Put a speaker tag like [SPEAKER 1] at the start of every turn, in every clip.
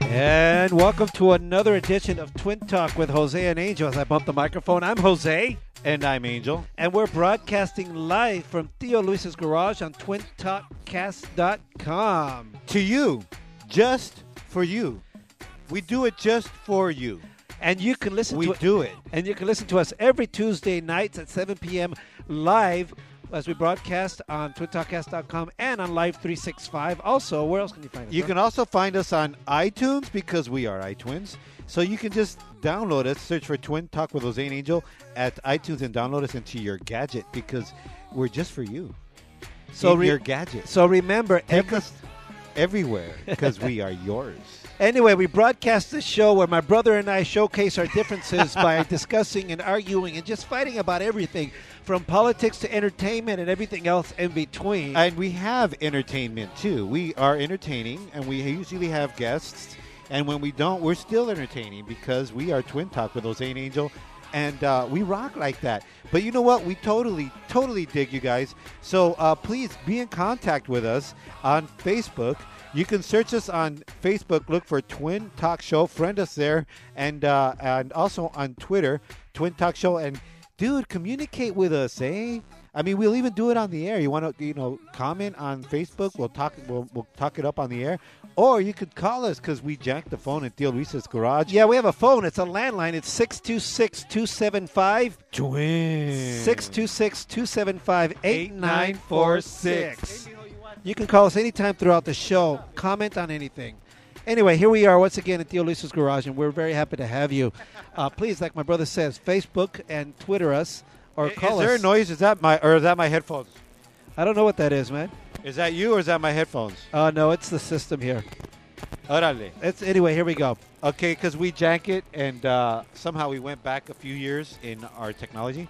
[SPEAKER 1] And welcome to another edition of Twin Talk with Jose and Angel. As I bump the microphone, I'm Jose.
[SPEAKER 2] And I'm Angel.
[SPEAKER 1] And we're broadcasting live from Theo Luis's garage on twintalkcast.com.
[SPEAKER 2] To you, just for you. We do it just for you.
[SPEAKER 1] And you can listen
[SPEAKER 2] We
[SPEAKER 1] to
[SPEAKER 2] do it.
[SPEAKER 1] And you can listen to us every Tuesday nights at 7 p.m. live as we broadcast on twintalkcast.com and on Live 365. Also, where else can you find us?
[SPEAKER 2] You
[SPEAKER 1] huh?
[SPEAKER 2] can also find us on iTunes because we are iTwins. So you can just download us, search for Twin Talk with Jose and Angel at iTunes and download us into your gadget because we're just for you.
[SPEAKER 1] So
[SPEAKER 2] In
[SPEAKER 1] re-
[SPEAKER 2] your gadget.
[SPEAKER 1] So remember,
[SPEAKER 2] Take
[SPEAKER 1] every
[SPEAKER 2] us everywhere because we are yours.
[SPEAKER 1] Anyway, we broadcast this show where my brother and I showcase our differences by discussing and arguing and just fighting about everything from politics to entertainment and everything else in between.
[SPEAKER 2] And we have entertainment too. We are entertaining, and we usually have guests. And when we don't, we're still entertaining because we are Twin Talk with Jose and Angel, and uh, we rock like that. But you know what? We totally, totally dig you guys. So uh, please be in contact with us on Facebook. You can search us on Facebook. Look for Twin Talk Show. Friend us there, and uh, and also on Twitter, Twin Talk Show. And dude, communicate with us, eh? I mean, we'll even do it on the air. You want to, you know, comment on Facebook? We'll talk. We'll, we'll talk it up on the air, or you could call us because we jacked the phone at Theo Luis's garage.
[SPEAKER 1] yeah, we have a phone. It's a landline. It's 626 275
[SPEAKER 2] twins.
[SPEAKER 1] 626 275 8946.
[SPEAKER 2] 8946.
[SPEAKER 1] You can call us anytime throughout the show, comment on anything. Anyway, here we are once again at Theo Luis's Garage, and we're very happy to have you. Uh, please, like my brother says, Facebook and Twitter us or
[SPEAKER 2] Is,
[SPEAKER 1] call
[SPEAKER 2] there a
[SPEAKER 1] us.
[SPEAKER 2] noise? Is that my or is that my headphones?
[SPEAKER 1] I don't know what that is, man.
[SPEAKER 2] Is that you or is that my headphones?
[SPEAKER 1] Uh, no, it's the system here.
[SPEAKER 2] Orale.
[SPEAKER 1] It's anyway. Here we go.
[SPEAKER 2] Okay, because we jank it, and uh, somehow we went back a few years in our technology.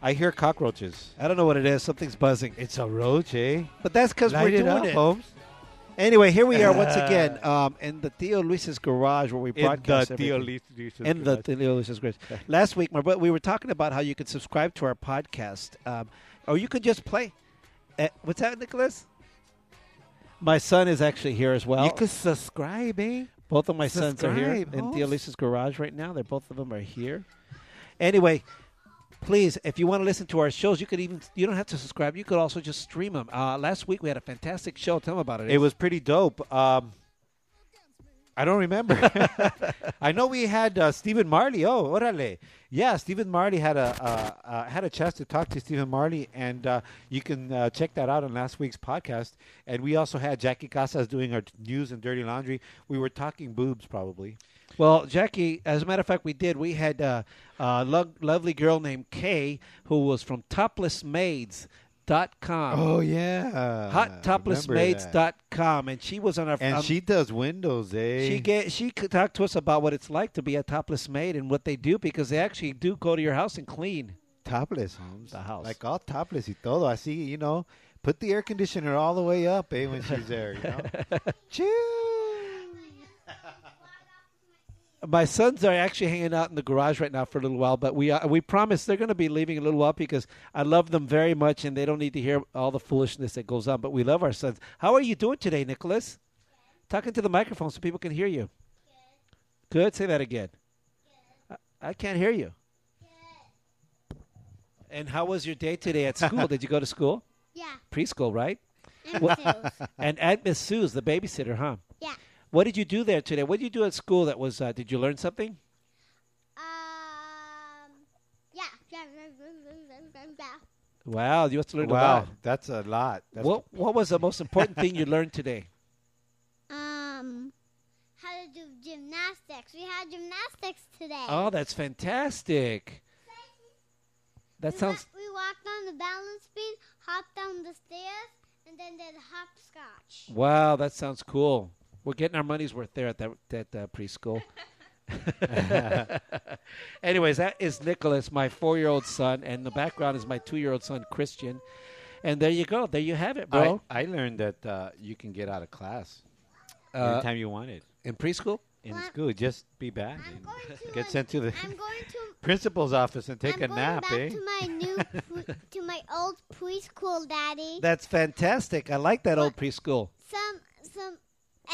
[SPEAKER 2] I hear cockroaches.
[SPEAKER 1] I don't know what it is. Something's buzzing.
[SPEAKER 2] It's a roach, eh?
[SPEAKER 1] But that's because we're
[SPEAKER 2] Light it
[SPEAKER 1] doing
[SPEAKER 2] up,
[SPEAKER 1] it.
[SPEAKER 2] Holmes.
[SPEAKER 1] Anyway, here we are once again um, in the Theo Luis's garage where we
[SPEAKER 2] In the
[SPEAKER 1] broadcast
[SPEAKER 2] Theo
[SPEAKER 1] everything.
[SPEAKER 2] Luis's
[SPEAKER 1] in the
[SPEAKER 2] garage.
[SPEAKER 1] Theo Luis's garage. Last week, my bro- we were talking about how you could subscribe to our podcast, um, or you could just play. Uh, what's that, Nicholas? My son is actually here as well.
[SPEAKER 2] you could subscribe, eh?
[SPEAKER 1] Both of my sons are here
[SPEAKER 2] Subscribe,
[SPEAKER 1] in
[SPEAKER 2] Hoss.
[SPEAKER 1] Theo Lisa's garage right now. They're both of them are here. Anyway, please, if you want to listen to our shows, you could even you don't have to subscribe. You could also just stream them. Uh, last week we had a fantastic show. Tell them about it.
[SPEAKER 2] It was pretty dope. Um, I don't remember. I know we had uh, Stephen Marley. Oh, orale. Yeah, Stephen Marley had a uh, uh, had a chance to talk to Stephen Marley, and uh, you can uh, check that out on last week's podcast. And we also had Jackie Casas doing our news and dirty laundry. We were talking boobs, probably.
[SPEAKER 1] well, Jackie. As a matter of fact, we did. We had uh, a lo- lovely girl named Kay who was from toplessmaids.com.
[SPEAKER 2] Oh, yeah,
[SPEAKER 1] HotToplessMaids.com, and she was on our
[SPEAKER 2] And
[SPEAKER 1] on-
[SPEAKER 2] she does windows, eh?
[SPEAKER 1] She get she could talk to us about what it's like to be a topless maid and what they do because they actually do go to your house and clean.
[SPEAKER 2] topless, Holmes.
[SPEAKER 1] The house.
[SPEAKER 2] Like all topless y todo. I see, you know, put the air conditioner all the way up, eh, when she's there, you know. Chill.
[SPEAKER 1] My sons are actually hanging out in the garage right now for a little while, but we uh, we promise they're going to be leaving a little while because I love them very much and they don't need to hear all the foolishness that goes on. But we love our sons. How are you doing today, Nicholas? Talking to the microphone so people can hear you. Good. Say that again. I, I can't hear you. And how was your day today at school? Did you go to school?
[SPEAKER 3] Yeah,
[SPEAKER 1] Preschool, right?
[SPEAKER 3] and
[SPEAKER 1] What-
[SPEAKER 3] pills.
[SPEAKER 1] And at Miss Sue's, the babysitter, huh?
[SPEAKER 3] Yeah.
[SPEAKER 1] What did you do there today? What did you do at school that was, uh, did you learn something?
[SPEAKER 3] Um. Yeah. Yeah. yeah, yeah, yeah, yeah.
[SPEAKER 1] Wow, you must have learned a
[SPEAKER 2] wow,
[SPEAKER 1] lot.
[SPEAKER 2] that's a lot. That's
[SPEAKER 1] What, what was the most important thing you learned today?
[SPEAKER 3] Um. How
[SPEAKER 4] Oh,
[SPEAKER 3] to do gymnastics? We had gymnastics today.
[SPEAKER 1] Oh, that's fantastic.
[SPEAKER 4] That
[SPEAKER 2] we
[SPEAKER 4] sounds.
[SPEAKER 2] wa- we walked on the balance beam, hopped down the stairs, and then did hopscotch.
[SPEAKER 4] Wow, that sounds cool. We're getting our money's worth there at that that uh, preschool. Anyways, that is Nicholas, my four-year-old son, and the background is my two-year-old son Christian. And there you go. There you have it, bro.
[SPEAKER 1] I, I learned that uh, you can get out of class
[SPEAKER 4] Uh,
[SPEAKER 1] anytime you wanted
[SPEAKER 4] in preschool,
[SPEAKER 1] in
[SPEAKER 2] Well,
[SPEAKER 1] school. Just be back.
[SPEAKER 2] I'm
[SPEAKER 1] and
[SPEAKER 2] going to
[SPEAKER 1] get
[SPEAKER 2] an-
[SPEAKER 1] sent to the
[SPEAKER 2] I'm going to
[SPEAKER 1] principal's office and take
[SPEAKER 2] I'm
[SPEAKER 1] a
[SPEAKER 2] going
[SPEAKER 1] nap,
[SPEAKER 2] back
[SPEAKER 1] eh?
[SPEAKER 2] to my new pre- to my old preschool daddy.
[SPEAKER 4] that's fantastic. I like that old preschool.
[SPEAKER 2] some some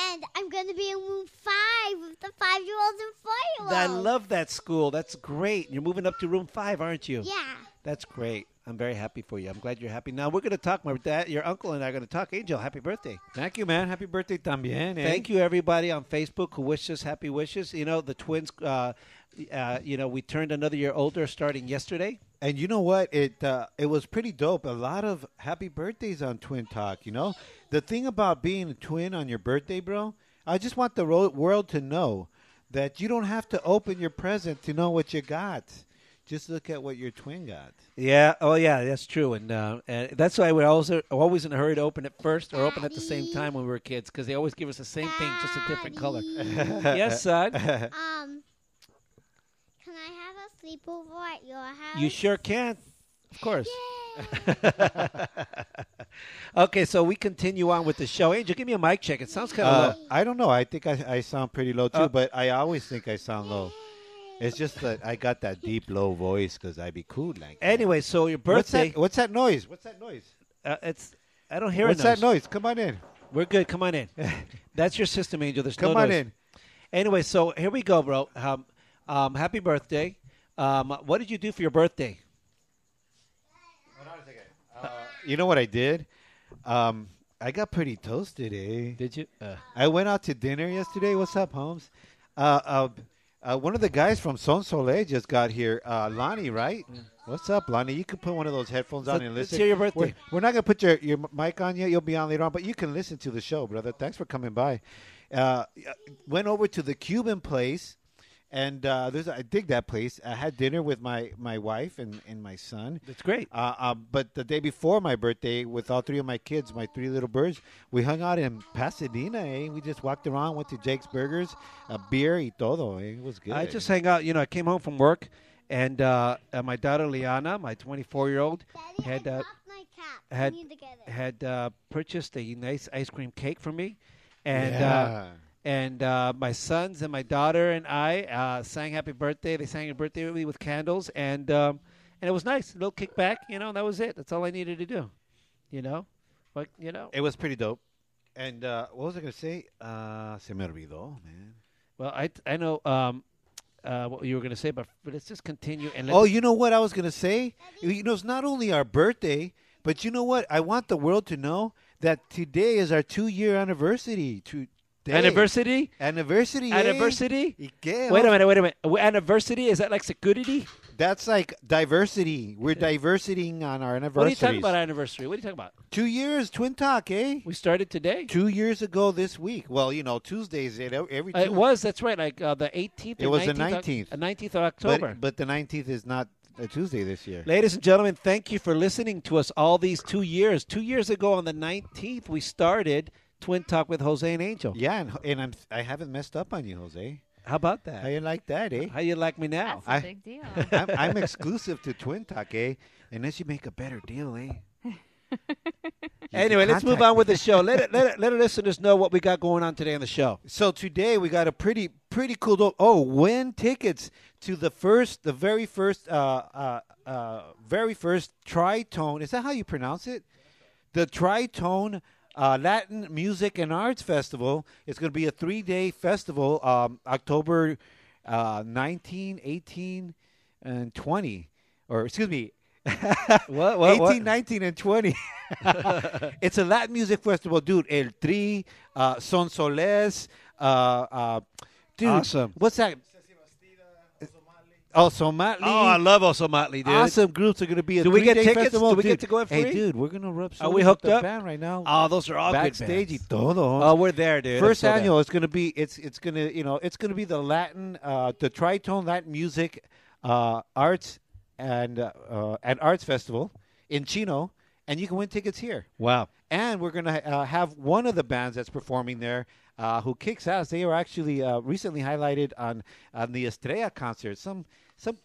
[SPEAKER 2] and I'm gonna be in room five with the five year olds and four year olds.
[SPEAKER 4] I love that school. That's great. You're moving up to room five, aren't you?
[SPEAKER 2] Yeah.
[SPEAKER 4] That's great. I'm very happy for you. I'm glad you're happy. Now we're going to talk. My dad, your uncle, and I are going to talk. Angel, happy birthday.
[SPEAKER 1] Thank you, man. Happy birthday también. Eh?
[SPEAKER 4] Thank you, everybody on Facebook who wished us happy wishes. You know, the twins, uh, uh, you know, we turned another year older starting yesterday.
[SPEAKER 1] And you know what? It uh, it was pretty dope. A lot of happy birthdays on Twin Talk. You know, the thing about being a twin on your birthday, bro. I just want the ro- world to know that you don't have to open your present to know what you got. Just look at what your twin got.
[SPEAKER 4] Yeah. Oh, yeah. That's true, and uh, and that's why we're always always in a hurry to open it first or open at the same
[SPEAKER 2] Daddy.
[SPEAKER 4] time when we were kids because they always give us the same thing, just a different color.
[SPEAKER 2] Daddy.
[SPEAKER 4] yes, son.
[SPEAKER 2] um, can I have a sleepover at your house?
[SPEAKER 4] You sure can. Of course.
[SPEAKER 2] Yay.
[SPEAKER 4] Okay, so we continue on with the show. Angel, give me a mic check. It sounds kind of
[SPEAKER 1] Uh,
[SPEAKER 4] low.
[SPEAKER 1] I don't know. I think I, I sound pretty low too,
[SPEAKER 4] Uh,
[SPEAKER 1] but I always think I sound low. It's just that I got that deep low voice because I be cool like. that.
[SPEAKER 4] Anyway, so your
[SPEAKER 1] what's
[SPEAKER 4] birthday.
[SPEAKER 1] that? What's that noise? What's that noise?
[SPEAKER 4] Uh, it's I don't hear
[SPEAKER 1] what's
[SPEAKER 4] a
[SPEAKER 1] that noise? Come on in.
[SPEAKER 4] We're good. Come on in. That's your system, Angel. There's
[SPEAKER 1] Come
[SPEAKER 4] no
[SPEAKER 1] on
[SPEAKER 4] noise.
[SPEAKER 1] in.
[SPEAKER 4] Anyway, so here we go, bro. Um, um, happy birthday. Um, what did you do for your birthday?
[SPEAKER 1] You know what I did? Um, I got pretty toasted, eh?
[SPEAKER 4] Did you? Uh,
[SPEAKER 1] I went out to dinner yesterday. What's up, Holmes? Uh, uh, uh, one of the guys from Son Soleil just got here. Uh, Lonnie, right? What's up, Lonnie? You can put one of those headphones on
[SPEAKER 4] Let-
[SPEAKER 1] and
[SPEAKER 4] let's
[SPEAKER 1] listen.
[SPEAKER 4] hear your birthday.
[SPEAKER 1] We're, we're not going to put your, your m- mic on yet. You'll be on later on, but you can listen to the show, brother. Thanks for coming by. Uh, went over to the Cuban place, and uh, there's I dig that place. I had dinner with my, my wife and, and my son.
[SPEAKER 4] That's great.
[SPEAKER 1] Uh, um, but the day before my birthday, with all three of my kids, my three little birds, we hung out in Pasadena. Eh? We just walked around, went to Jake's Burgers, a beer y todo. Eh? It was good.
[SPEAKER 4] I just hang out. You know, I came home from work, and uh, uh, my daughter Liana, my 24 year old,
[SPEAKER 2] Daddy,
[SPEAKER 4] had
[SPEAKER 2] I
[SPEAKER 4] uh,
[SPEAKER 2] dropped my cap.
[SPEAKER 4] had-
[SPEAKER 2] I need to get it.
[SPEAKER 4] had uh, purchased a nice ice cream cake for me, and. Uh,
[SPEAKER 1] Yeah.
[SPEAKER 4] and uh, my sons and my daughter and I uh, sang "Happy Birthday." They sang "Happy Birthday" with me with candles, and um, and it was nice. A little kickback, you know. And that was it. That's all I needed to do, you know. Like you know.
[SPEAKER 1] it was pretty dope. And uh, what was I going to say? Uh, se me olvidó, man.
[SPEAKER 4] Well, I I know um, uh, what you were going to say, but but let's just continue and let's,
[SPEAKER 1] Oh, you know what I was going to say? You know, it's not only our birthday, but you know what? I want the world to know that today is our two year anniversary. Today.
[SPEAKER 4] anniversary.
[SPEAKER 1] Anniversary. eh?
[SPEAKER 4] Anniversary.
[SPEAKER 1] ¿Y qué?
[SPEAKER 4] Wait a minute. Wait a minute. W- Anniversary is that like security?
[SPEAKER 1] That's like diversity. We're diversitying on our anniversaries.
[SPEAKER 4] What are you talking about? Anniversary? What are you talking about?
[SPEAKER 1] Two years, Twin Talk, eh?
[SPEAKER 4] We started today.
[SPEAKER 1] Two years ago this week. Well, you know, Tuesdays, you know, every
[SPEAKER 4] Uh, It
[SPEAKER 1] Tues-
[SPEAKER 4] was. That's right. Like uh, the 18th.
[SPEAKER 1] It
[SPEAKER 4] or
[SPEAKER 1] was the
[SPEAKER 4] 19th.
[SPEAKER 1] 19th.
[SPEAKER 4] Uh, 19th of
[SPEAKER 1] but,
[SPEAKER 4] October.
[SPEAKER 1] but the 19th is not a Tuesday this year.
[SPEAKER 4] Ladies and gentlemen, thank you for listening to us all these two years. Two years ago on the 19th, we started Twin Talk with Jose and Angel.
[SPEAKER 1] Yeah, and, and I'm, I haven't messed up on you, Jose.
[SPEAKER 4] How about
[SPEAKER 1] How
[SPEAKER 4] that?
[SPEAKER 1] you like that, eh?
[SPEAKER 4] How you like me now?
[SPEAKER 5] That's a
[SPEAKER 1] I-
[SPEAKER 5] big deal.
[SPEAKER 1] I'm, I'm exclusive to Twin Talk, eh? Unless you make a better deal, eh?
[SPEAKER 4] Anyway, let's move on with the show. Let, it, let, it, let our listeners know what we got going on today on the show.
[SPEAKER 1] So today we got a pretty pretty cool do- oh win tickets to the first the very first uh, uh, uh, very first tritone is that how you pronounce it the tritone uh, Latin Music and Arts Festival It's going to be a three day festival um, October uh, 19 18 and 20 or excuse me
[SPEAKER 4] What?
[SPEAKER 1] 18, 19, and 20. it's a Latin music festival, dude. El Tri, uh, Son Soles. Uh, uh, dude,
[SPEAKER 4] Awesome.
[SPEAKER 1] What's that? Oh, Somali.
[SPEAKER 4] Oh, I love Oso Motley, dude.
[SPEAKER 1] Awesome groups are going to be at
[SPEAKER 4] Do we get
[SPEAKER 1] three-day
[SPEAKER 4] tickets?
[SPEAKER 1] Festival.
[SPEAKER 4] Do we get
[SPEAKER 1] dude.
[SPEAKER 4] to go in free?
[SPEAKER 1] Hey, dude, we're going to rub
[SPEAKER 4] Are we
[SPEAKER 1] shoulders with
[SPEAKER 4] hooked
[SPEAKER 1] the
[SPEAKER 4] up?
[SPEAKER 1] band right now.
[SPEAKER 4] Oh, those are all
[SPEAKER 1] Backstage y
[SPEAKER 4] good bands.
[SPEAKER 1] todo.
[SPEAKER 4] Oh, we're there, dude. I'm
[SPEAKER 1] First
[SPEAKER 4] so there.
[SPEAKER 1] annual. It's gonna be. It's it's gonna you know it's gonna be the Latin, uh, the tritone Latin music, uh, arts and uh, uh, at Arts Festival in Chino, and you can win tickets here.
[SPEAKER 6] Wow.
[SPEAKER 1] And we're going to uh, have one of the bands that's performing there uh, who kicks ass. They were actually uh, recently highlighted on, on the Estrella concert. Some, some,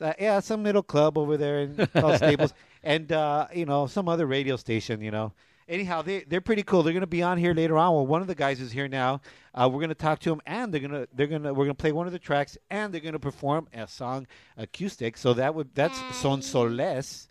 [SPEAKER 1] uh, yeah, some little club over there in called Staples, and uh, you know some other radio station. You know, anyhow, they they're pretty cool. They're going to be on here later on. Well, one of the guys is here now. Uh, we're going to talk to him, and they're gonna they're gonna we're gonna play one of the tracks, and they're going to perform a song acoustic. So that would that's Son Soles,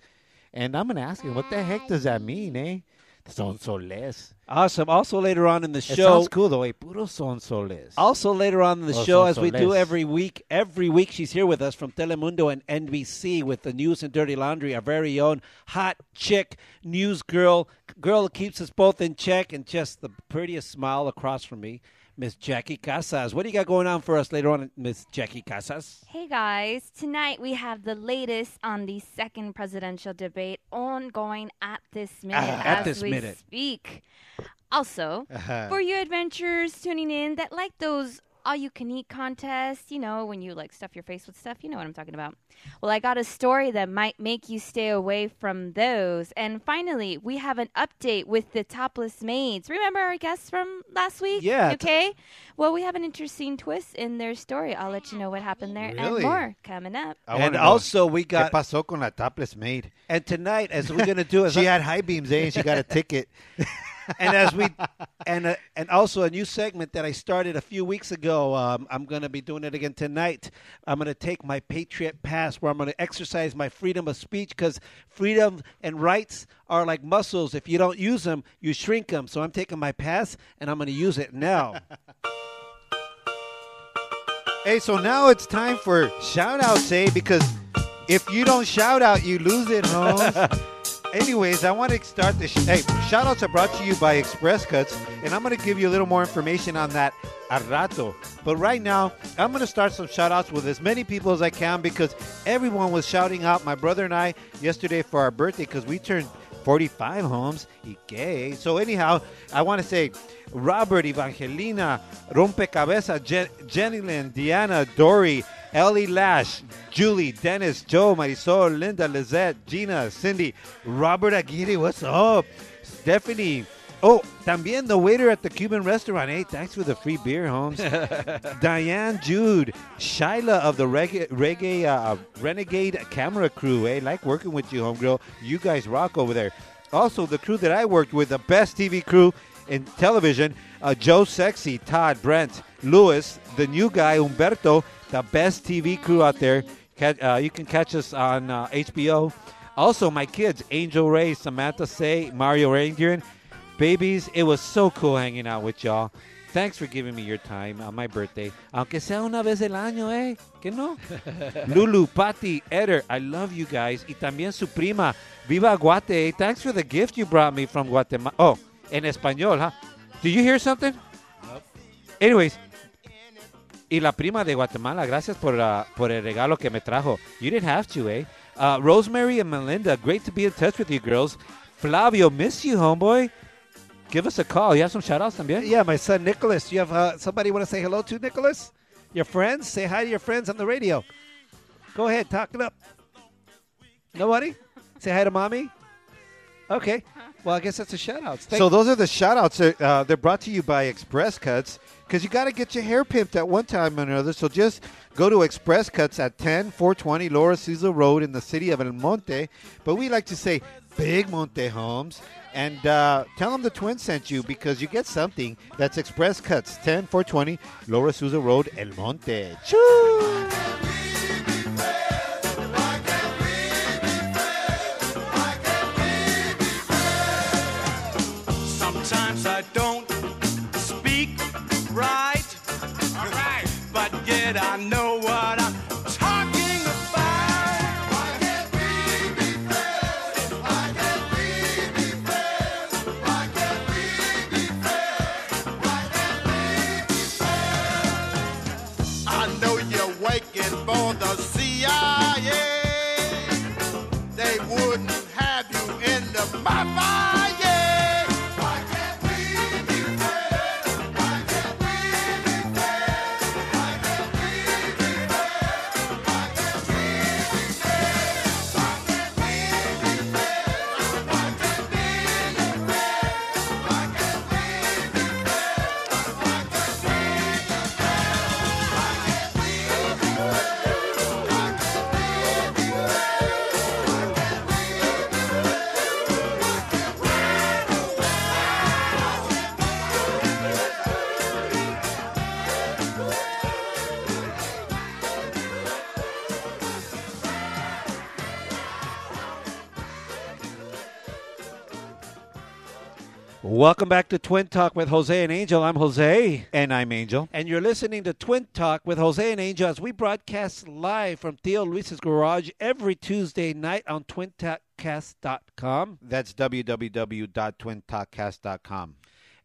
[SPEAKER 1] and I'm going to ask him what the heck does that mean, eh? Son Soles.
[SPEAKER 6] Awesome. Also, later on in the
[SPEAKER 1] It
[SPEAKER 6] show,
[SPEAKER 1] sounds cool though, eh? Puro Son Soles.
[SPEAKER 6] Also, later on in the
[SPEAKER 1] Well,
[SPEAKER 6] show,
[SPEAKER 1] Oh, so-
[SPEAKER 6] as
[SPEAKER 1] so
[SPEAKER 6] we do
[SPEAKER 1] less.
[SPEAKER 6] every week, every week she's here with us from Telemundo and NBC with the news and dirty laundry, our very own hot chick news girl, girl that keeps us both in check, and just the prettiest smile across from me, Miss Jackie Casas. What do you got going on for us later on, Miss Jackie Casas?
[SPEAKER 7] Hey guys, tonight we have the latest on the second presidential debate ongoing at this minute
[SPEAKER 6] Ah, at
[SPEAKER 7] as
[SPEAKER 6] this
[SPEAKER 7] we
[SPEAKER 6] minute. Uh-huh.
[SPEAKER 7] speak. Also, for you adventurers tuning in that like those all you can eat contests, you know, when you like stuff your face with stuff, you know what I'm talking about. Well, I got a story that might make you stay away from those. And finally, we have an update with the topless maids. Remember our guests from last week?
[SPEAKER 6] Yeah, t-
[SPEAKER 7] Okay. Well, we have an interesting twist in their story. I'll let you know what happened there
[SPEAKER 1] Really? Oh.
[SPEAKER 7] and more coming up.
[SPEAKER 1] I wanna
[SPEAKER 6] and
[SPEAKER 1] know,
[SPEAKER 6] also, we
[SPEAKER 1] ¿qué
[SPEAKER 6] got
[SPEAKER 1] pasó con la topless maid?
[SPEAKER 6] and tonight, as we're going to do, as
[SPEAKER 1] She had high beams, eh? And she got a ticket.
[SPEAKER 6] and as we and uh, and also a new segment that I started a few weeks ago. Um, I'm going to be doing it again tonight. I'm going to take my patriot pass, where I'm going to exercise my freedom of speech because freedom and rights are like muscles. If you don't use them, you shrink them. So I'm taking my pass and I'm going to use it now.
[SPEAKER 1] Hey, so now it's time for shout out, say, because if you don't shout out, you lose it, Holmes. Anyways, I want to start the. Sh- hey, shout outs are brought to you by Express Cuts, and I'm going to give you a little more information on that a rato. But right now, I'm going to start some shout outs with as many people as I can because everyone was shouting out my brother and I yesterday for our birthday because we turned 45 homes. Y que. So, anyhow, I want to say Robert, Evangelina, Rompecabeza, Jen- Jenny Lynn, Diana, Dory, Ellie Lash, Julie, Dennis, Joe, Marisol, Linda, Lizette, Gina, Cindy, Robert Aguirre, what's up? Stephanie. Oh, también the waiter at the Cuban restaurant. Hey, thanks for the free beer, Holmes. Diane Jude, Shyla of the reggae, reggae uh, Renegade Camera Crew. Hey, like working with you, homegirl. You guys rock over there. Also, the crew that I worked with, the best TV crew in television uh, Joe Sexy, Todd, Brent, Lewis, the new guy, Humberto, the best TV crew out there. Ca- uh, you can catch us on uh, HBO. Also, my kids, Angel Ray, Samantha Say, Mario Rangirin. Babies, it was so cool hanging out with y'all. Thanks for giving me your time on my birthday. Aunque sea una vez el año, eh? Que no? Lulu, Patty, Eder, I love you guys. Y también su prima, Viva Guate. Thanks for the gift you brought me from Guatemala. Oh, en español, huh? Do you hear something? Anyways, y la prima de Guatemala, gracias por, uh, por el regalo que me trajo. You didn't have to, eh? Uh, Rosemary and Melinda, great to be in touch with you girls. Flavio, miss you, homeboy. Give us a call. You have some shout outs también?
[SPEAKER 6] yeah, my son Nicholas. You have uh, somebody want to say hello to Nicholas? Your friends? Say hi to your friends on the radio. Go ahead, talk it up. Nobody? Say hi to mommy. Okay. Well, I guess that's a shout out.
[SPEAKER 1] so those are the shout outs. Uh, they're brought to you by Express Cuts because you got to get your hair pimped at one time or another. So just go to Express Cuts at 10 420 Laura Cesar Road in the city of El Monte. But we like to say Big Monte Homes. And uh, tell them the twins sent you because you get something. That's Express Cuts, 10 420 Laura Souza Road, El Monte. Choo!
[SPEAKER 8] Sometimes I don't speak right. All right. But yet I know what I'm talking about. Why can't we be friends? Why can't we be friends? Why can't we be friends? Why can't we be friends? I know you're waking, boy.
[SPEAKER 1] Welcome back to Twin Talk with Jose and Angel. I'm Jose.
[SPEAKER 2] And I'm Angel.
[SPEAKER 1] And you're listening to Twin Talk with Jose and Angel as we broadcast live from Theo Luis's garage every Tuesday night on twintalkcast.com.
[SPEAKER 2] That's www.twintalkcast.com.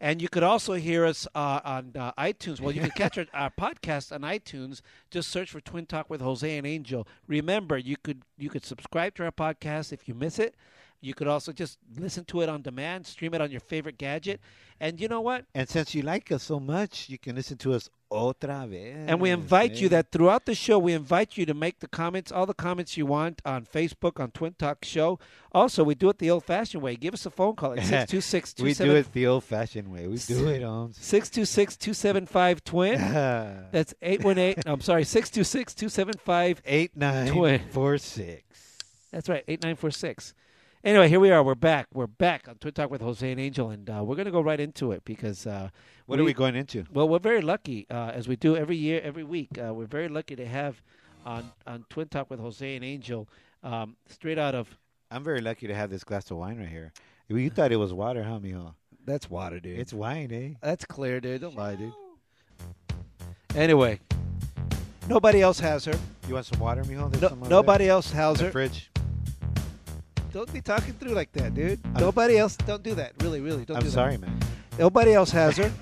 [SPEAKER 1] And you could also hear us uh, on uh, iTunes. Well, you can catch our, our podcast on iTunes. Just search for Twin Talk with Jose and Angel. Remember, you could you could subscribe to our podcast if you miss it. You could also just listen to it on demand, stream it on your favorite gadget. And you know what?
[SPEAKER 2] And since you like us so much, you can listen to us otra vez.
[SPEAKER 1] And we invite you
[SPEAKER 2] eh?
[SPEAKER 1] that throughout the show, we invite you to make the comments, all the comments you want on Facebook, on Twin Talk Show. Also, we do it the old fashioned way. Give us a phone call at 626
[SPEAKER 2] we do it the old-fashioned way. We do it, Holmes.
[SPEAKER 1] 626 275 Twin. That's 818. I'm sorry, 626 275.
[SPEAKER 2] Eight nine four six.
[SPEAKER 1] That's right, 8946. Anyway, here we are. We're back. We're back on Twin Talk with Jose and Angel, and uh, we're going to go right into it because. Uh,
[SPEAKER 2] What are we going into?
[SPEAKER 1] Well, we're very lucky, uh, as we do every year, every week. Uh, we're very lucky to have on on Twin Talk with Jose and Angel, um, straight out of.
[SPEAKER 2] I'm very lucky to have this glass of wine right here. You you thought it was water, huh, mijo?
[SPEAKER 1] That's water, dude.
[SPEAKER 2] It's wine, eh?
[SPEAKER 1] that's clear, dude. Don't lie, dude. Anyway, nobody else has her.
[SPEAKER 2] You want some water, mijo? There's
[SPEAKER 1] No,
[SPEAKER 2] some over
[SPEAKER 1] nobody
[SPEAKER 2] there.
[SPEAKER 1] else has
[SPEAKER 2] In
[SPEAKER 1] her.
[SPEAKER 2] the fridge.
[SPEAKER 1] Don't be talking through like that, dude. nobody else. Don't do that. Really, really. Don't.
[SPEAKER 2] I'm
[SPEAKER 1] do
[SPEAKER 2] sorry, man.
[SPEAKER 1] That. Nobody else has her.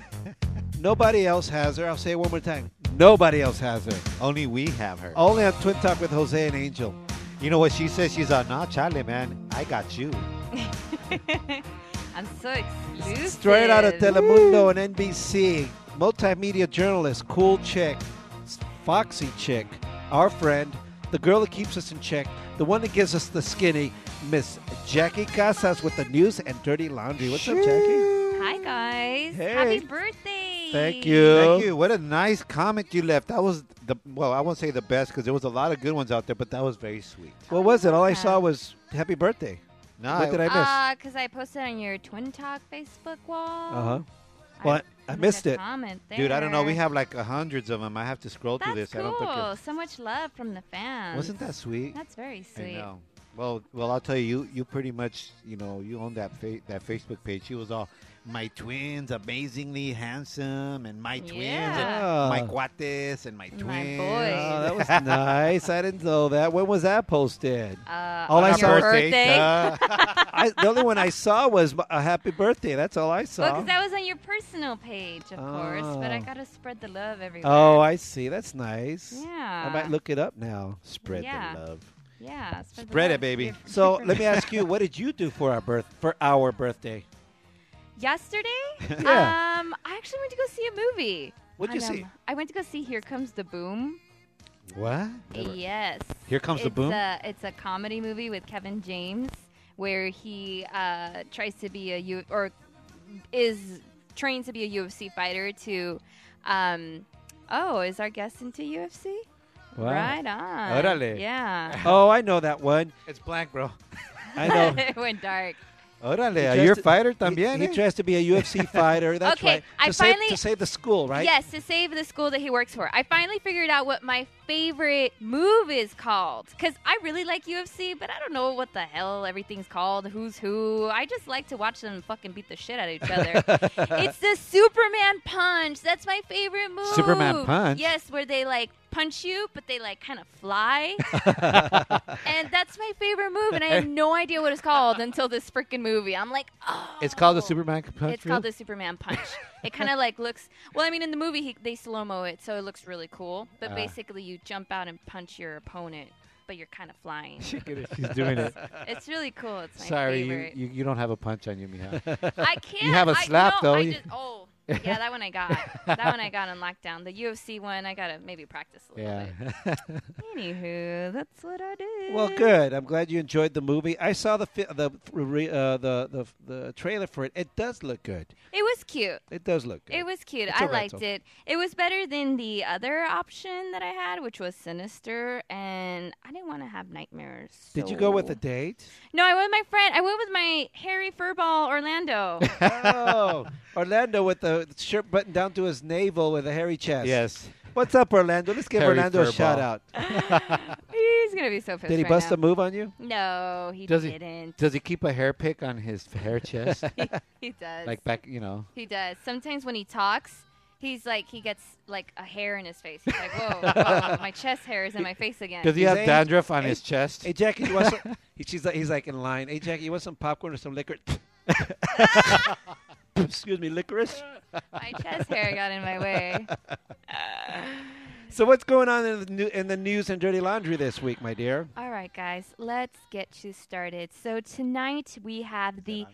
[SPEAKER 1] nobody else has her. I'll say it one more time. Nobody else has her.
[SPEAKER 2] Only we have her.
[SPEAKER 1] Only on Twin Talk with Jose and Angel.
[SPEAKER 2] You know what she says? She's a nah, Charlie, man. I got you.
[SPEAKER 7] I'm so exclusive.
[SPEAKER 1] Straight out of Telemundo and NBC. Multimedia journalist, cool chick, s- foxy chick, our friend, the girl that keeps us in check, the one that gives us the skinny, Miss Jackie Casas with the news and dirty laundry. What's up, Jackie?
[SPEAKER 7] Hi guys.
[SPEAKER 1] Hey.
[SPEAKER 7] Happy birthday.
[SPEAKER 1] Thank you.
[SPEAKER 2] Thank you. What a nice comment you left. That was the well. I won't say the best because there was a lot of good ones out there, but that was very sweet.
[SPEAKER 1] What was it? All I saw was happy birthday.
[SPEAKER 2] Nah,
[SPEAKER 1] what did I miss?
[SPEAKER 7] Uh, cause I posted on your Twin Talk Facebook wall.
[SPEAKER 1] Uh-huh. What? I
[SPEAKER 7] made a
[SPEAKER 1] missed it.
[SPEAKER 7] Comment there.
[SPEAKER 2] dude, I don't know. We have like uh, hundreds of them. I have to scroll
[SPEAKER 7] That's
[SPEAKER 2] through this.
[SPEAKER 7] cool.
[SPEAKER 2] I don't think. it-
[SPEAKER 7] so much love from the fans.
[SPEAKER 2] Wasn't that sweet?
[SPEAKER 7] That's very sweet.
[SPEAKER 2] I know. Well, well, I'll tell you, you, you pretty much, you know, you own that fa- that Facebook page. She was all, my twins, amazingly handsome, and my twins, and
[SPEAKER 1] Ah.
[SPEAKER 2] my cuates, and my twins. Ah,
[SPEAKER 7] boys.
[SPEAKER 1] Oh, that was nice. I didn't know that. When was that posted?
[SPEAKER 7] Uh,
[SPEAKER 1] All
[SPEAKER 7] on
[SPEAKER 1] I
[SPEAKER 7] your
[SPEAKER 1] saw-
[SPEAKER 7] birthday.
[SPEAKER 2] Birthday.
[SPEAKER 1] I, the only one I saw was m- a happy birthday. That's all I
[SPEAKER 7] Well,
[SPEAKER 1] saw.
[SPEAKER 7] because that was on your personal page, of course. But I
[SPEAKER 1] Oh.
[SPEAKER 7] gotta spread the love everywhere.
[SPEAKER 1] Oh, I see. That's nice. I
[SPEAKER 7] Yeah.
[SPEAKER 1] might look it up now.
[SPEAKER 2] Spread
[SPEAKER 7] Yeah.
[SPEAKER 2] the love.
[SPEAKER 7] yeah. Spread, the
[SPEAKER 2] Spread it,
[SPEAKER 7] love.
[SPEAKER 2] baby.
[SPEAKER 7] Give-
[SPEAKER 1] So let me ask you, what did you do for our birth for our birthday?
[SPEAKER 7] Yesterday,
[SPEAKER 1] Yeah.
[SPEAKER 7] um, I actually went to go see a movie.
[SPEAKER 1] What'd you
[SPEAKER 7] I know.
[SPEAKER 1] see?
[SPEAKER 7] I went to go see Here Comes the Boom.
[SPEAKER 2] What?
[SPEAKER 7] Yes.
[SPEAKER 2] Here comes the
[SPEAKER 7] It's
[SPEAKER 2] boom.
[SPEAKER 7] A, it's a comedy movie with Kevin James where he uh, tries to be a U or is trained to be a UFC fighter to. Um, oh, is our guest into UFC?
[SPEAKER 1] Wow.
[SPEAKER 7] Right on.
[SPEAKER 1] Órale.
[SPEAKER 7] Yeah.
[SPEAKER 1] Oh, I know that one.
[SPEAKER 2] It's blank, bro.
[SPEAKER 1] I know.
[SPEAKER 7] it went dark.
[SPEAKER 2] Órale,
[SPEAKER 1] He
[SPEAKER 2] are
[SPEAKER 1] tries
[SPEAKER 2] you a
[SPEAKER 1] to-
[SPEAKER 2] fighter
[SPEAKER 1] He-
[SPEAKER 2] también?
[SPEAKER 1] He,
[SPEAKER 2] eh?
[SPEAKER 1] tries to be a UFC fighter. That's
[SPEAKER 7] Okay,
[SPEAKER 1] right.
[SPEAKER 7] I
[SPEAKER 1] to, save,
[SPEAKER 7] finally-
[SPEAKER 1] to save the school, right?
[SPEAKER 7] Yes, to save the school that he works for. I finally figured out what my favorite move is called because I really like UFC, but I don't know what the hell everything's called, who's who. I just like to watch them fucking beat the shit out of each other. it's the Superman punch. That's my favorite move.
[SPEAKER 2] Superman punch?
[SPEAKER 7] Yes, where they like punch you, but they like kind of fly. and that's my favorite move, and I had no idea what it's called until this freaking movie. I'm like, oh.
[SPEAKER 2] It's called the Superman punch.
[SPEAKER 7] It's called
[SPEAKER 2] really?
[SPEAKER 7] the Superman punch. it kind of like looks. Well, I mean, in the movie, he, they slow mo it, so it looks really cool.
[SPEAKER 2] Uh.
[SPEAKER 7] But basically, you jump out and punch your opponent, but you're kind of flying.
[SPEAKER 2] She's doing it.
[SPEAKER 7] it's really cool. It's my
[SPEAKER 2] Sorry, you,
[SPEAKER 7] favorite.
[SPEAKER 2] you you don't have a punch on you, Mija.
[SPEAKER 7] I can't.
[SPEAKER 2] have a
[SPEAKER 7] a
[SPEAKER 2] slap, though.
[SPEAKER 7] I
[SPEAKER 2] You-
[SPEAKER 7] just, oh, yeah, that one I got. that one I got on lockdown. The UFC one, I gotta maybe practice a little
[SPEAKER 2] yeah.
[SPEAKER 7] bit. Anywho, that's what I do.
[SPEAKER 1] Well, good. I'm glad you enjoyed the movie. I saw the fi- the re- uh, the, the the trailer for it. It does look good.
[SPEAKER 7] It was cute.
[SPEAKER 1] It does look good.
[SPEAKER 7] It was cute.
[SPEAKER 1] It's
[SPEAKER 7] I
[SPEAKER 1] a rental.
[SPEAKER 7] liked it. It was better than the other option that I had, which was Sinister, and I didn't want to have nightmares.
[SPEAKER 1] Did you go with
[SPEAKER 7] so-
[SPEAKER 1] a date?
[SPEAKER 7] No, I went with my friend. I went with my hairy furball Orlando.
[SPEAKER 1] oh, Orlando with the shirt buttoned down to his navel with a hairy chest.
[SPEAKER 2] Yes.
[SPEAKER 1] What's up, Orlando? Let's give
[SPEAKER 2] Hairy
[SPEAKER 1] Orlando a
[SPEAKER 2] furball.
[SPEAKER 1] shout out.
[SPEAKER 7] He's gonna be so pissed.
[SPEAKER 1] Did he
[SPEAKER 7] right
[SPEAKER 1] bust
[SPEAKER 7] now.
[SPEAKER 1] a move on you?
[SPEAKER 7] No, he
[SPEAKER 2] Does he-
[SPEAKER 7] didn't.
[SPEAKER 2] Does he keep a hair pick on his hair chest?
[SPEAKER 7] He does.
[SPEAKER 2] like back, you know.
[SPEAKER 7] He does. Sometimes when he talks, he's like he gets like a hair in his face. He's like, whoa, my chest hair is in my face again.
[SPEAKER 2] Does he
[SPEAKER 1] His
[SPEAKER 2] have
[SPEAKER 1] age-
[SPEAKER 2] dandruff on his chest?
[SPEAKER 1] Hey Jackie, you want some? he, she's like, he's like in line. Hey Jackie, you want some popcorn or some liquor? Excuse me, licorice.
[SPEAKER 7] my chest hair got in my way. Uh,
[SPEAKER 1] So what's going on in the, new, in the news and dirty laundry this week, my dear?
[SPEAKER 7] All right, guys, let's get you started. So tonight we have the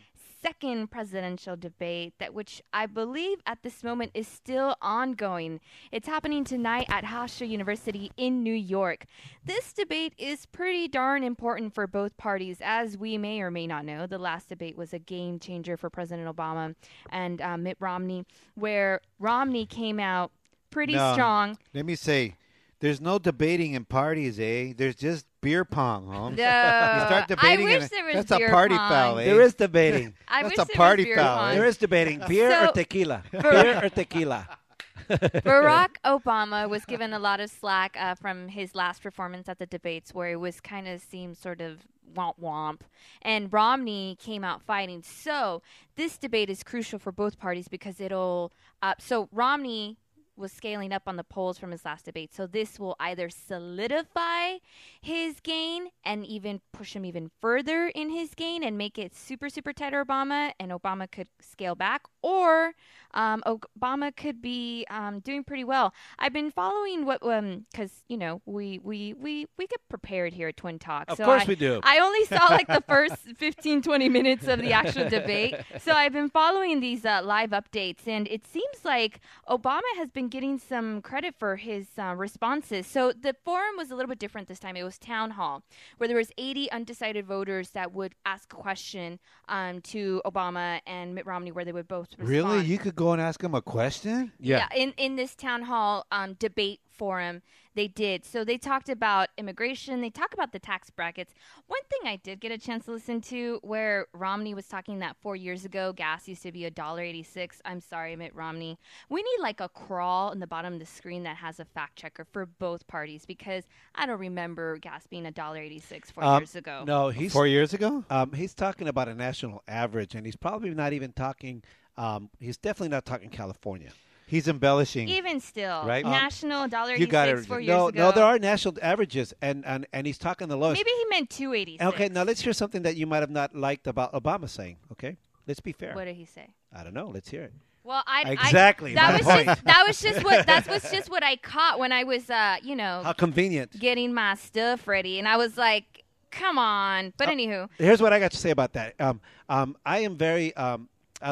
[SPEAKER 7] second presidential debate that which I believe at this moment is still ongoing. It's happening tonight at Hofstra University in New York. This debate is pretty darn important for both parties as we may or may not know. The last debate was a game changer for President Obama and uh, Mitt Romney where Romney came out pretty
[SPEAKER 2] No.
[SPEAKER 7] strong.
[SPEAKER 2] Let me say, there's no debating in parties, eh? There's just beer pong, Holmes.
[SPEAKER 7] No,
[SPEAKER 2] You start
[SPEAKER 7] I
[SPEAKER 2] debating,
[SPEAKER 7] wish
[SPEAKER 2] and
[SPEAKER 7] there was
[SPEAKER 2] that's
[SPEAKER 7] beer
[SPEAKER 2] a party
[SPEAKER 7] pong.
[SPEAKER 2] foul, eh?
[SPEAKER 1] There is debating.
[SPEAKER 7] I
[SPEAKER 2] That's
[SPEAKER 7] wish
[SPEAKER 2] a
[SPEAKER 7] there was
[SPEAKER 2] party
[SPEAKER 7] beer
[SPEAKER 2] foul,
[SPEAKER 7] pong.
[SPEAKER 2] eh?
[SPEAKER 1] there is debating. Beer or
[SPEAKER 7] So-
[SPEAKER 1] tequila?
[SPEAKER 7] For-
[SPEAKER 1] Beer or tequila?
[SPEAKER 7] Barack Obama was given a lot of slack uh, from his last performance at the debates, where it was kind of seemed sort of womp womp, and Romney came out fighting. So this debate is crucial for both parties because it'll. Uh, so Romney was scaling up on the polls from his last debate, so this will either solidify his gain and even push him even further in his gain and make it super super tight to Obama, and Obama could scale back, or um, Obama could be um, doing pretty well. I've been following what um because you know we we we we get prepared here at Twin Talk.
[SPEAKER 1] Of
[SPEAKER 7] so
[SPEAKER 1] course
[SPEAKER 7] I,
[SPEAKER 1] we do.
[SPEAKER 7] I only saw like the first 15 20 minutes of the actual debate, so I've been following these uh, live updates, and it seems like Obama has been getting some credit for his uh, responses. So the forum was a little bit different this time. It was town hall where there was 80 undecided voters that would ask a question um, to Obama and Mitt Romney, where they would both respond.
[SPEAKER 2] Really? You could go and ask him a question?
[SPEAKER 7] Yeah. in in this town hall um, debate forum, they did. So they talked about immigration. They talk about the tax brackets. One thing I did get a chance to listen to, where Romney was talking that four years ago, gas used to be a dollar eighty six. I'm sorry, Mitt Romney. We need like a crawl in the bottom of the screen that has a fact checker for both parties because I don't remember gas being a dollar eighty six four
[SPEAKER 1] Um,
[SPEAKER 7] years ago.
[SPEAKER 1] No, he's
[SPEAKER 2] Four years ago?
[SPEAKER 1] Um, he's talking about a national average, and he's probably not even talking. Um, he's definitely not talking California.
[SPEAKER 2] He's embellishing.
[SPEAKER 7] Even still,
[SPEAKER 2] Right? Um,
[SPEAKER 7] national dollar
[SPEAKER 2] you
[SPEAKER 7] eighty
[SPEAKER 2] got
[SPEAKER 7] six
[SPEAKER 2] it.
[SPEAKER 7] four years
[SPEAKER 1] No,
[SPEAKER 7] ago.
[SPEAKER 1] no, there are national averages, and and, and he's talking the lowest.
[SPEAKER 7] Maybe he meant two eighty six.
[SPEAKER 1] okay, now let's hear something that you might have not liked about Obama saying. Okay, let's be fair.
[SPEAKER 7] What did he say?
[SPEAKER 1] I don't know. Let's hear it.
[SPEAKER 7] Well, I I-
[SPEAKER 1] Exactly,
[SPEAKER 7] that
[SPEAKER 1] my
[SPEAKER 7] was
[SPEAKER 1] point.
[SPEAKER 7] just that was just what that was just what I caught when I was uh you know
[SPEAKER 1] How convenient.
[SPEAKER 7] getting my stuff ready, and I was like, come on.
[SPEAKER 1] Uh,
[SPEAKER 7] But anywho,
[SPEAKER 1] Here's what I got to say about that. Um, um, I am very. Um,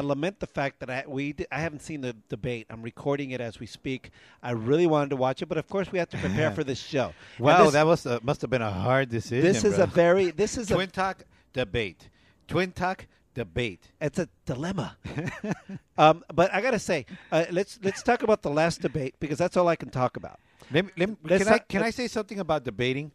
[SPEAKER 1] I lament the fact that I we di- I haven't seen the debate. I'm recording it as we speak. I really wanted to watch it, but of course we have to prepare for this show. And
[SPEAKER 2] Wow,
[SPEAKER 1] this,
[SPEAKER 2] that was a, must have been a hard decision.
[SPEAKER 1] this is
[SPEAKER 2] bro.
[SPEAKER 1] a very this is a
[SPEAKER 2] Twin Talk debate. Twin Talk debate.
[SPEAKER 1] It's a dilemma. um, but I gotta say, uh, let's let's talk about the last debate because that's all I can talk about.
[SPEAKER 2] Let me, let me-
[SPEAKER 1] Let's
[SPEAKER 2] can, I,
[SPEAKER 1] not-
[SPEAKER 2] can I
[SPEAKER 1] let's-
[SPEAKER 2] say something about debating?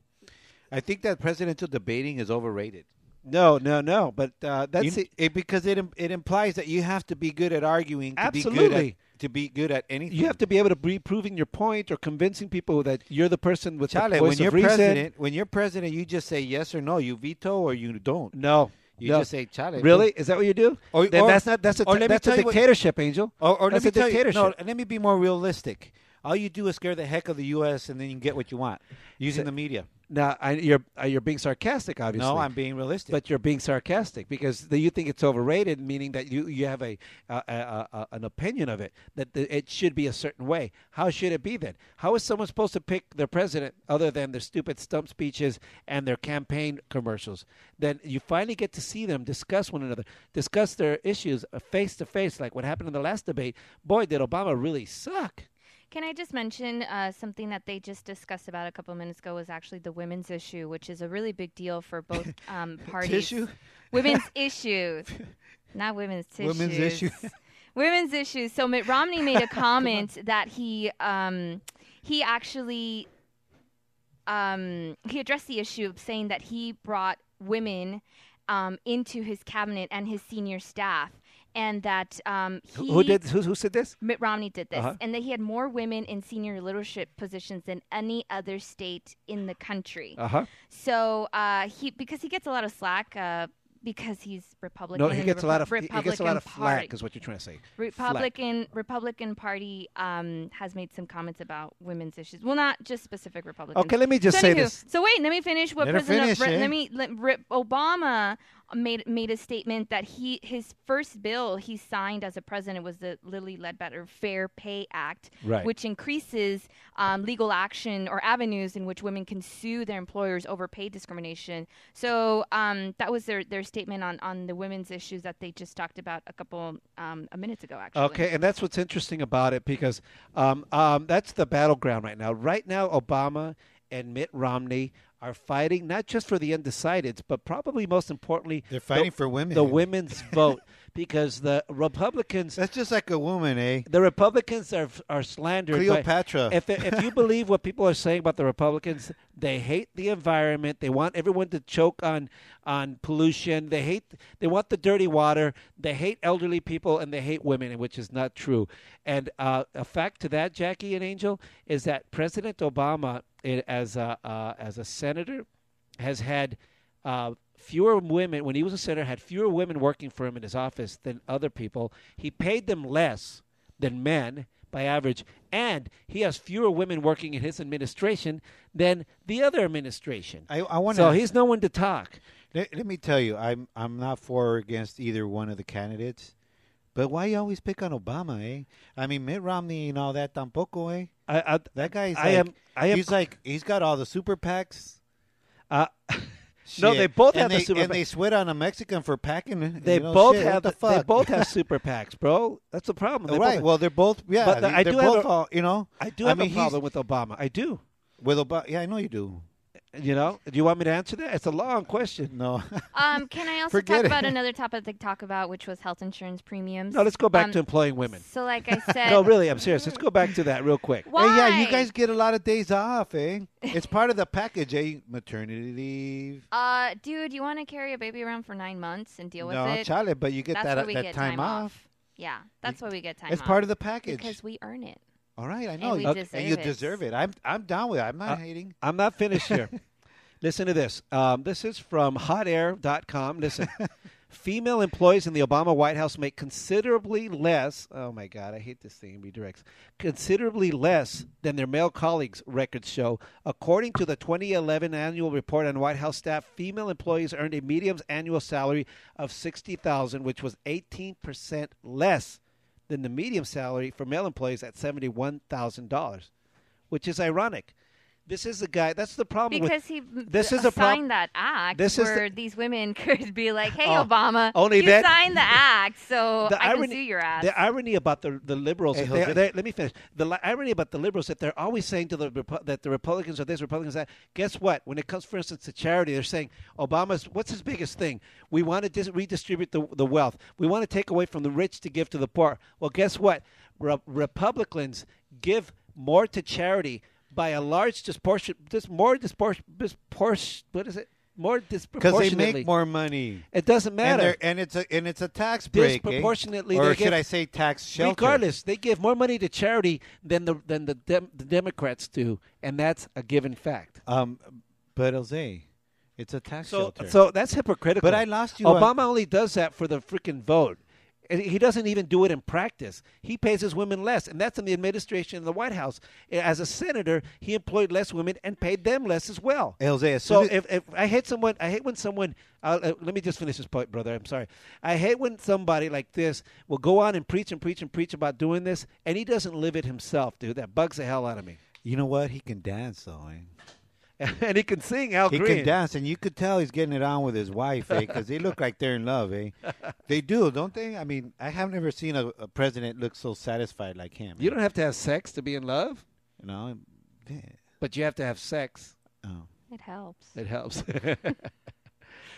[SPEAKER 2] I think that presidential debating is overrated.
[SPEAKER 1] No, no, no. But
[SPEAKER 2] You-
[SPEAKER 1] uh, that's it.
[SPEAKER 2] it, because it im- it implies that you have to be good at arguing to be good
[SPEAKER 1] Absolutely.
[SPEAKER 2] at to be good at anything.
[SPEAKER 1] You have to be able to be proving your point or convincing people that you're the person with
[SPEAKER 2] Chale,
[SPEAKER 1] the voice
[SPEAKER 2] when you're
[SPEAKER 1] of reason.
[SPEAKER 2] president, when you're president, you just say yes or no. You veto or you don't.
[SPEAKER 1] No,
[SPEAKER 2] You
[SPEAKER 1] no.
[SPEAKER 2] just say, "Chale."
[SPEAKER 1] Really? Is that what you do?
[SPEAKER 2] Or-
[SPEAKER 1] then
[SPEAKER 2] or-
[SPEAKER 1] that's not that's a
[SPEAKER 2] or let me
[SPEAKER 1] that's a
[SPEAKER 2] tell you what-
[SPEAKER 1] dictatorship, Angel.
[SPEAKER 2] Or, or let
[SPEAKER 1] that's
[SPEAKER 2] me
[SPEAKER 1] a
[SPEAKER 2] tell you,
[SPEAKER 1] dictatorship.
[SPEAKER 2] no, let me be more realistic. All you do is scare the heck of the U.S. and then you get what you want using the media.
[SPEAKER 1] Now I, you're uh, you're being sarcastic, obviously.
[SPEAKER 2] No, I'm being realistic.
[SPEAKER 1] But you're being sarcastic because the, you think it's overrated, meaning that you, you have a, a, a, a an opinion of it that the, it should be a certain way. How should it be then? How is someone supposed to pick their president other than their stupid stump speeches and their campaign commercials? Then you finally get to see them discuss one another, discuss their issues uh, face to face, like what happened in the last debate. Boy, did Obama really suck!
[SPEAKER 7] Can I just mention uh, something that they just discussed about a couple minutes ago was actually the women's issue, which is a really big deal for both um, parties.
[SPEAKER 2] Tissue?
[SPEAKER 7] Women's issues, not women's tissues.
[SPEAKER 2] Women's issue.
[SPEAKER 7] women's issues. So Mitt Romney made a comment that he um, he actually um, he addressed the issue of saying that he brought women um, into his cabinet and his senior staff. and that um, he
[SPEAKER 1] Who did? Who, who said this?
[SPEAKER 7] Mitt Romney did this,
[SPEAKER 1] Uh-huh.
[SPEAKER 7] and that he had more women in senior leadership positions than any other state in the country.
[SPEAKER 1] Uh huh.
[SPEAKER 7] So uh, he because he gets a lot of slack uh, because he's Republican.
[SPEAKER 1] No, he
[SPEAKER 7] and
[SPEAKER 1] gets
[SPEAKER 7] the
[SPEAKER 1] a lot of
[SPEAKER 7] Repu-
[SPEAKER 1] he gets a
[SPEAKER 7] Republican
[SPEAKER 1] lot of
[SPEAKER 7] Party-
[SPEAKER 1] flack, is what you're trying to say. Flack.
[SPEAKER 7] Republican Republican Party um, has made some comments about women's issues. Well, not just specific Republicans.
[SPEAKER 1] Okay, let me just
[SPEAKER 7] so
[SPEAKER 1] say
[SPEAKER 7] anywho-
[SPEAKER 1] this.
[SPEAKER 7] So wait, let me finish. What
[SPEAKER 2] Let her
[SPEAKER 7] President
[SPEAKER 2] finish,
[SPEAKER 7] Re-
[SPEAKER 2] eh?
[SPEAKER 7] let me let, Re- Obama made made a statement that he his first bill he signed as a president was the Lilly Ledbetter Fair Pay Act,
[SPEAKER 1] Right.
[SPEAKER 7] which increases um, legal action or avenues in which women can sue their employers over pay discrimination. So um, that was their, their statement on, on the women's issues that they just talked about a couple um, a minutes ago. Actually,
[SPEAKER 1] Okay, and that's what's interesting about it because um, um, that's the battleground right now. Right now, Obama and Mitt Romney are fighting not just for the undecideds, but probably most importantly,
[SPEAKER 2] They're fighting
[SPEAKER 1] the,
[SPEAKER 2] for women.
[SPEAKER 1] the women's vote because the Republicans.
[SPEAKER 2] That's just like a woman, eh?
[SPEAKER 1] The Republicans are are slandered. by-
[SPEAKER 2] Cleopatra.
[SPEAKER 1] if if you believe what people are saying about the Republicans, they hate the environment. They want everyone to choke on on pollution. They hate they want the dirty water. They hate elderly people and they hate women, which is not true. And uh, a fact to that, Jackie and Angel, is that President Obama, i- as a uh, as a senator, has had uh, fewer women when he was a senator had fewer women working for him in his office than other people. He paid them less than men by average, and he has fewer women working in his administration than the other administration.
[SPEAKER 2] I- I wanna-
[SPEAKER 1] So he's no one to talk.
[SPEAKER 2] Let, let me tell you, I'm I'm not for or against either one of the candidates, but why you always pick on Obama, eh? I mean, Mitt Romney and all that tampoco, eh?
[SPEAKER 1] I, I,
[SPEAKER 2] That guy's
[SPEAKER 1] I
[SPEAKER 2] like,
[SPEAKER 1] am- I am-
[SPEAKER 2] he's like he's got all the super PACs.
[SPEAKER 1] Uh, No, they both
[SPEAKER 2] and
[SPEAKER 1] have the
[SPEAKER 2] they,
[SPEAKER 1] super
[SPEAKER 2] and
[SPEAKER 1] PAC.
[SPEAKER 2] they sweat on a Mexican for packing. you
[SPEAKER 1] they
[SPEAKER 2] know,
[SPEAKER 1] both
[SPEAKER 2] shit,
[SPEAKER 1] have
[SPEAKER 2] what the
[SPEAKER 1] they
[SPEAKER 2] fuck?
[SPEAKER 1] both have super PACs, bro. That's the problem. They both
[SPEAKER 2] right.
[SPEAKER 1] have-
[SPEAKER 2] Well, they're both yeah.
[SPEAKER 1] But the- I
[SPEAKER 2] they're
[SPEAKER 1] do have
[SPEAKER 2] both
[SPEAKER 1] a-
[SPEAKER 2] all, you know.
[SPEAKER 1] I do have
[SPEAKER 2] mean,
[SPEAKER 1] a
[SPEAKER 2] he's-
[SPEAKER 1] problem with Obama. I do.
[SPEAKER 2] with Obama. Yeah, I know you do.
[SPEAKER 1] You know? Do you want me to answer that? It's a long question.
[SPEAKER 2] No,
[SPEAKER 7] Um, can I also
[SPEAKER 2] Forget
[SPEAKER 7] talk
[SPEAKER 2] it.
[SPEAKER 7] about another topic to talk about, which was health insurance premiums?
[SPEAKER 1] No, let's go back
[SPEAKER 7] Um,
[SPEAKER 1] to employing women.
[SPEAKER 7] So, like I said,
[SPEAKER 1] No, really, I'm serious. Let's go back to that real quick.
[SPEAKER 7] Why?
[SPEAKER 2] Hey, yeah, you guys get a lot of days off, eh? It's part of the package, eh? Maternity leave.
[SPEAKER 7] Uh, dude, you want to carry a baby around for nine months and deal
[SPEAKER 2] no,
[SPEAKER 7] with it?
[SPEAKER 2] Charlie, but you get
[SPEAKER 7] that's
[SPEAKER 2] that uh,
[SPEAKER 7] where we
[SPEAKER 2] that
[SPEAKER 7] get
[SPEAKER 2] time, off.
[SPEAKER 7] Yeah, that's why we get time
[SPEAKER 2] it's
[SPEAKER 7] off.
[SPEAKER 2] part of the package.
[SPEAKER 7] because we earn it.
[SPEAKER 2] All right, I know,
[SPEAKER 7] we
[SPEAKER 2] you-
[SPEAKER 7] deserve
[SPEAKER 2] you
[SPEAKER 7] it. Uh,
[SPEAKER 2] deserve it. I'm I'm down with it. I'm not hating.
[SPEAKER 1] I'm not finished here. Listen to this. Um, this is from hotair.com. Listen, female employees in the Obama White House make considerably less. Oh my God, I hate this thing. Redirects. Considerably less than their male colleagues, records show. According to the 2011 annual report on White House staff, female employees earned a medium's annual salary of 60000 which was 18% less than the medium salary for male employees at $71,000, which is ironic. This is the guy. That's the problem. with-
[SPEAKER 7] Because he
[SPEAKER 1] this is a problem.
[SPEAKER 7] signed that act
[SPEAKER 1] This is
[SPEAKER 7] where
[SPEAKER 1] the-
[SPEAKER 7] these women could be like, "Hey,
[SPEAKER 1] Oh,
[SPEAKER 7] Obama,
[SPEAKER 1] only
[SPEAKER 7] you
[SPEAKER 1] that-
[SPEAKER 7] signed the act, so I can sue your ass."
[SPEAKER 1] The irony about the the liberals.
[SPEAKER 2] Hey,
[SPEAKER 1] if they-
[SPEAKER 2] Jose.
[SPEAKER 1] they- let me finish. The li- irony about the liberals that they're always saying to the Repu- that the Republicans are this, Republicans that. Guess what? When it comes, for instance, to charity, they're saying Obama's what's his biggest thing? We want to dis- redistribute the the wealth. We want to take away from the rich to give to the poor. Well, guess what? Re- Republicans give more to charity by a large disproportion, dis- more dispor- dispor- what is it? More
[SPEAKER 2] Because
[SPEAKER 1] disproportionately.
[SPEAKER 2] they make more money.
[SPEAKER 1] It doesn't
[SPEAKER 2] And,
[SPEAKER 1] matter.
[SPEAKER 2] they're- and it's a and it's a tax break. eh?
[SPEAKER 1] Disproportionately,
[SPEAKER 2] or
[SPEAKER 1] they
[SPEAKER 2] should
[SPEAKER 1] get-
[SPEAKER 2] I say tax shelter?
[SPEAKER 1] Regardless, they give more money to charity than the than the, dem- the Democrats do, and that's a given fact.
[SPEAKER 2] Um, but Jose, it's a tax
[SPEAKER 1] So,
[SPEAKER 2] shelter.
[SPEAKER 1] so that's hypocritical.
[SPEAKER 2] But I lost you on-
[SPEAKER 1] Obama only does that for the freaking vote. And He doesn't even do it in practice. He pays his women less, and that's in the administration in the White House. As a senator, he employed less women and paid them less as well.
[SPEAKER 2] Hey, Jose, as
[SPEAKER 1] so
[SPEAKER 2] soon as-
[SPEAKER 1] if, if I hate someone, I hate when someone. Uh, uh, let me just finish this point, brother. I'm sorry. I hate when somebody like this will go on and preach and preach and preach about doing this, and he doesn't live it himself, dude. That bugs the hell out of me.
[SPEAKER 2] you know what? He can dance though. Eh?
[SPEAKER 1] and he can sing Al
[SPEAKER 2] He
[SPEAKER 1] Green.
[SPEAKER 2] can dance, and you could tell he's getting it on with his wife, eh? Because they look like they're in love, eh? They do, don't they? I mean, I have never seen a, a president look so satisfied like him. eh?
[SPEAKER 1] You don't have to have sex to be in love,
[SPEAKER 2] you know. Yeah.
[SPEAKER 1] but you have to have sex.
[SPEAKER 2] Oh.
[SPEAKER 7] it helps.
[SPEAKER 1] It helps.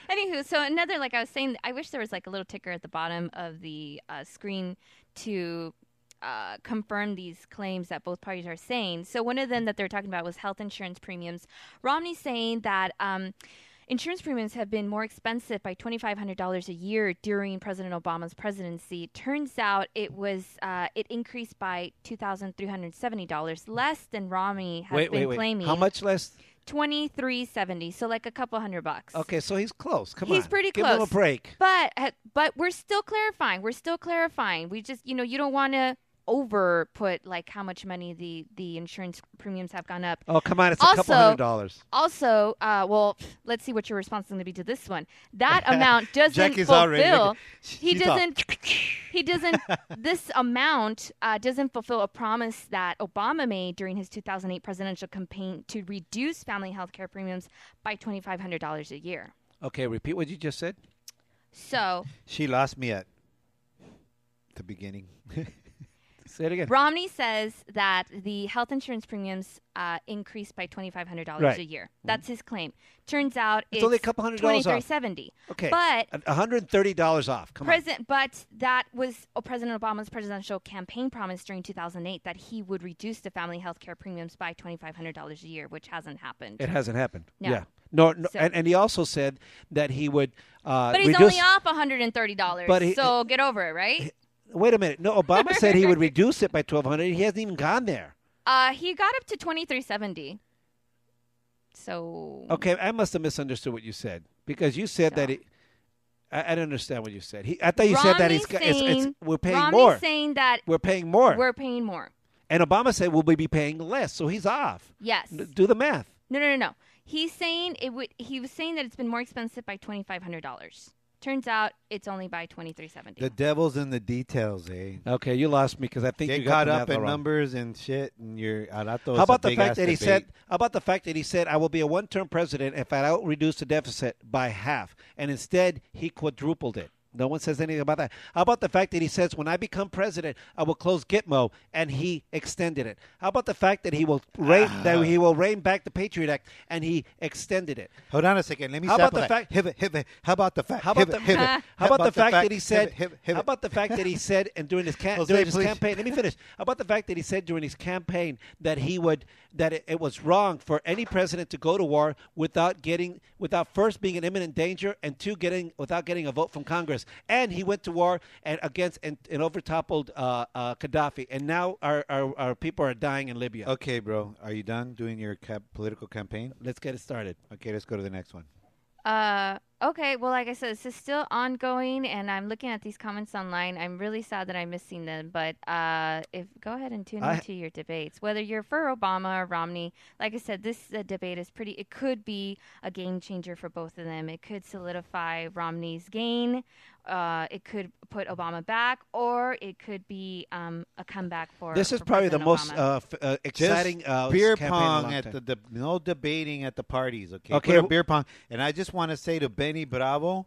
[SPEAKER 7] Anywho, so another like I was saying, I wish there was like a little ticker at the bottom of the uh, screen to uh, confirm these claims that both parties are saying. So one of them that they're talking about was health insurance premiums. Romney's saying that. Um, Insurance premiums have been more expensive by $2,500 a year during President Obama's presidency. Turns out it was uh, it increased by $2,370, less than Romney has
[SPEAKER 1] wait,
[SPEAKER 7] been
[SPEAKER 1] wait, wait.
[SPEAKER 7] claiming.
[SPEAKER 1] How much less?
[SPEAKER 7] 2370 so like a couple hundred bucks
[SPEAKER 1] Okay, so he's close. Come on.
[SPEAKER 7] he's pretty
[SPEAKER 1] Give
[SPEAKER 7] close
[SPEAKER 1] him a break.
[SPEAKER 7] but uh, but we're still clarifying we're still clarifying we just you know you don't want to over put like how much money the the insurance premiums have gone up
[SPEAKER 1] Oh, come on. It's a couple
[SPEAKER 7] Also-
[SPEAKER 1] hundred dollars.
[SPEAKER 7] also uh, well let's see what your response is going to be to this one that amount doesn't
[SPEAKER 2] Jackie's already looking-
[SPEAKER 7] fulfill he
[SPEAKER 2] she's off.
[SPEAKER 7] doesn't he doesn't this amount uh, doesn't fulfill a promise that obama made during his 2008 presidential campaign to reduce family health care premiums by $2500 a year
[SPEAKER 1] Okay, repeat what you just said.
[SPEAKER 7] so
[SPEAKER 2] She lost me at the beginning.
[SPEAKER 1] Say it again.
[SPEAKER 7] romney says that the health insurance premiums uh, increased by $2500
[SPEAKER 1] Right.
[SPEAKER 7] a year that's his claim turns out it's,
[SPEAKER 1] only a couple hundred dollars off.
[SPEAKER 7] 2370
[SPEAKER 1] Okay.
[SPEAKER 7] but
[SPEAKER 1] A- $130 off. Come on.
[SPEAKER 7] President, but that was oh, President Obama's presidential campaign promise during 2008 that he would reduce the family health care premiums by $2,500 a year, which hasn't happened.
[SPEAKER 1] It hasn't happened.
[SPEAKER 7] No.
[SPEAKER 1] Yeah. No, no
[SPEAKER 7] So-
[SPEAKER 1] and, and he also said that he would uh,
[SPEAKER 7] but he's
[SPEAKER 1] reduce.
[SPEAKER 7] only off $130,
[SPEAKER 1] But he-
[SPEAKER 7] so get over it, right?
[SPEAKER 1] Wait a minute. No, Obama said he would reduce it by 1200 He hasn't even gone there.
[SPEAKER 7] Uh, he got up to 2370 So
[SPEAKER 1] Okay, I must have misunderstood what you said because you said that
[SPEAKER 7] Yeah.
[SPEAKER 1] it. I, I don't understand what you said. He, I thought you said that
[SPEAKER 7] Romney's
[SPEAKER 1] he's got- it's, it's,
[SPEAKER 7] saying-
[SPEAKER 1] we're paying
[SPEAKER 7] Romney's
[SPEAKER 1] more.
[SPEAKER 7] saying that
[SPEAKER 1] we're paying more.
[SPEAKER 7] we're paying more.
[SPEAKER 1] and Obama said we'll be paying less, so he's off.
[SPEAKER 7] Yes.
[SPEAKER 1] N- Do the math.
[SPEAKER 7] No, no, no, no. He's saying it would. He was saying that it's been more expensive by twenty five hundred dollars. Turns out it's only by twenty three seventy.
[SPEAKER 2] the devil's in the details, eh?
[SPEAKER 1] Okay, you lost me because I think
[SPEAKER 2] Get
[SPEAKER 1] you
[SPEAKER 2] caught
[SPEAKER 1] got the
[SPEAKER 2] up
[SPEAKER 1] math
[SPEAKER 2] in
[SPEAKER 1] wrong.
[SPEAKER 2] numbers and shit, and you're. Arato
[SPEAKER 1] How about the fact that he said? How about the fact that he said, "I will be a one-term president if I don't reduce the deficit by half," and instead he quadrupled it. No one says anything about that. How about the fact that he says, "When I become president, I will close Gitmo," and he extended it. How about the fact that he will rein, that he will rein back the Patriot Act, and he extended it?
[SPEAKER 2] Hold on a second. Let me.
[SPEAKER 1] How
[SPEAKER 2] stop
[SPEAKER 1] about the
[SPEAKER 2] with
[SPEAKER 1] fact-
[SPEAKER 2] that. Hibba, hibba. How about the fact?
[SPEAKER 1] How about
[SPEAKER 2] hibba,
[SPEAKER 1] the
[SPEAKER 2] hibba,
[SPEAKER 1] how about the fact that he
[SPEAKER 2] hibba,
[SPEAKER 1] said
[SPEAKER 2] hibba, hibba.
[SPEAKER 1] how about the fact that he said and during his cam-
[SPEAKER 2] Jose,
[SPEAKER 1] during his
[SPEAKER 2] please.
[SPEAKER 1] campaign let me finish how about the fact that he said during his campaign that he would that it, it was wrong for any president to go to war without getting without first being in imminent danger and two getting without getting a vote from Congress and he went to war and against and, and overtoppled uh, uh, Gaddafi and now our, our our people are dying in Libya.
[SPEAKER 2] Okay, bro. Are you done doing your cap- political campaign?
[SPEAKER 1] Let's get it started.
[SPEAKER 2] Okay, let's go to the next one.
[SPEAKER 7] Uh, okay. Well, like I said, this is still ongoing, and I'm looking at these comments online. I'm really sad that I'm missing them, but uh, if go ahead and tune
[SPEAKER 1] I-
[SPEAKER 7] into your debates, whether you're for Obama or Romney. Like I said, this uh, debate is pretty. It could be a game changer for both of them. It could solidify Romney's gain. Uh, it could put Obama back, or it could be um, a comeback for.
[SPEAKER 1] This is
[SPEAKER 7] for
[SPEAKER 1] probably the
[SPEAKER 7] President
[SPEAKER 1] most
[SPEAKER 7] Obama.
[SPEAKER 1] uh, f- uh,
[SPEAKER 2] Just
[SPEAKER 1] exciting uh,
[SPEAKER 2] beer
[SPEAKER 1] campaign in a long
[SPEAKER 2] pong at
[SPEAKER 1] time.
[SPEAKER 2] the, deb- no debating at the parties. Okay,
[SPEAKER 1] Okay,
[SPEAKER 2] Put a
[SPEAKER 1] w-
[SPEAKER 2] beer pong. And I just want to say to Benny Bravo,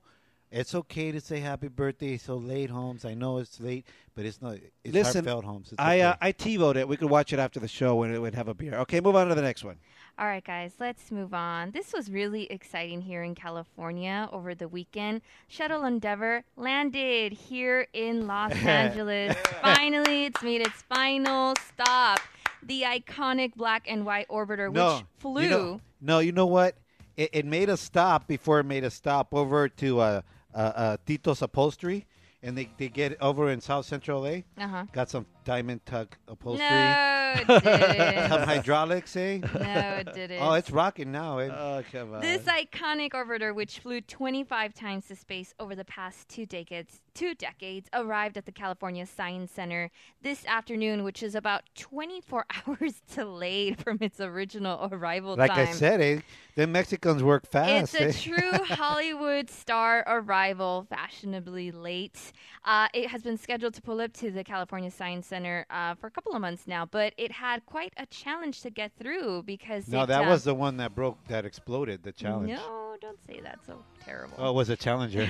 [SPEAKER 2] it's okay to say happy birthday so late, Holmes. I know it's late, but it's not. It's
[SPEAKER 1] Listen,
[SPEAKER 2] heartfelt, Holmes. It's
[SPEAKER 1] I uh,
[SPEAKER 2] okay.
[SPEAKER 1] I TiVoed it. We could watch it after the show and it would have a beer. Okay, move on to the next one.
[SPEAKER 7] All right, guys, let's move on. This was really exciting here in California over the weekend. Shuttle Endeavor landed here in Los Angeles. Finally, it's made its final stop. The iconic black and white orbiter, which flew.
[SPEAKER 2] You know, no, you know what? It, it made a stop before it made a stop over to uh, uh, uh, Tito's Upholstery, and they, they get over in South Central LA.
[SPEAKER 7] Uh-huh.
[SPEAKER 2] Got some diamond tuck upholstery,
[SPEAKER 7] no, it didn't.
[SPEAKER 2] some hydraulics, eh?
[SPEAKER 7] no, it didn't.
[SPEAKER 2] Oh, it's rocking now. Eh?
[SPEAKER 1] Oh come on.
[SPEAKER 7] This iconic orbiter, which flew 25 times to space over the past two decades, two decades, arrived at the California Science Center this afternoon, which is about 24 hours delayed from its original arrival
[SPEAKER 2] like
[SPEAKER 7] time.
[SPEAKER 2] I said, eh? The Mexicans work
[SPEAKER 7] It's
[SPEAKER 2] fast.
[SPEAKER 7] a
[SPEAKER 2] eh?
[SPEAKER 7] true Hollywood star arrival, fashionably late. Uh, it has been scheduled to pull up to the California Science Center uh, for a couple of months now, but it had quite a challenge to get through because
[SPEAKER 2] no,
[SPEAKER 7] it,
[SPEAKER 2] that
[SPEAKER 7] um,
[SPEAKER 2] was the one that broke, that exploded. The challenge.
[SPEAKER 7] No, don't say that. So terrible.
[SPEAKER 2] Oh, it was a challenger.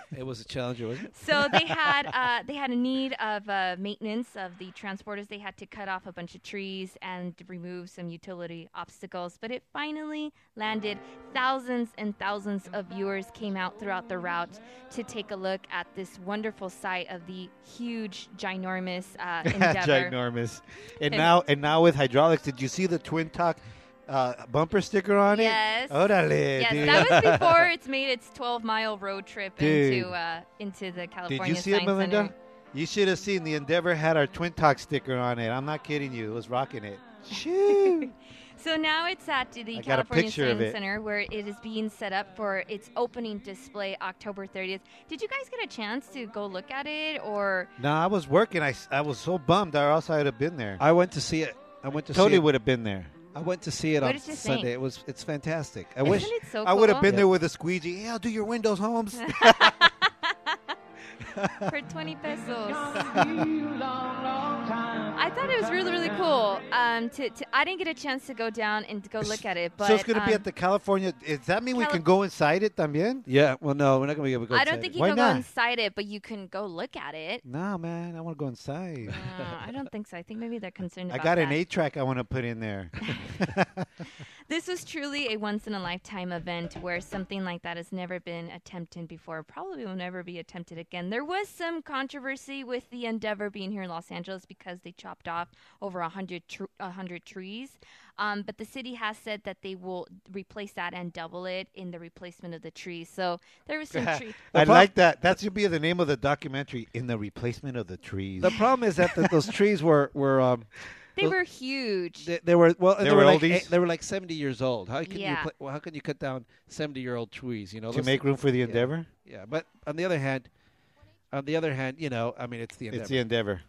[SPEAKER 1] it was a challenger, wasn't it?
[SPEAKER 7] So they had uh, they had a need of uh, maintenance of the transporters. They had to cut off a bunch of trees and remove some utility obstacles. But it finally landed. Thousands and thousands of viewers came out throughout the route to take a look at this wonderful sight of the huge, ginormous uh, endeavor.
[SPEAKER 2] Ginormous. And now, and now with hydraulics, did you see the twin tuck uh, bumper sticker on
[SPEAKER 7] Yes.
[SPEAKER 2] it? Orale,
[SPEAKER 7] Yes,
[SPEAKER 2] dude.
[SPEAKER 7] that was before it's made its 12 mile road trip
[SPEAKER 2] Dude.
[SPEAKER 7] into uh, into the California.
[SPEAKER 2] Did you see
[SPEAKER 7] Science
[SPEAKER 2] it, Melinda?
[SPEAKER 7] Center.
[SPEAKER 2] You should have seen the Endeavor had our Twin Talk sticker on it. I'm not kidding you. It was rocking it. Shoo.
[SPEAKER 7] So now it's at the
[SPEAKER 2] got a
[SPEAKER 7] California
[SPEAKER 2] picture of
[SPEAKER 7] Science
[SPEAKER 2] it.
[SPEAKER 7] Center where it is being set up for its opening display October 30th. Did you guys get a chance to go look at it or
[SPEAKER 2] no, I was working. I, s- I was so bummed, or else I would have been there. I
[SPEAKER 1] I went to see it. I went to
[SPEAKER 2] totally
[SPEAKER 1] see it.
[SPEAKER 2] would have been there.
[SPEAKER 1] I went to see it
[SPEAKER 7] What
[SPEAKER 1] on
[SPEAKER 7] did you
[SPEAKER 1] Sunday.
[SPEAKER 7] think?
[SPEAKER 1] It was it's fantastic. I wish
[SPEAKER 7] Isn't it so
[SPEAKER 2] I would
[SPEAKER 7] cool?
[SPEAKER 2] have been
[SPEAKER 1] Yeah.
[SPEAKER 2] there with a squeegee. Hey, I'll do your windows, Holmes.
[SPEAKER 7] for 20 pesos? I thought it was really really cool. Um, to, to I didn't get a chance to go down and go look at it, but
[SPEAKER 2] so it's going to be
[SPEAKER 7] um,
[SPEAKER 2] at the California. Does that mean we
[SPEAKER 7] Cali-
[SPEAKER 2] can go inside it también?
[SPEAKER 1] Yeah, well no, we're not going to be able to go
[SPEAKER 7] I don't
[SPEAKER 1] inside
[SPEAKER 7] think
[SPEAKER 1] it.
[SPEAKER 7] you
[SPEAKER 2] Why
[SPEAKER 7] can
[SPEAKER 2] not?
[SPEAKER 7] go inside it, but you can go look at it.
[SPEAKER 2] No, man. I want to go inside.
[SPEAKER 7] Uh, I don't think so. I think maybe they're concerned.
[SPEAKER 2] I
[SPEAKER 7] About
[SPEAKER 2] got an
[SPEAKER 7] that.
[SPEAKER 2] eight track I want to put in there.
[SPEAKER 7] This was truly a once in a lifetime event where something like that has never been attempted before. Probably will never be attempted again. There was some controversy with the Endeavor being here in Los Angeles because they chopped off over 100, tr- 100 trees. Um, but the city has said that they will replace that and double it in the replacement of the trees. So there was some tree.
[SPEAKER 2] I
[SPEAKER 1] prob-
[SPEAKER 2] like that. That should be the name of the documentary. In the replacement of the trees.
[SPEAKER 1] The problem is that the, those trees were were um
[SPEAKER 7] They were huge.
[SPEAKER 1] they, they were well
[SPEAKER 2] They
[SPEAKER 1] they,
[SPEAKER 2] were
[SPEAKER 1] were, like
[SPEAKER 2] oldies?
[SPEAKER 1] eh, they were like 70 years old. How can
[SPEAKER 7] Yeah.
[SPEAKER 1] you pla- well, how can you cut down 70 year old trees, you know?
[SPEAKER 2] to
[SPEAKER 1] Those-
[SPEAKER 2] make room for the Endeavor.
[SPEAKER 1] Yeah, but on the other hand on the other hand, you know, I mean it's the
[SPEAKER 2] It's the Endeavor.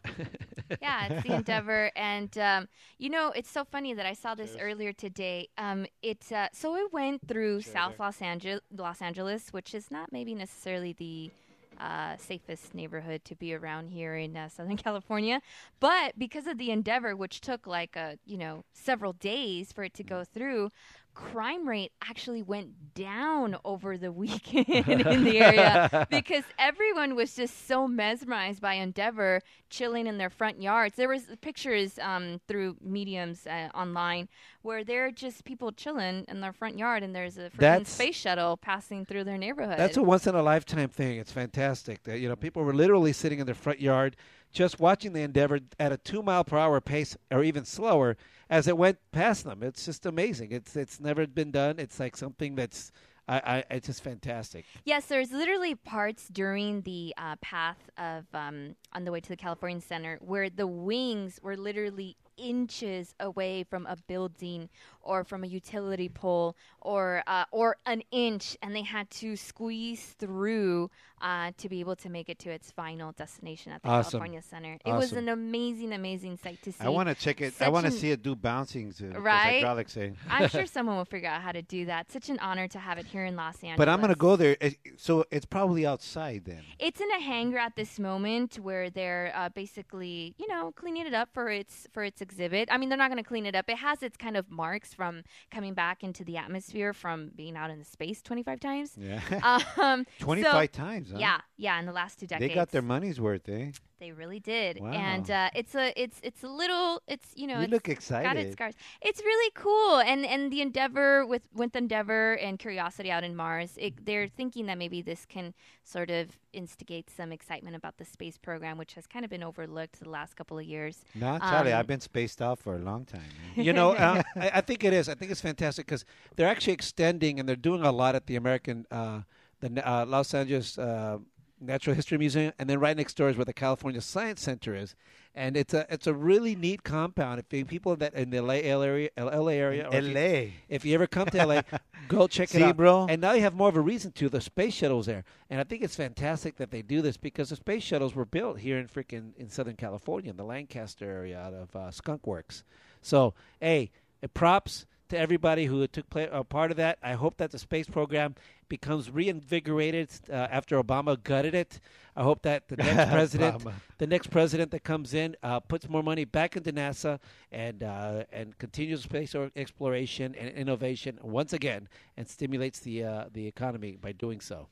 [SPEAKER 7] yeah, it's the Endeavor, and um, you know it's so funny that I saw this earlier today. Um, it's uh, so it went through South Los Angeles, Los Angeles, which is not maybe necessarily the uh, safest neighborhood to be around here in uh, Southern California, but because of the Endeavor, which took like a you know several days for it to go through. Crime rate actually went down over the weekend in the area because everyone was just so mesmerized by Endeavor chilling in their front yards. There was pictures um, through mediums uh, online where they're just people chilling in their front yard, and there's a freaking
[SPEAKER 1] That's-
[SPEAKER 7] space shuttle passing through their neighborhood.
[SPEAKER 1] That's a once in a lifetime thing. It's fantastic. That you know, people were literally sitting in their front yard, just watching the Endeavor at a two mile per hour pace, or even slower, as it went past them. It's just amazing. It's it's never been done. It's like something that's. I, I, it's just fantastic.
[SPEAKER 7] Yes, there's literally parts during the uh, path of um, on the way to the California Center where the wings were literally inches away from a building or from a utility pole or uh, or an inch, and they had to squeeze through uh, to be able to make it to its final destination at the
[SPEAKER 1] Awesome.
[SPEAKER 7] California Center. It was
[SPEAKER 1] Awesome.
[SPEAKER 7] an amazing, amazing sight to see.
[SPEAKER 2] I want to check it. I
[SPEAKER 7] Such
[SPEAKER 2] want to
[SPEAKER 7] an-
[SPEAKER 2] see it do bouncing to those
[SPEAKER 7] Right?
[SPEAKER 2] hydraulic thing.
[SPEAKER 7] I'm sure someone will figure out how to do that. Such an honor to have it here in Los Angeles.
[SPEAKER 2] But I'm gonna go there. It- So it's probably outside then.
[SPEAKER 7] it's in a hangar at this moment where they're uh, basically you know cleaning it up for its for its exhibit i mean they're not going to clean it up it has its kind of marks from coming back into the atmosphere from being out in space 25 times
[SPEAKER 2] Yeah,
[SPEAKER 7] um, so-
[SPEAKER 2] 25 times. Huh?
[SPEAKER 7] yeah yeah in the last two
[SPEAKER 2] they
[SPEAKER 7] decades
[SPEAKER 2] got their money's worth, eh?
[SPEAKER 7] They really did
[SPEAKER 2] Wow.
[SPEAKER 7] and uh, it's a it's it's a little it's you know
[SPEAKER 2] You
[SPEAKER 7] it's
[SPEAKER 2] look
[SPEAKER 7] got
[SPEAKER 2] excited.
[SPEAKER 7] its scars it's really cool and and the endeavor with with endeavor and curiosity out in mars it, they're thinking that maybe this can sort of instigate some excitement about the space program which has kind of been overlooked the last couple of years
[SPEAKER 2] No, Charlie,
[SPEAKER 7] Um,
[SPEAKER 2] I've been spaced out for a long time. eh? man.
[SPEAKER 1] You know, uh, I, I think it is. I think it's fantastic because they're actually extending and they're doing a lot at the American, uh, the Na- uh, Los Angeles uh, Natural History Museum, and then right next door is where the California Science Center is, and it's a it's a really neat compound. If you, people that in the LA area, LA area, or if you-
[SPEAKER 2] LA.
[SPEAKER 1] if you ever come to LA, go check it
[SPEAKER 2] See,
[SPEAKER 1] out,
[SPEAKER 2] bro?
[SPEAKER 1] And now you have more of a reason to. The space shuttle's there, and I think it's fantastic that they do this because the space shuttles were built here in freaking in Southern California, in the Lancaster area, out of uh, Skunk Works. So, hey, uh, props to everybody who took play, uh, part of that. I hope that the space program becomes reinvigorated uh, after Obama gutted it. I hope that the next president,
[SPEAKER 2] Obama.
[SPEAKER 1] the next president that comes in, uh, puts more money back into NASA and uh, and continues space or- exploration and innovation once again, and stimulates the uh, the economy by doing so.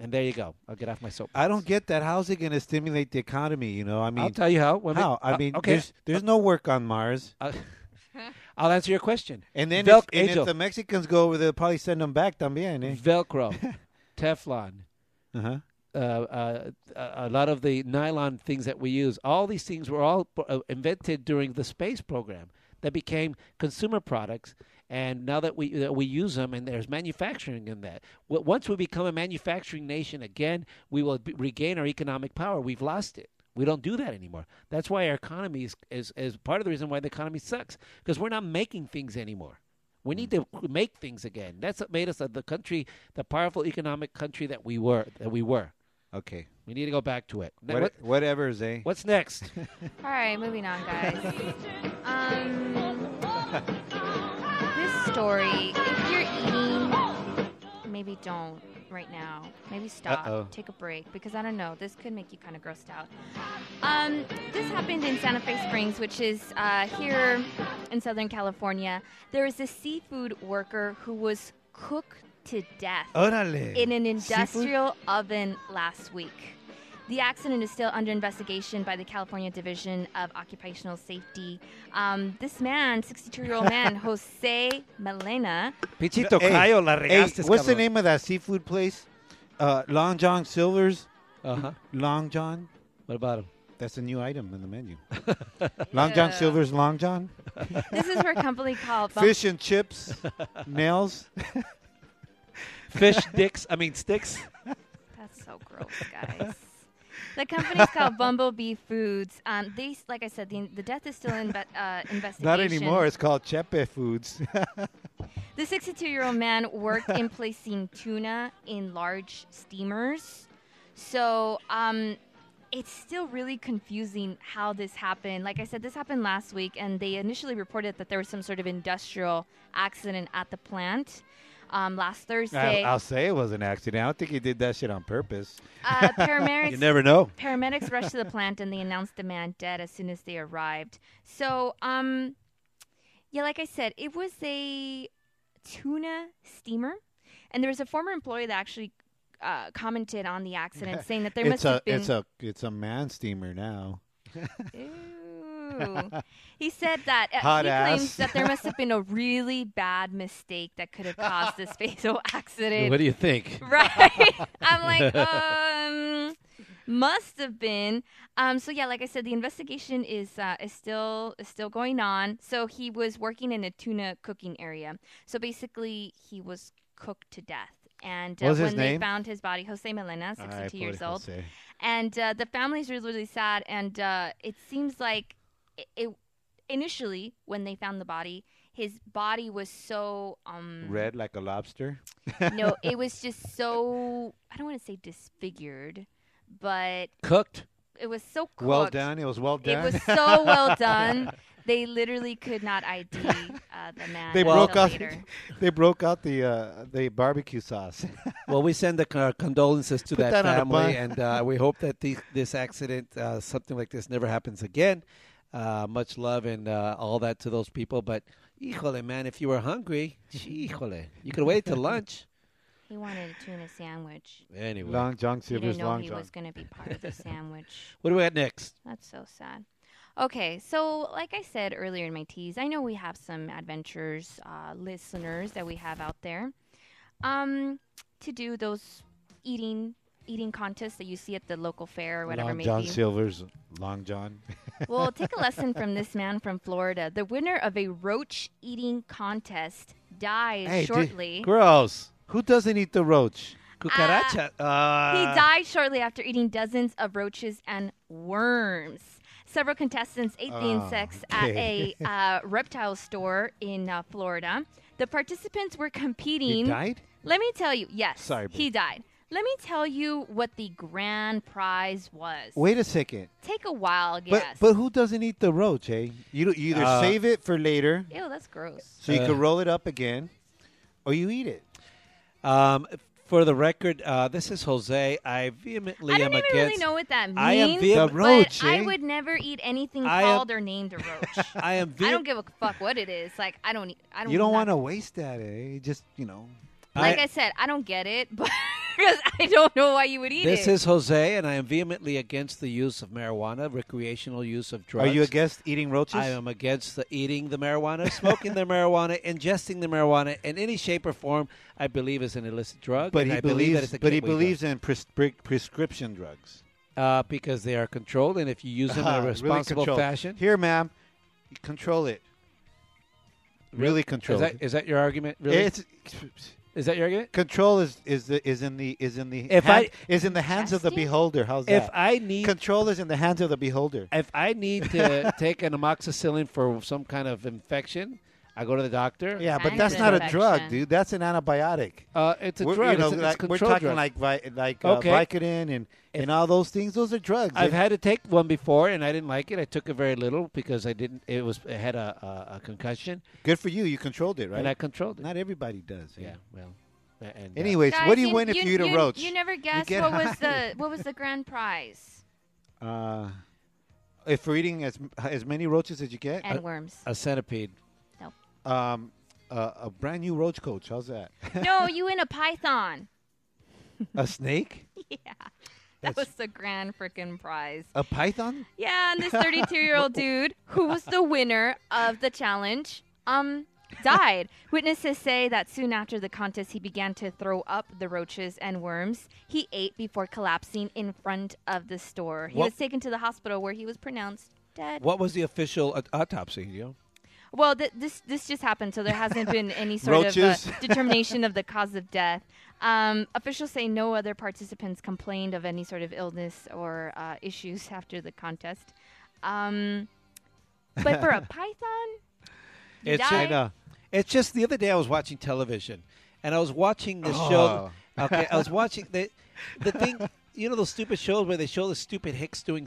[SPEAKER 1] And there you go. I'll get off my soap.
[SPEAKER 2] I don't get that. How's it going to stimulate the economy? You know, I mean,
[SPEAKER 1] I'll tell you how. When we-
[SPEAKER 2] how? I
[SPEAKER 1] uh,
[SPEAKER 2] mean,
[SPEAKER 1] okay.
[SPEAKER 2] there's, there's no work on Mars.
[SPEAKER 1] I'll, I'll answer your question.
[SPEAKER 2] And then
[SPEAKER 1] Velc-
[SPEAKER 2] if, and
[SPEAKER 1] Angel.
[SPEAKER 2] if the Mexicans go over, they'll probably send them back también, eh?
[SPEAKER 1] Velcro, Teflon,
[SPEAKER 2] Uh-huh.
[SPEAKER 1] uh, uh, a lot of the nylon things that we use. All these things were all uh, invented during the space program that became consumer products, And now that we that we use them, and there's manufacturing in that. W- once we become a manufacturing nation again, we will b- regain our economic power. We've lost it. We don't do that anymore. That's why our economy is, is, is part of the reason why the economy sucks because we're not making things anymore. We need to make things again. That's what made us uh, the country, the powerful economic country that we were. That we were.
[SPEAKER 2] Okay.
[SPEAKER 1] We need to go back to it. Now,
[SPEAKER 2] What,
[SPEAKER 1] what-
[SPEAKER 2] whatever, Zay.
[SPEAKER 1] what's next?
[SPEAKER 7] All right, moving on, guys. um, this story, if you're eating, maybe don't right now. Maybe stop,
[SPEAKER 2] Uh-oh.
[SPEAKER 7] take a break, because I don't know. This could make you kind of grossed out. Um, this happened in Santa Fe Springs, which is uh, here in Southern California. There is a seafood worker who was cooked to death
[SPEAKER 2] Órale.
[SPEAKER 7] in an
[SPEAKER 2] Seafood?
[SPEAKER 7] industrial oven last week. The accident is still under investigation by the California Division of Occupational Safety. Um, this man, 62 year old man, Jose Melena,
[SPEAKER 1] Pichito
[SPEAKER 2] Hey,
[SPEAKER 1] Cayo, la
[SPEAKER 2] hey,
[SPEAKER 1] regaste,
[SPEAKER 2] what's the
[SPEAKER 1] cabrón.
[SPEAKER 2] name of that seafood place? Uh, Long John Silver's.
[SPEAKER 1] Uh-huh.
[SPEAKER 2] Long John.
[SPEAKER 1] What about him?
[SPEAKER 2] That's a new item in the menu. Long John
[SPEAKER 7] Yeah.
[SPEAKER 2] Silver's Long John.
[SPEAKER 7] this is for a company called Bump-
[SPEAKER 2] Fish and chips. Nails.
[SPEAKER 1] Fish dicks. I mean sticks.
[SPEAKER 7] That's so gross, guys. The company's called Bumblebee Foods. Um, they, s- like I said, the, the death is still in uh, investigation.
[SPEAKER 2] Not anymore. It's called Chepe Foods.
[SPEAKER 7] The 62 year old man worked in placing tuna in large steamers. So um, it's still really confusing how this happened. Like I said, this happened last week, and they initially reported that there was some sort of industrial accident at the plant. Um, last
[SPEAKER 2] I,
[SPEAKER 7] Thursday,
[SPEAKER 2] I'll say it was an accident. I don't think he did that shit on purpose.
[SPEAKER 7] uh, paramedics
[SPEAKER 2] know.
[SPEAKER 7] Paramedics rushed to the plant and they announced the man dead as soon as they arrived. So, um, yeah, like I said, it was a tuna steamer, and there was a former employee that actually uh, commented on the accident, saying that there
[SPEAKER 2] It's
[SPEAKER 7] must
[SPEAKER 2] a
[SPEAKER 7] have been.
[SPEAKER 2] it's a it's a man steamer now.
[SPEAKER 7] Ew. He said that uh,
[SPEAKER 2] Hot
[SPEAKER 7] he
[SPEAKER 2] ass.
[SPEAKER 7] claims that there must have been a really bad mistake that could have caused this fatal accident.
[SPEAKER 1] What do you think?
[SPEAKER 7] right? I'm like, um, must have been. Um, so yeah, like I said, the investigation is uh, is still is still going on. So he was working in a tuna cooking area. So basically, he was cooked to death. And uh,
[SPEAKER 2] What was
[SPEAKER 7] when
[SPEAKER 2] his
[SPEAKER 7] they
[SPEAKER 2] name?
[SPEAKER 7] found his body, Jose Melena, 62
[SPEAKER 2] Ay,
[SPEAKER 7] years
[SPEAKER 2] pobre
[SPEAKER 7] old,
[SPEAKER 2] Jose.
[SPEAKER 7] and uh, the family's really, really sad. And uh, it seems like it, it initially when they found the body, his body was so um,
[SPEAKER 2] Red like a lobster.
[SPEAKER 7] no, it was just so I don't want to say disfigured, but
[SPEAKER 1] Cooked.
[SPEAKER 7] it was so cooked.
[SPEAKER 2] Well done. It was well done.
[SPEAKER 7] It was so well done. They literally could not ID uh, the man.
[SPEAKER 2] they
[SPEAKER 7] until
[SPEAKER 2] broke out.
[SPEAKER 7] later.
[SPEAKER 2] they broke out the uh, the barbecue sauce.
[SPEAKER 1] Well, we send the con- our condolences to
[SPEAKER 2] Put
[SPEAKER 1] that,
[SPEAKER 2] that on a bun.
[SPEAKER 1] family, and uh, we hope that the, this accident, uh, something like this, never happens again. Uh, much love and uh, all that to those people. But, híjole, man, if you were hungry, híjole, you could wait till lunch.
[SPEAKER 7] He wanted a tuna sandwich.
[SPEAKER 1] Anyway,
[SPEAKER 2] Long John
[SPEAKER 7] He
[SPEAKER 2] Silver's
[SPEAKER 7] didn't know
[SPEAKER 2] Long
[SPEAKER 7] he
[SPEAKER 2] John.
[SPEAKER 7] was going to be part of the sandwich.
[SPEAKER 1] what do we got next?
[SPEAKER 7] That's so sad. Okay, so like I said earlier in my tease, I know we have some adventures uh, listeners that we have out there. Um, to do those eating eating contests that you see at the local fair or whatever
[SPEAKER 2] Long
[SPEAKER 7] it may
[SPEAKER 2] John
[SPEAKER 7] be.
[SPEAKER 2] Silver's Long John.
[SPEAKER 7] Well, take a lesson from this man from Florida. The winner of a roach eating contest dies
[SPEAKER 2] Hey, dude,
[SPEAKER 7] shortly. Uh,
[SPEAKER 2] gross. Who doesn't eat the roach?
[SPEAKER 1] Cucaracha.
[SPEAKER 7] He
[SPEAKER 1] Uh,
[SPEAKER 7] died shortly after eating dozens of roaches and worms. Several contestants ate the insects
[SPEAKER 2] Ah, okay.
[SPEAKER 7] at a uh, reptile store in uh, Florida. The participants were competing.
[SPEAKER 2] He died.
[SPEAKER 7] Let me tell you. Yes,
[SPEAKER 2] Sorry, babe.
[SPEAKER 7] he died. Let me tell you what the grand prize was.
[SPEAKER 2] Wait a second.
[SPEAKER 7] Take a wild
[SPEAKER 2] But
[SPEAKER 7] guess.
[SPEAKER 2] but who doesn't eat the roach? Eh? You, don't- you either
[SPEAKER 1] Uh,
[SPEAKER 2] save it for later,
[SPEAKER 7] Ew, that's gross.
[SPEAKER 2] so you
[SPEAKER 1] Uh,
[SPEAKER 2] can roll it up again, or you eat it.
[SPEAKER 1] um, for the record, uh, this is Jose. I vehemently
[SPEAKER 7] I don't
[SPEAKER 1] am
[SPEAKER 7] even
[SPEAKER 1] against.
[SPEAKER 7] really know what that means.
[SPEAKER 1] I am
[SPEAKER 2] The
[SPEAKER 1] vehemently.
[SPEAKER 2] roach.
[SPEAKER 7] but I
[SPEAKER 2] eh?
[SPEAKER 7] would never eat anything
[SPEAKER 1] I am-
[SPEAKER 7] called or named a roach.
[SPEAKER 1] I am
[SPEAKER 7] I
[SPEAKER 1] vehemently.
[SPEAKER 7] don't give a fuck what it is. Like I don't. e, I don't.
[SPEAKER 2] you don't
[SPEAKER 7] not-
[SPEAKER 2] want to waste that. Eh? You Just you know.
[SPEAKER 7] Like I, said, I don't get it, but because I don't know why you would eat
[SPEAKER 1] This
[SPEAKER 7] it.
[SPEAKER 1] is Jose, and I am vehemently against the use of marijuana, recreational use of drugs.
[SPEAKER 2] Are you against eating roaches?
[SPEAKER 1] I am against the eating the marijuana, smoking the marijuana, ingesting the marijuana in any shape or form. I believe is an illicit drug,
[SPEAKER 2] But
[SPEAKER 1] and
[SPEAKER 2] he
[SPEAKER 1] I believe that
[SPEAKER 2] believes.
[SPEAKER 1] it's a
[SPEAKER 2] but he
[SPEAKER 1] gateway drug,
[SPEAKER 2] believes in pres- pre- prescription drugs.
[SPEAKER 1] uh, because they are controlled, and if you use them in
[SPEAKER 2] Ah,
[SPEAKER 1] a
[SPEAKER 2] really
[SPEAKER 1] responsible
[SPEAKER 2] controlled.
[SPEAKER 1] fashion,
[SPEAKER 2] Here, ma'am, you control it. really
[SPEAKER 1] Is
[SPEAKER 2] controlled.
[SPEAKER 1] that is that your argument? Really?
[SPEAKER 2] It's
[SPEAKER 1] is that your argument?
[SPEAKER 2] control is is the, is in the is in the
[SPEAKER 1] If
[SPEAKER 2] hand-
[SPEAKER 1] I-
[SPEAKER 2] is in the hands of the
[SPEAKER 7] Testing?
[SPEAKER 2] beholder. How's that?
[SPEAKER 1] If I need
[SPEAKER 2] control is in the hands of the beholder.
[SPEAKER 1] if I need to take an amoxicillin for some kind of infection, I go to the doctor.
[SPEAKER 2] Yeah, but
[SPEAKER 7] Hands
[SPEAKER 2] that's
[SPEAKER 7] of
[SPEAKER 2] not a
[SPEAKER 7] infection.
[SPEAKER 2] drug, dude. That's an antibiotic.
[SPEAKER 1] uh, it's a
[SPEAKER 2] We're-
[SPEAKER 1] drug.
[SPEAKER 2] you know,
[SPEAKER 1] it's, a- it's
[SPEAKER 2] like,
[SPEAKER 1] a
[SPEAKER 2] we're
[SPEAKER 1] control
[SPEAKER 2] talking
[SPEAKER 1] drug.
[SPEAKER 2] like vi- like
[SPEAKER 1] Okay.
[SPEAKER 2] uh, Vicodin and, and all those things. Those are drugs.
[SPEAKER 1] I've
[SPEAKER 2] They-
[SPEAKER 1] had to take one before, and I didn't like it. I took it very little because I didn't. It was I had a, a, a concussion,
[SPEAKER 2] Good for you. You controlled it, right?
[SPEAKER 1] and I controlled it.
[SPEAKER 2] Not everybody does.
[SPEAKER 1] yeah, well, a- and uh,
[SPEAKER 2] Anyways,
[SPEAKER 7] Guys,
[SPEAKER 2] what do you, win if
[SPEAKER 7] you
[SPEAKER 2] you eat a
[SPEAKER 7] you-
[SPEAKER 2] roach?
[SPEAKER 7] You never guessed
[SPEAKER 2] get
[SPEAKER 7] what was
[SPEAKER 2] high.
[SPEAKER 7] the what was the grand prize
[SPEAKER 2] uh, if we're eating as as many roaches as you get,
[SPEAKER 7] and worms.
[SPEAKER 1] a centipede.
[SPEAKER 2] um, uh, a brand new roach coach. How's that?
[SPEAKER 7] no, you win a python.
[SPEAKER 2] a snake?
[SPEAKER 7] That was the grand freaking prize.
[SPEAKER 2] A python?
[SPEAKER 7] Yeah, and this 32 year old dude who was the winner of the challenge, um, died. Witnesses say that soon after the contest, he began to throw up the roaches and worms he ate before collapsing in front of the store. He
[SPEAKER 1] What-
[SPEAKER 7] was taken to the hospital where he was pronounced dead.
[SPEAKER 1] What was the official autopsy? You know,
[SPEAKER 7] Well, th- this this just happened, so there hasn't been any sort of uh,
[SPEAKER 2] Roaches.
[SPEAKER 7] determination of the cause of death. Um, officials say no other participants complained of any sort of illness or uh, issues after the contest. Um, but for a python,
[SPEAKER 1] it's
[SPEAKER 7] Died? I know.
[SPEAKER 1] It's just the other day I was watching television, and I was watching this
[SPEAKER 2] Oh.
[SPEAKER 1] show. Okay, I was watching the the thing. You know those stupid shows where they show the stupid hicks doing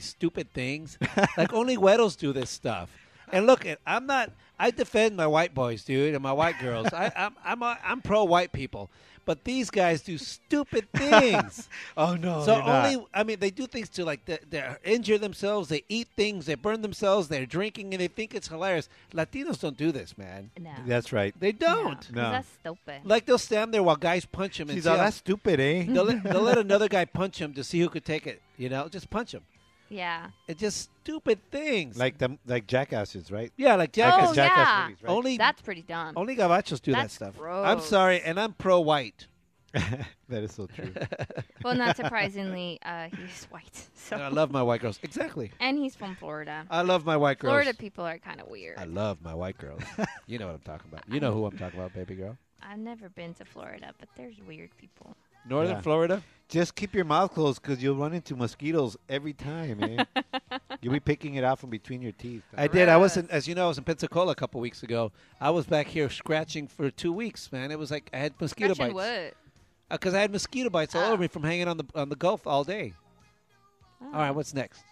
[SPEAKER 1] stupid things. Like only weddles do this stuff. And look, it- I'm not. I defend my white boys, dude, and my white girls. I, I'm I'm a, I'm pro white people, but these guys do stupid things.
[SPEAKER 2] Oh no!
[SPEAKER 1] So
[SPEAKER 2] you're not.
[SPEAKER 1] only I mean they do things to like they, they injure themselves, they eat things, they burn themselves, they're drinking, and they think it's hilarious. Latinos don't do this, man.
[SPEAKER 7] no,
[SPEAKER 2] That's right.
[SPEAKER 1] They don't.
[SPEAKER 7] no.
[SPEAKER 2] No.
[SPEAKER 7] that's stupid.
[SPEAKER 1] Like they'll stand there while guys punch him, and
[SPEAKER 2] She's
[SPEAKER 1] see
[SPEAKER 2] all
[SPEAKER 1] how-
[SPEAKER 2] that's stupid, eh?
[SPEAKER 1] they'll, let- they'll let another guy punch him to see who could take it. You know, just punch him.
[SPEAKER 7] yeah.
[SPEAKER 1] It's just stupid things.
[SPEAKER 2] Like them, like jackasses, right?
[SPEAKER 1] yeah, like
[SPEAKER 7] Oh
[SPEAKER 1] jackass.
[SPEAKER 2] Jackass
[SPEAKER 7] yeah,
[SPEAKER 2] movies, right?
[SPEAKER 1] Only
[SPEAKER 7] that's pretty dumb.
[SPEAKER 1] only gabachos do that
[SPEAKER 7] That's
[SPEAKER 1] stuff.
[SPEAKER 7] gross.
[SPEAKER 1] I'm sorry, and I'm pro-white.
[SPEAKER 2] That is so true.
[SPEAKER 7] well, not surprisingly, uh, he's white, so
[SPEAKER 1] And I love my white girls. Exactly.
[SPEAKER 7] and he's from Florida.
[SPEAKER 1] I love my white girls.
[SPEAKER 7] Florida people are kind of weird.
[SPEAKER 1] I love my white girls. you know what I'm talking about. You know who I'm talking about, baby girl.
[SPEAKER 7] I've never been to Florida, but there's weird people.
[SPEAKER 1] Northern
[SPEAKER 2] Yeah.
[SPEAKER 1] Florida.
[SPEAKER 2] Just keep your mouth closed because you'll run into mosquitoes every time, man. you'll be picking it out from between your teeth.
[SPEAKER 1] I did. I was in, as you know, I was in Pensacola a couple weeks ago. I was back here scratching for two weeks, man. It was like I had mosquito
[SPEAKER 7] Gretchen
[SPEAKER 1] bites
[SPEAKER 7] Wood.
[SPEAKER 1] because Uh, I had mosquito bites all
[SPEAKER 7] Ah.
[SPEAKER 1] over me from hanging on the on the Gulf all day. All right, what's next?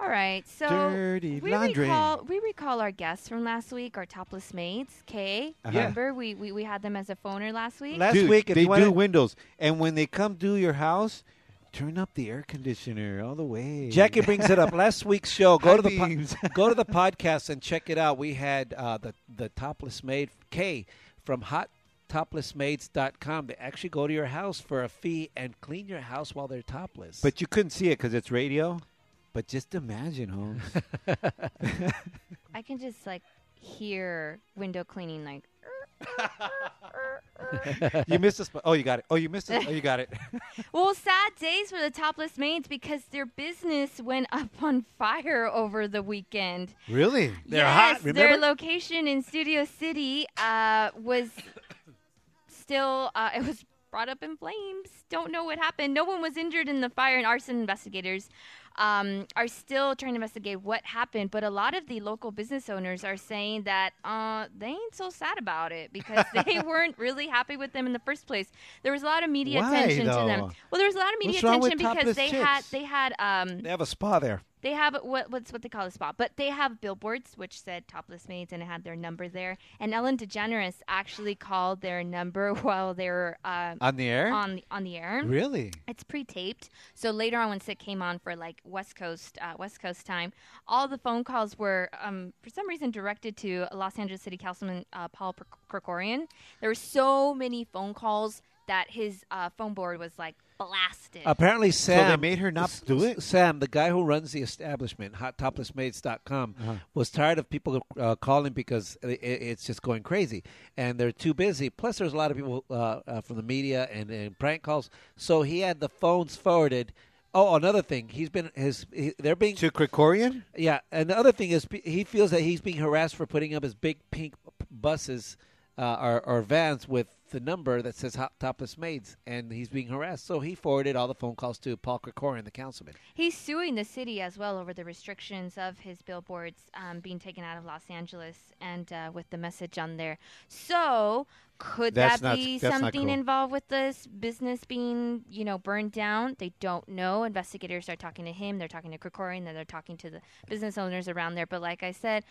[SPEAKER 7] All right, so
[SPEAKER 2] Dirty
[SPEAKER 7] we
[SPEAKER 2] laundry.
[SPEAKER 7] recall we recall our guests from last week, our topless mates. Kay,
[SPEAKER 2] Uh-huh.
[SPEAKER 1] Yeah.
[SPEAKER 7] remember we, we we had them as a phoner last week.
[SPEAKER 1] Last
[SPEAKER 2] Dude,
[SPEAKER 1] week, if
[SPEAKER 2] they
[SPEAKER 1] you wanna-
[SPEAKER 2] do windows, and when they come do your house, turn up the air conditioner all the way.
[SPEAKER 1] Jackie brings it up. Last week's show. Go
[SPEAKER 2] High
[SPEAKER 1] to the
[SPEAKER 2] beams.
[SPEAKER 1] po- go to the podcast and check it out. We had uh, the the topless maid Kay from Hot toplessmaids.com they actually go to your house for a fee and clean your house while they're topless
[SPEAKER 2] but you couldn't see it because it's radio. But just imagine, Holmes.
[SPEAKER 7] I can just like hear window cleaning like
[SPEAKER 2] you missed a spot. Oh, you got it. Oh, you missed it. Oh, you got it.
[SPEAKER 7] Well, sad days for the topless maids because their business went up on fire over the weekend.
[SPEAKER 2] really?
[SPEAKER 1] They're
[SPEAKER 7] yes,
[SPEAKER 1] hot, remember?
[SPEAKER 7] Their location in Studio City uh, was still, uh, it was brought up in flames. Don't know what happened. No one was injured in the fire, and arson investigators um, are still trying to investigate what happened. But a lot of the local business owners are saying that uh, they ain't so sad about it because they weren't really happy with them in the first place. There was a lot of media
[SPEAKER 2] Why,
[SPEAKER 7] attention to them.
[SPEAKER 2] though?
[SPEAKER 7] Well, there was a lot of media
[SPEAKER 2] What's wrong with
[SPEAKER 7] attention because
[SPEAKER 2] topless
[SPEAKER 7] they had
[SPEAKER 2] chicks?
[SPEAKER 7] they had um,
[SPEAKER 1] they have a spa there
[SPEAKER 7] they have what what's what they call a spot, but they have billboards which said topless maids and it had their number there. And Ellen DeGeneres actually called their number while they were uh,
[SPEAKER 2] On the air?
[SPEAKER 7] on the, on the air.
[SPEAKER 2] Really?
[SPEAKER 7] It's pre-taped, so later on, once it came on for like West Coast uh, West Coast time, all the phone calls were um, for some reason directed to Los Angeles City Councilman uh, Paul Per- Kerkorian. There were so many phone calls that his uh, phone board was like blasted.
[SPEAKER 1] Apparently, Sam.
[SPEAKER 2] made her not do it?
[SPEAKER 1] Sam, the guy who runs the establishment, HotToplessMaids.com,
[SPEAKER 2] Uh-huh.
[SPEAKER 1] was tired of people uh, calling because i i it's just going crazy, and they're too busy. Plus, there's a lot of people uh, uh, from the media and, and prank calls, so he had the phones forwarded. Oh, another thing, he's been his. He, they're being
[SPEAKER 2] To Krikorian?
[SPEAKER 1] yeah, and the other thing is, p- he feels that he's being harassed for putting up his big pink p- buses uh, or, or vans with the number that says hot topless maids, and he's being harassed. So he forwarded all the phone calls to Paul Krikorin, the councilman.
[SPEAKER 7] He's suing the city as well over the restrictions of his billboards um, being taken out of Los Angeles and uh, with the message on there. So could
[SPEAKER 2] That's
[SPEAKER 7] that
[SPEAKER 2] not-
[SPEAKER 7] be
[SPEAKER 2] that's not
[SPEAKER 7] something
[SPEAKER 2] cool.
[SPEAKER 7] involved with this business being, you know, burned down? They don't know. Investigators are talking to him. They're talking to Krikorin. Then they're talking to the business owners around there. But like I said,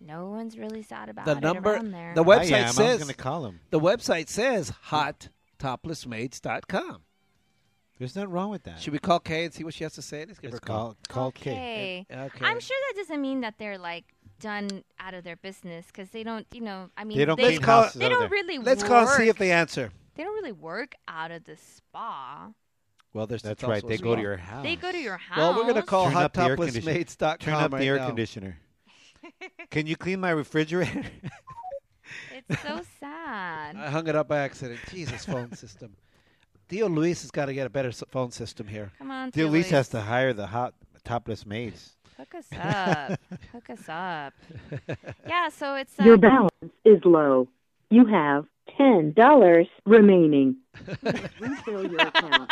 [SPEAKER 7] no one's really thought about
[SPEAKER 1] The
[SPEAKER 7] it
[SPEAKER 1] number,
[SPEAKER 7] around there.
[SPEAKER 1] the
[SPEAKER 2] I
[SPEAKER 1] website
[SPEAKER 2] am. I was
[SPEAKER 1] says
[SPEAKER 2] going to call him.
[SPEAKER 1] the website says hottoplessmaids.com.
[SPEAKER 2] There's nothing wrong with that.
[SPEAKER 1] Should we call Kay and see what she has to say? Let's give
[SPEAKER 2] It's
[SPEAKER 1] her a call.
[SPEAKER 2] called called K.
[SPEAKER 7] okay.
[SPEAKER 1] Okay.
[SPEAKER 7] I'm sure that doesn't mean that they're like done out of their business because they don't, you know, I mean,
[SPEAKER 2] They don't
[SPEAKER 7] they,
[SPEAKER 2] clean houses
[SPEAKER 7] they
[SPEAKER 2] over
[SPEAKER 7] don't
[SPEAKER 2] there.
[SPEAKER 7] really
[SPEAKER 1] Let's
[SPEAKER 7] work.
[SPEAKER 1] call and see if they answer.
[SPEAKER 7] they don't really work out of the spa.
[SPEAKER 1] Well, there's
[SPEAKER 2] That's
[SPEAKER 1] it's
[SPEAKER 2] right.
[SPEAKER 1] also
[SPEAKER 2] They
[SPEAKER 1] a
[SPEAKER 2] go to
[SPEAKER 1] small-
[SPEAKER 2] your house.
[SPEAKER 7] They go to your house.
[SPEAKER 1] Ah. Well, we're gonna call
[SPEAKER 2] Turn up the air conditioner.
[SPEAKER 1] hottoplessmaids.com.
[SPEAKER 2] Turn up the
[SPEAKER 1] right
[SPEAKER 2] air
[SPEAKER 1] now.
[SPEAKER 2] conditioner. Can you clean my refrigerator?
[SPEAKER 7] It's so sad.
[SPEAKER 1] I hung it up by accident. Jesus, phone system. Theo Luis has got to get a better s- phone system here.
[SPEAKER 7] Come on,
[SPEAKER 2] Dear Luis
[SPEAKER 7] Luis.
[SPEAKER 2] has to hire the hot topless maids.
[SPEAKER 7] hook us up. hook us up. Yeah. So it's uh,
[SPEAKER 4] Your balance is low. You have $10 remaining. Refill your account.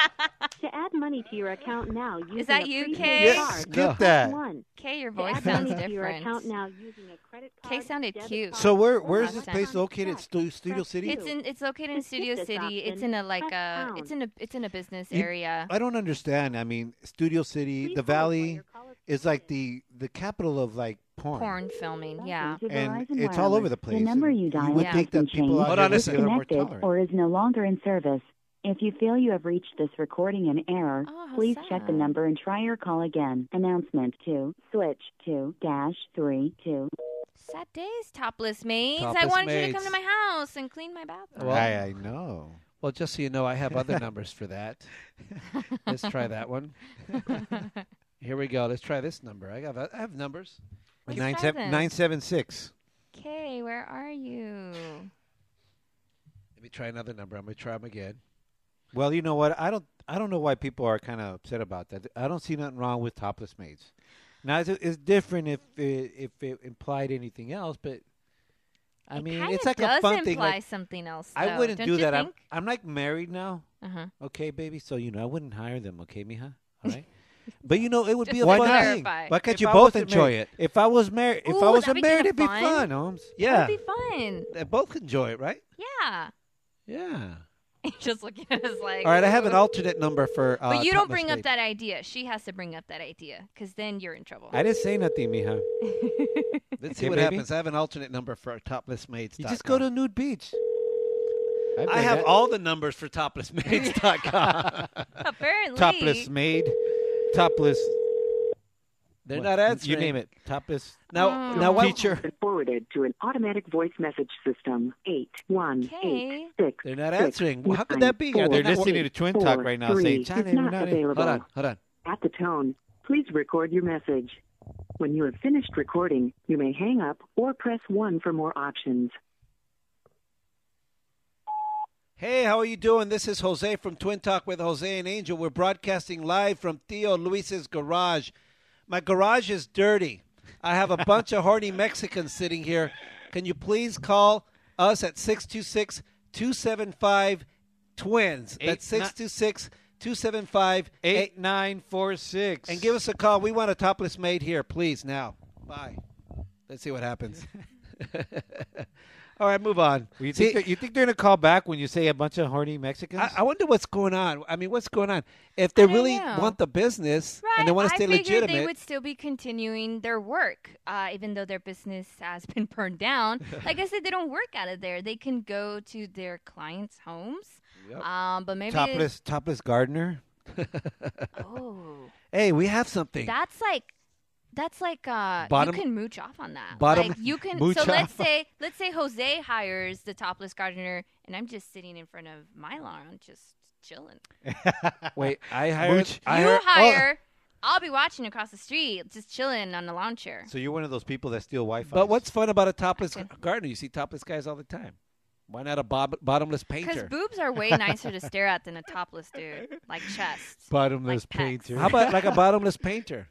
[SPEAKER 4] to add money to your account now using
[SPEAKER 7] that
[SPEAKER 4] a
[SPEAKER 7] you,
[SPEAKER 4] prepaid
[SPEAKER 7] Kay?
[SPEAKER 4] card,
[SPEAKER 1] Yes,
[SPEAKER 4] press
[SPEAKER 1] no.
[SPEAKER 2] Skip that.
[SPEAKER 4] One.
[SPEAKER 7] Kay. Your
[SPEAKER 4] To
[SPEAKER 7] voice
[SPEAKER 4] add
[SPEAKER 7] sounds
[SPEAKER 4] money to your account
[SPEAKER 7] different.
[SPEAKER 4] now using a credit
[SPEAKER 7] Kay
[SPEAKER 4] card,
[SPEAKER 7] sounded
[SPEAKER 4] debit
[SPEAKER 7] cute.
[SPEAKER 4] card,
[SPEAKER 2] So where
[SPEAKER 4] or
[SPEAKER 2] where's this
[SPEAKER 7] Awesome.
[SPEAKER 2] place located?
[SPEAKER 4] check.
[SPEAKER 2] Stu- Studio
[SPEAKER 4] Press
[SPEAKER 2] City?
[SPEAKER 4] two.
[SPEAKER 7] It's in. It's located in
[SPEAKER 4] To skip
[SPEAKER 7] Studio
[SPEAKER 4] this
[SPEAKER 7] City. It's
[SPEAKER 4] option,
[SPEAKER 7] in a like
[SPEAKER 4] press
[SPEAKER 7] a. It's
[SPEAKER 4] pound.
[SPEAKER 7] in a. It's in a business
[SPEAKER 2] You-
[SPEAKER 7] area.
[SPEAKER 2] I don't understand. I mean, Studio City,
[SPEAKER 4] Please
[SPEAKER 2] the
[SPEAKER 4] hold while
[SPEAKER 2] Valley
[SPEAKER 4] your call is
[SPEAKER 2] is like
[SPEAKER 4] connected.
[SPEAKER 2] the the capital of like porn.
[SPEAKER 7] Porn filming. Yeah.
[SPEAKER 4] Welcome to
[SPEAKER 2] And
[SPEAKER 4] Verizon
[SPEAKER 2] it's all
[SPEAKER 4] Wireless.
[SPEAKER 2] over the place.
[SPEAKER 4] The number
[SPEAKER 2] And
[SPEAKER 4] you dialed
[SPEAKER 2] would
[SPEAKER 7] Yeah.
[SPEAKER 2] think that
[SPEAKER 4] hasn't
[SPEAKER 2] people
[SPEAKER 4] changed.
[SPEAKER 2] out
[SPEAKER 1] Hold
[SPEAKER 2] here
[SPEAKER 1] on,
[SPEAKER 2] would
[SPEAKER 1] listen.
[SPEAKER 2] be a little more
[SPEAKER 4] Disconnected
[SPEAKER 2] tolerant.
[SPEAKER 4] or is no longer in service. If you feel you have reached this recording in error,
[SPEAKER 7] Oh, how
[SPEAKER 4] please check the
[SPEAKER 7] sad.
[SPEAKER 4] number and try your call again. Announcement 2, switch 2, dash 3, 2.
[SPEAKER 7] Sad days, topless maids. I
[SPEAKER 1] Topless
[SPEAKER 7] wanted you to come
[SPEAKER 1] maids.
[SPEAKER 7] to my house and clean my bathroom.
[SPEAKER 1] Well-
[SPEAKER 2] I, I know.
[SPEAKER 1] Well, just so you know, I have other numbers for that. Let's try that one. Here we go. Let's try this number. I got. I have numbers.
[SPEAKER 7] Let's
[SPEAKER 2] Nine
[SPEAKER 7] try
[SPEAKER 2] seven
[SPEAKER 7] this.
[SPEAKER 2] nine seven six.
[SPEAKER 7] Kay, where are you?
[SPEAKER 1] Let me try another number. I'm gonna try them again.
[SPEAKER 2] Well, you know what? I don't. I don't know why people are kind of upset about that. I don't see nothing wrong with topless maids. Now it's, it's different if it, if it implied anything else, but I mean,
[SPEAKER 7] Kinda
[SPEAKER 2] it's like
[SPEAKER 7] does
[SPEAKER 2] a fun
[SPEAKER 7] imply
[SPEAKER 2] thing. Like,
[SPEAKER 7] something else.
[SPEAKER 2] I
[SPEAKER 7] though,
[SPEAKER 2] wouldn't
[SPEAKER 7] don't
[SPEAKER 2] do
[SPEAKER 7] you
[SPEAKER 2] that. I'm
[SPEAKER 7] Think?
[SPEAKER 2] I'm like married now,
[SPEAKER 7] Uh-huh.
[SPEAKER 2] okay, baby. So you know, I wouldn't hire them, okay, Mija. All right. But you know, it would be a
[SPEAKER 7] Why
[SPEAKER 2] fun
[SPEAKER 7] not?
[SPEAKER 2] thing.
[SPEAKER 7] Clarify.
[SPEAKER 1] Why can't
[SPEAKER 2] If
[SPEAKER 1] you
[SPEAKER 2] I
[SPEAKER 1] both
[SPEAKER 2] wasn't
[SPEAKER 1] enjoy
[SPEAKER 2] married-
[SPEAKER 1] it?
[SPEAKER 2] If I was married, if I
[SPEAKER 7] Ooh, that'd be
[SPEAKER 2] wasn't
[SPEAKER 7] kinda
[SPEAKER 2] married, it'd be
[SPEAKER 7] fun.
[SPEAKER 2] fun, Holmes.
[SPEAKER 1] Yeah,
[SPEAKER 7] That'd be fun.
[SPEAKER 1] they both enjoy it, right?
[SPEAKER 7] Yeah.
[SPEAKER 1] Yeah.
[SPEAKER 7] Just looking at us like.
[SPEAKER 1] All right, I have an
[SPEAKER 7] "Ooh."
[SPEAKER 1] alternate number for. Uh,
[SPEAKER 7] But you don't
[SPEAKER 1] topless
[SPEAKER 7] bring up
[SPEAKER 1] maids.
[SPEAKER 7] that idea. She has to bring up that idea because then you're in trouble.
[SPEAKER 2] I didn't say nothing, Mija.
[SPEAKER 1] Let's
[SPEAKER 2] Okay,
[SPEAKER 1] see what
[SPEAKER 2] baby.
[SPEAKER 1] happens. I have an alternate number for toplessmaids.com.
[SPEAKER 2] You just go to Nude Beach. I've
[SPEAKER 1] I
[SPEAKER 2] done
[SPEAKER 1] have
[SPEAKER 2] that.
[SPEAKER 1] all the numbers for toplessmaids.com.
[SPEAKER 7] Apparently.
[SPEAKER 2] topless maid, topless.
[SPEAKER 1] They're
[SPEAKER 2] what?
[SPEAKER 1] not answering.
[SPEAKER 2] You name it. Topless.
[SPEAKER 1] Now,
[SPEAKER 7] Mm.
[SPEAKER 1] now what?
[SPEAKER 2] Teacher.
[SPEAKER 4] Forwarded to an automatic voice message system. 8186.
[SPEAKER 1] They're not answering. Well, how could that be? Are they
[SPEAKER 2] They're listening to Twin Talk right now, saying, "John,
[SPEAKER 4] it's
[SPEAKER 2] they're
[SPEAKER 4] not
[SPEAKER 2] not in."
[SPEAKER 4] available.
[SPEAKER 1] Hold on, hold on.
[SPEAKER 4] At the tone, please record your message. When you have finished recording, you may hang up or press 1 for more options.
[SPEAKER 1] Hey, how are you doing? This is Jose from Twin Talk with Jose and Angel. We're broadcasting live from Theo Luis's garage. My garage is dirty. I have a bunch of horny Mexicans sitting here. Can you please call us at 626 275 twins? That's
[SPEAKER 2] Eight, ni-
[SPEAKER 1] 626 275
[SPEAKER 2] Eight nine four six.
[SPEAKER 1] And give us a call. We want a topless maid here, please, now. Bye. Let's see what happens. All right, move on.
[SPEAKER 2] You
[SPEAKER 1] See-
[SPEAKER 2] think, that- you think they're gonna call back when you say a bunch of horny Mexicans?
[SPEAKER 1] I, I wonder what's going on. I mean, what's going on? If they
[SPEAKER 7] don't
[SPEAKER 1] really
[SPEAKER 7] know.
[SPEAKER 1] want the business
[SPEAKER 7] Right.
[SPEAKER 1] and they want to
[SPEAKER 7] I
[SPEAKER 1] stay
[SPEAKER 7] figured
[SPEAKER 1] legitimate,
[SPEAKER 7] they would still be continuing their work, uh, even though their business has been burned down. like I said, they don't work out of there. They can go to their clients' homes. Um, but maybe
[SPEAKER 2] topless, topless gardener.
[SPEAKER 7] Oh,
[SPEAKER 1] hey, we have something.
[SPEAKER 7] that's like. That's like uh,
[SPEAKER 1] Bottom-
[SPEAKER 7] you can mooch off on that.
[SPEAKER 1] bottom-
[SPEAKER 7] like you can.
[SPEAKER 2] mooch
[SPEAKER 7] So let's
[SPEAKER 2] off.
[SPEAKER 7] say let's say Jose hires the topless gardener, and I'm just sitting in front of my lawn, just chilling.
[SPEAKER 1] Wait, I hired.
[SPEAKER 2] Mooch.
[SPEAKER 1] I
[SPEAKER 7] you
[SPEAKER 1] hired- oh,
[SPEAKER 7] hire. I'll be watching across the street, just chilling on the lawn chair.
[SPEAKER 2] So you're one of those people that steal Wi-Fi.
[SPEAKER 1] but what's fun about a topless
[SPEAKER 7] Okay.
[SPEAKER 1] gardener? You see topless guys all the time. Why not a bob- bottomless
[SPEAKER 7] Because
[SPEAKER 1] painter?
[SPEAKER 7] boobs are way nicer to stare at than a topless dude, like chest,
[SPEAKER 2] bottomless
[SPEAKER 7] like pecs.
[SPEAKER 2] painter?
[SPEAKER 1] How about like a bottomless painter?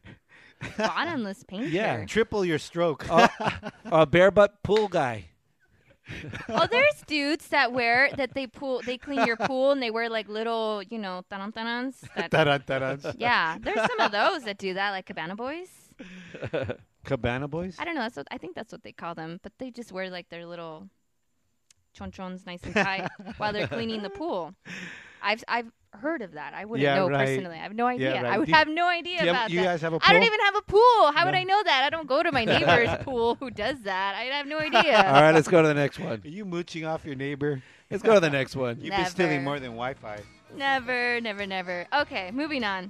[SPEAKER 7] bottomless painter.
[SPEAKER 1] Yeah. Oh,
[SPEAKER 2] triple your stroke?
[SPEAKER 1] Or a bare butt pool guy.
[SPEAKER 7] oh, there's dudes that wear that they pool, they clean your pool, and they wear like little, you know, tarantarans. That,
[SPEAKER 2] Dun, dun, dun, dun.
[SPEAKER 7] yeah, there's some of those that do that, like Cabana Boys.
[SPEAKER 2] Cabana Boys?
[SPEAKER 7] I don't know. That's what I think that's what they call them, but they just wear like their little chonchons nice and tight while they're cleaning the pool. I've I've heard of that. I wouldn't
[SPEAKER 2] Yeah,
[SPEAKER 7] know
[SPEAKER 2] right.
[SPEAKER 7] personally. I have no idea.
[SPEAKER 2] Yeah, right.
[SPEAKER 7] I would
[SPEAKER 2] Do you-
[SPEAKER 7] have no idea
[SPEAKER 2] do you have-
[SPEAKER 7] about
[SPEAKER 2] you
[SPEAKER 7] that.
[SPEAKER 2] guys have a
[SPEAKER 7] I don't
[SPEAKER 2] pool?
[SPEAKER 7] even have a pool. How would
[SPEAKER 2] No.
[SPEAKER 7] I know that? I don't go to my neighbor's pool who does that. I have no idea.
[SPEAKER 1] All right, let's go to the next one.
[SPEAKER 2] Are you mooching off your neighbor?
[SPEAKER 1] Let's go to the next one.
[SPEAKER 2] You've been stealing
[SPEAKER 7] Never.
[SPEAKER 2] more than Wi Fi.
[SPEAKER 7] Never, never, never. Okay, moving on.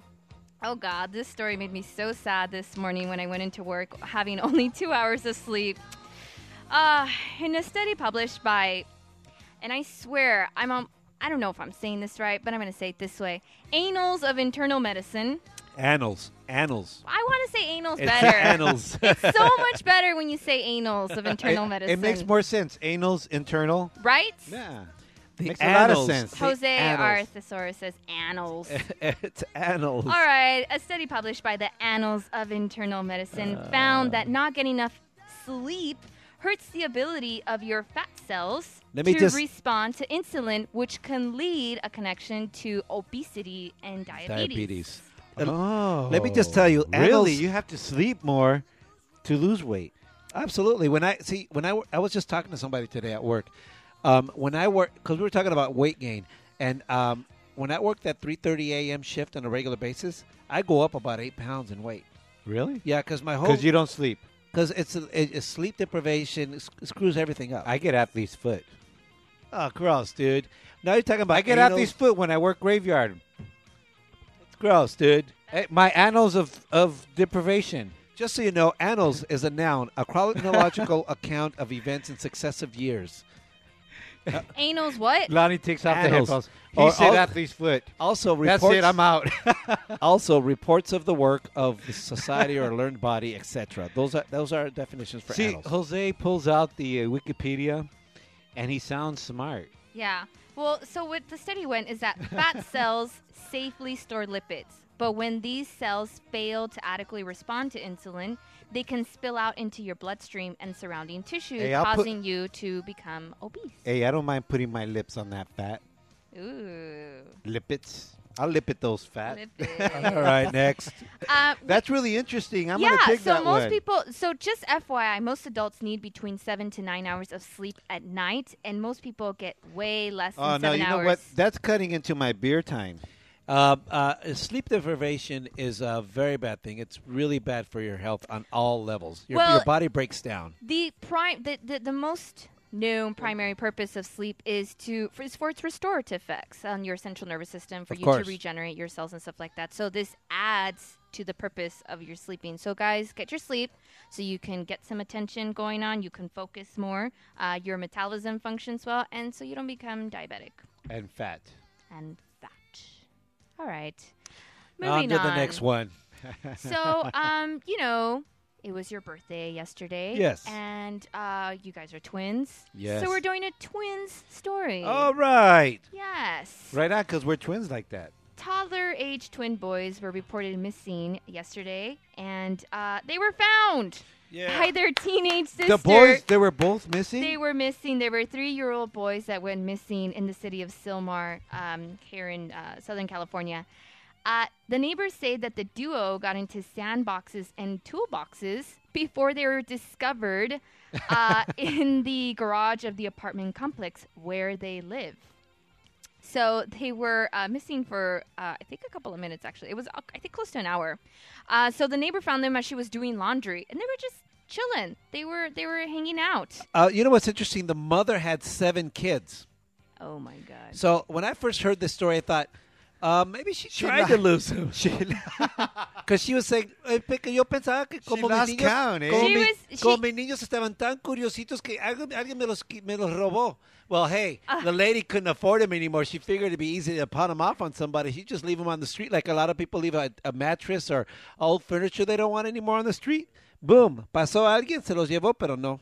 [SPEAKER 7] Oh God, this story made me so sad this morning when I went into work having only two hours of sleep. Uh, in a study published by, and I swear I'm on. I don't know if I'm saying this right, but I'm going to say it this way: Annals of Internal Medicine.
[SPEAKER 2] Annals. Annals.
[SPEAKER 7] I want to say annals
[SPEAKER 2] It's
[SPEAKER 7] better.
[SPEAKER 2] annals.
[SPEAKER 7] It's so much better when you say annals of internal
[SPEAKER 2] it,
[SPEAKER 7] medicine.
[SPEAKER 2] It makes more sense. Anals, internal.
[SPEAKER 7] right.
[SPEAKER 2] Yeah.
[SPEAKER 1] The
[SPEAKER 2] makes a lot of
[SPEAKER 1] annals.
[SPEAKER 2] sense.
[SPEAKER 7] Jose R.
[SPEAKER 2] Annals.
[SPEAKER 7] Thesaurus says annals.
[SPEAKER 1] it's annals.
[SPEAKER 7] All right, a study published by the Annals of Internal Medicine found that not getting enough sleep hurts the ability of your fat cells
[SPEAKER 1] Let me
[SPEAKER 7] to
[SPEAKER 1] just-
[SPEAKER 7] respond to insulin, which can lead a connection to obesity and diabetes.
[SPEAKER 1] Diabetes.
[SPEAKER 2] Oh.
[SPEAKER 1] Let me just tell you,
[SPEAKER 2] Really?
[SPEAKER 1] annals-
[SPEAKER 2] You have to sleep more to lose weight.
[SPEAKER 1] Absolutely. When I see when I w- I was just talking to somebody today at work. Um, when I work because we were talking about weight gain, and um, when I worked that 3:30 a.m. shift on a regular basis, I go up about eight pounds in weight.
[SPEAKER 2] Really?
[SPEAKER 1] Yeah, because my whole
[SPEAKER 2] Because you don't sleep.
[SPEAKER 1] because it's a, it- it's sleep deprivation it sc- screws everything up.
[SPEAKER 2] I get athlete's foot.
[SPEAKER 1] oh, gross, dude. Now you're talking about
[SPEAKER 2] I get
[SPEAKER 1] anal-
[SPEAKER 2] athlete's foot when I work graveyard.
[SPEAKER 1] It's gross, dude.
[SPEAKER 2] Eh, My annals of, of deprivation.
[SPEAKER 1] Just so you know, annals is a noun, a chronological account of events in successive years.
[SPEAKER 7] Annals what?
[SPEAKER 2] Lonnie takes off the
[SPEAKER 1] Annals.
[SPEAKER 2] headphones. oh. He
[SPEAKER 1] Or
[SPEAKER 2] said
[SPEAKER 1] al-
[SPEAKER 2] athlete's foot.
[SPEAKER 1] Also, reports,
[SPEAKER 2] That's it. I'm out.
[SPEAKER 1] also reports of the work of the society or learned body, etc. Those are those are definitions for
[SPEAKER 2] See,
[SPEAKER 1] annals.
[SPEAKER 2] Jose pulls out the uh, Wikipedia, and he sounds smart.
[SPEAKER 7] Yeah. Well, so what the study went is that fat cells safely store lipids, but when these cells fail to adequately respond to insulin, they can spill out into your bloodstream and surrounding tissues,
[SPEAKER 2] Hey, I'll put-
[SPEAKER 7] causing you to become obese.
[SPEAKER 2] Hey, I don't mind putting my lips on that fat.
[SPEAKER 7] Ooh.
[SPEAKER 2] Lipids. I'll lip it those fat.
[SPEAKER 7] Lipid.
[SPEAKER 1] All right, next.
[SPEAKER 7] Uh,
[SPEAKER 2] That's really interesting. I'm
[SPEAKER 7] yeah,
[SPEAKER 2] gonna take
[SPEAKER 7] so
[SPEAKER 2] that
[SPEAKER 7] most
[SPEAKER 2] one.
[SPEAKER 7] people, so just FYI, most adults need between seven to nine hours of sleep at night, and most people get way less than
[SPEAKER 2] Oh no!
[SPEAKER 7] seven
[SPEAKER 2] You know
[SPEAKER 7] hours.
[SPEAKER 2] what? That's cutting into my beer time.
[SPEAKER 1] Uh, uh, sleep deprivation is a very bad thing. It's really bad for your health on all levels. Your,
[SPEAKER 7] Well-
[SPEAKER 1] your body breaks down.
[SPEAKER 7] the prime the, the, the most known primary purpose of sleep is to for, is for its restorative effects on your central nervous system for
[SPEAKER 1] Of
[SPEAKER 7] you
[SPEAKER 1] course.
[SPEAKER 7] to regenerate your cells and stuff like that so this adds to the purpose of your sleeping so guys get your sleep so you can get some attention going on you can focus more uh, your metabolism functions well and so you don't become diabetic
[SPEAKER 2] And fat.
[SPEAKER 7] and fat all right
[SPEAKER 1] on
[SPEAKER 7] moving
[SPEAKER 1] to the next one.
[SPEAKER 7] so, um, you know, it was your birthday yesterday.
[SPEAKER 1] Yes.
[SPEAKER 7] And uh, you guys are twins.
[SPEAKER 1] Yes.
[SPEAKER 7] So we're doing a twins story.
[SPEAKER 2] All Oh, right.
[SPEAKER 7] Yes.
[SPEAKER 2] Right on, because we're twins like that.
[SPEAKER 7] Toddler age twin boys were reported missing yesterday, and uh, they were found by their teenage sister.
[SPEAKER 2] The boys, they were both missing.
[SPEAKER 7] They were missing. They were three-year-old boys that went missing in the city of Silmar, um, here in uh, Southern California. Uh, the neighbors say that the duo got into sandboxes and toolboxes before they were discovered uh, in the garage of the apartment complex where they live. So they were uh, missing for uh, I think a couple of minutes actually. It was uh, I think close to an hour. Uh, so the neighbor found them as she was doing laundry, and they were just chilling. They were they were hanging out.
[SPEAKER 1] Uh, you know what's interesting? The mother had seven kids.
[SPEAKER 7] Oh my god.
[SPEAKER 1] So when I first heard this story, I thought uh, maybe she, tried
[SPEAKER 2] lo-
[SPEAKER 1] to lose him
[SPEAKER 2] She-
[SPEAKER 1] because she was saying, "Eh, pe- que yo pensaba que como mis
[SPEAKER 2] lost
[SPEAKER 1] niños,
[SPEAKER 2] count, eh?
[SPEAKER 1] como,
[SPEAKER 7] She
[SPEAKER 1] mi-
[SPEAKER 7] was-
[SPEAKER 1] como
[SPEAKER 7] she-
[SPEAKER 1] mis niños estaban tan curiositos que alguien, alguien me los qui- me los robó." Well, hey,
[SPEAKER 7] Ah.
[SPEAKER 1] the lady couldn't afford him anymore. She figured it'd be easy to pawn him off on somebody. She just leave him on the street like a lot of people leave a, a mattress or old furniture they don't want anymore on the street. Boom, pasó alguien, se los llevó, pero no.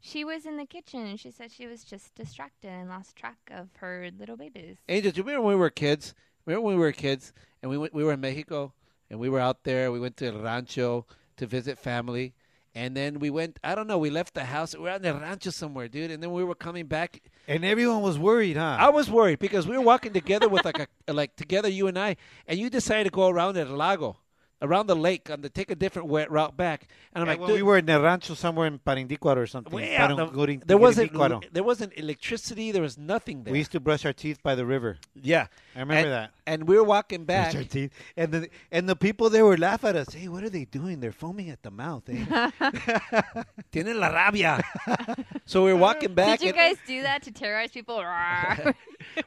[SPEAKER 7] She was in the kitchen and she said she was just distracted and lost track of her little babies.
[SPEAKER 1] Angel, do you remember when we were kids? Remember when we were kids and we went, we were in Mexico and we were out there. We went to El Rancho to visit family, And then we went. I don't know. We left the house. We are out in the rancho somewhere, dude. And then we were coming back.
[SPEAKER 2] And everyone was worried, huh?
[SPEAKER 1] I was worried because we were walking together with like a like together you and I, and you decided to go around El Lago, around the lake, and to take a different way, route back. And
[SPEAKER 2] And
[SPEAKER 1] I'm like,
[SPEAKER 2] when we
[SPEAKER 1] dude,
[SPEAKER 2] were in a rancho somewhere in Parindicuaro or something.
[SPEAKER 1] way out
[SPEAKER 2] Parin-
[SPEAKER 1] in
[SPEAKER 2] Gurin-
[SPEAKER 1] there wasn't
[SPEAKER 2] Gurindicuaro.
[SPEAKER 1] there wasn't electricity. There was nothing there.
[SPEAKER 2] We used to brush our teeth by the river.
[SPEAKER 1] yeah,
[SPEAKER 2] I remember
[SPEAKER 1] And-
[SPEAKER 2] that.
[SPEAKER 1] And we were walking back.
[SPEAKER 2] Brush our teeth. And the, and the people there would laugh at us. Hey, what are they doing? They're foaming at the mouth. Eh?
[SPEAKER 1] Tienen la rabia. so we were walking back.
[SPEAKER 7] Did you guys
[SPEAKER 1] and-
[SPEAKER 7] do that to terrorize people? Rawr.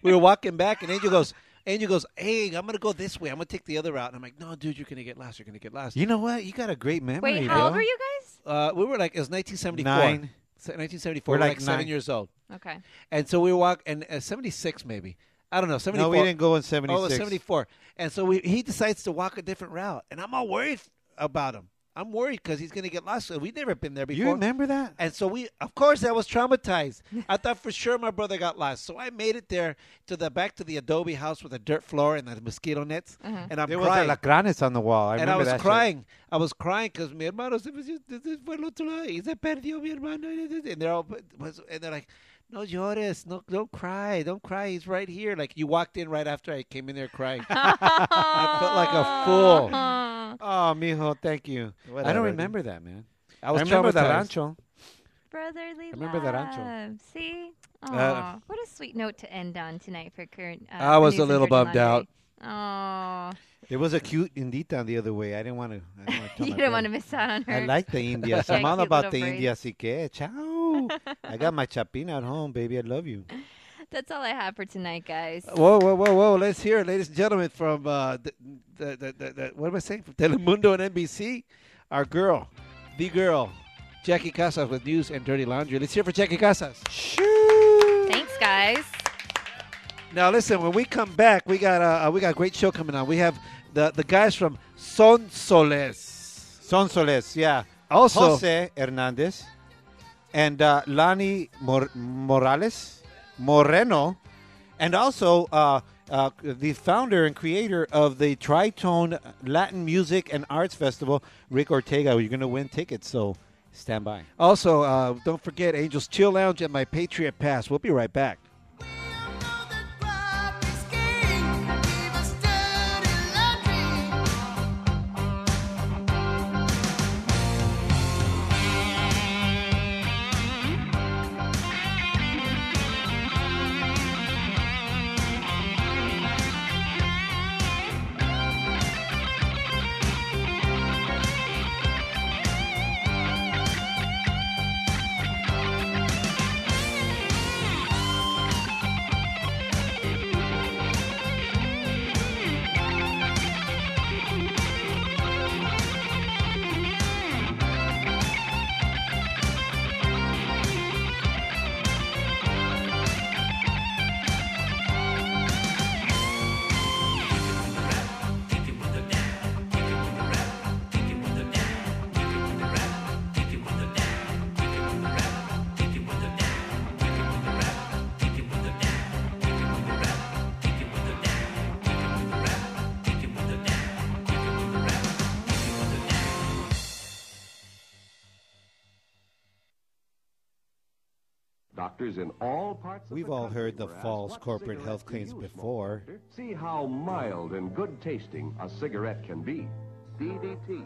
[SPEAKER 1] we were walking back, and Angel goes, Angel goes, hey, I'm gonna go this way. I'm gonna take the other route. And I'm like, no, dude, you're gonna get lost. You're gonna get lost.
[SPEAKER 2] you know what? You got a great memory.
[SPEAKER 7] Wait, how old
[SPEAKER 2] bro.
[SPEAKER 7] were you guys?
[SPEAKER 1] Uh, we were like, it was 1974.
[SPEAKER 2] Nine.
[SPEAKER 1] Se- 1974.
[SPEAKER 2] We're
[SPEAKER 1] We're,
[SPEAKER 2] like
[SPEAKER 1] like, seven
[SPEAKER 2] nine.
[SPEAKER 1] years old,
[SPEAKER 7] Okay.
[SPEAKER 1] and so we walk, and uh, 76 maybe. I don't know. 74.
[SPEAKER 2] No, we didn't go in 76.
[SPEAKER 1] Oh, it was 74. And so we, he decides to walk a different route, and I'm all worried about him. I'm worried because he's gonna get lost. We've never been there before.
[SPEAKER 2] You remember that?
[SPEAKER 1] And so we, of course, I was traumatized. I thought for sure my brother got lost. So I made it there to the back to the adobe house with the dirt floor and the mosquito nets, and I'm
[SPEAKER 2] There was
[SPEAKER 1] crying.
[SPEAKER 2] alacranes on the wall. I
[SPEAKER 1] and
[SPEAKER 2] remember
[SPEAKER 1] I was
[SPEAKER 2] that shit.
[SPEAKER 1] crying. I was crying because mi hermano se, se, se fue al otro lado. Y se perdió mi hermano. And they're all, was- and they're like, no llores, no, don't cry, don't cry. He's right here. Like you walked in right after I came in there crying. I felt like a fool.
[SPEAKER 7] Aw,
[SPEAKER 2] Oh, mijo, thank you. I
[SPEAKER 1] Whatever,
[SPEAKER 2] don't
[SPEAKER 1] dude.
[SPEAKER 2] remember that, man.
[SPEAKER 1] I was
[SPEAKER 2] remember the
[SPEAKER 1] traumatized.
[SPEAKER 2] rancho.
[SPEAKER 7] Brotherly
[SPEAKER 2] remember the rancho.
[SPEAKER 7] love. See? Aw,
[SPEAKER 1] Uh,
[SPEAKER 7] what a sweet note to end on tonight for current. Uh,
[SPEAKER 1] I was a little bummed
[SPEAKER 7] Oh,
[SPEAKER 2] There was a cute Indita on the other way. I didn't want to. I didn't want to
[SPEAKER 7] you didn't want to miss out on her.
[SPEAKER 2] I like the Indias.
[SPEAKER 7] Yeah,
[SPEAKER 2] I'm all
[SPEAKER 7] cute
[SPEAKER 2] about the
[SPEAKER 7] little braids.
[SPEAKER 2] Indias. Así que, ciao. I got my chapina at home, baby. I love you.
[SPEAKER 7] That's all I have for tonight, guys.
[SPEAKER 1] Whoa, whoa, whoa, whoa! Let's hear, it, ladies and gentlemen, from uh, the, the, the, the, the what am I saying? From Telemundo and NBC, our girl, the girl, Jackie Casas with news and dirty laundry. Let's hear for Jackie Casas.
[SPEAKER 7] Thanks, guys.
[SPEAKER 1] Now, listen, when we come back, we got uh, we got a great show coming on. We have the the guys from Son Soles.
[SPEAKER 2] Son Soles, yeah.
[SPEAKER 1] Also-
[SPEAKER 2] Jose Hernandez and uh, Lani Mor- Morales Moreno, and also uh, uh, the founder and creator of the Tritone Latin Music and Arts Festival, Rick Ortega. You're going to win tickets, so stand by.
[SPEAKER 1] Also, uh, don't forget Angels Chill Lounge and my Patriot Pass. We'll be right back.
[SPEAKER 9] Doctors in all parts of
[SPEAKER 2] We've
[SPEAKER 9] the
[SPEAKER 2] all
[SPEAKER 9] country
[SPEAKER 2] heard the
[SPEAKER 9] were asked
[SPEAKER 2] false
[SPEAKER 9] what
[SPEAKER 2] corporate health
[SPEAKER 9] cigarette
[SPEAKER 2] claims
[SPEAKER 9] to use,
[SPEAKER 2] before.
[SPEAKER 9] doctor. See how mild and good tasting a cigarette can be. DDT.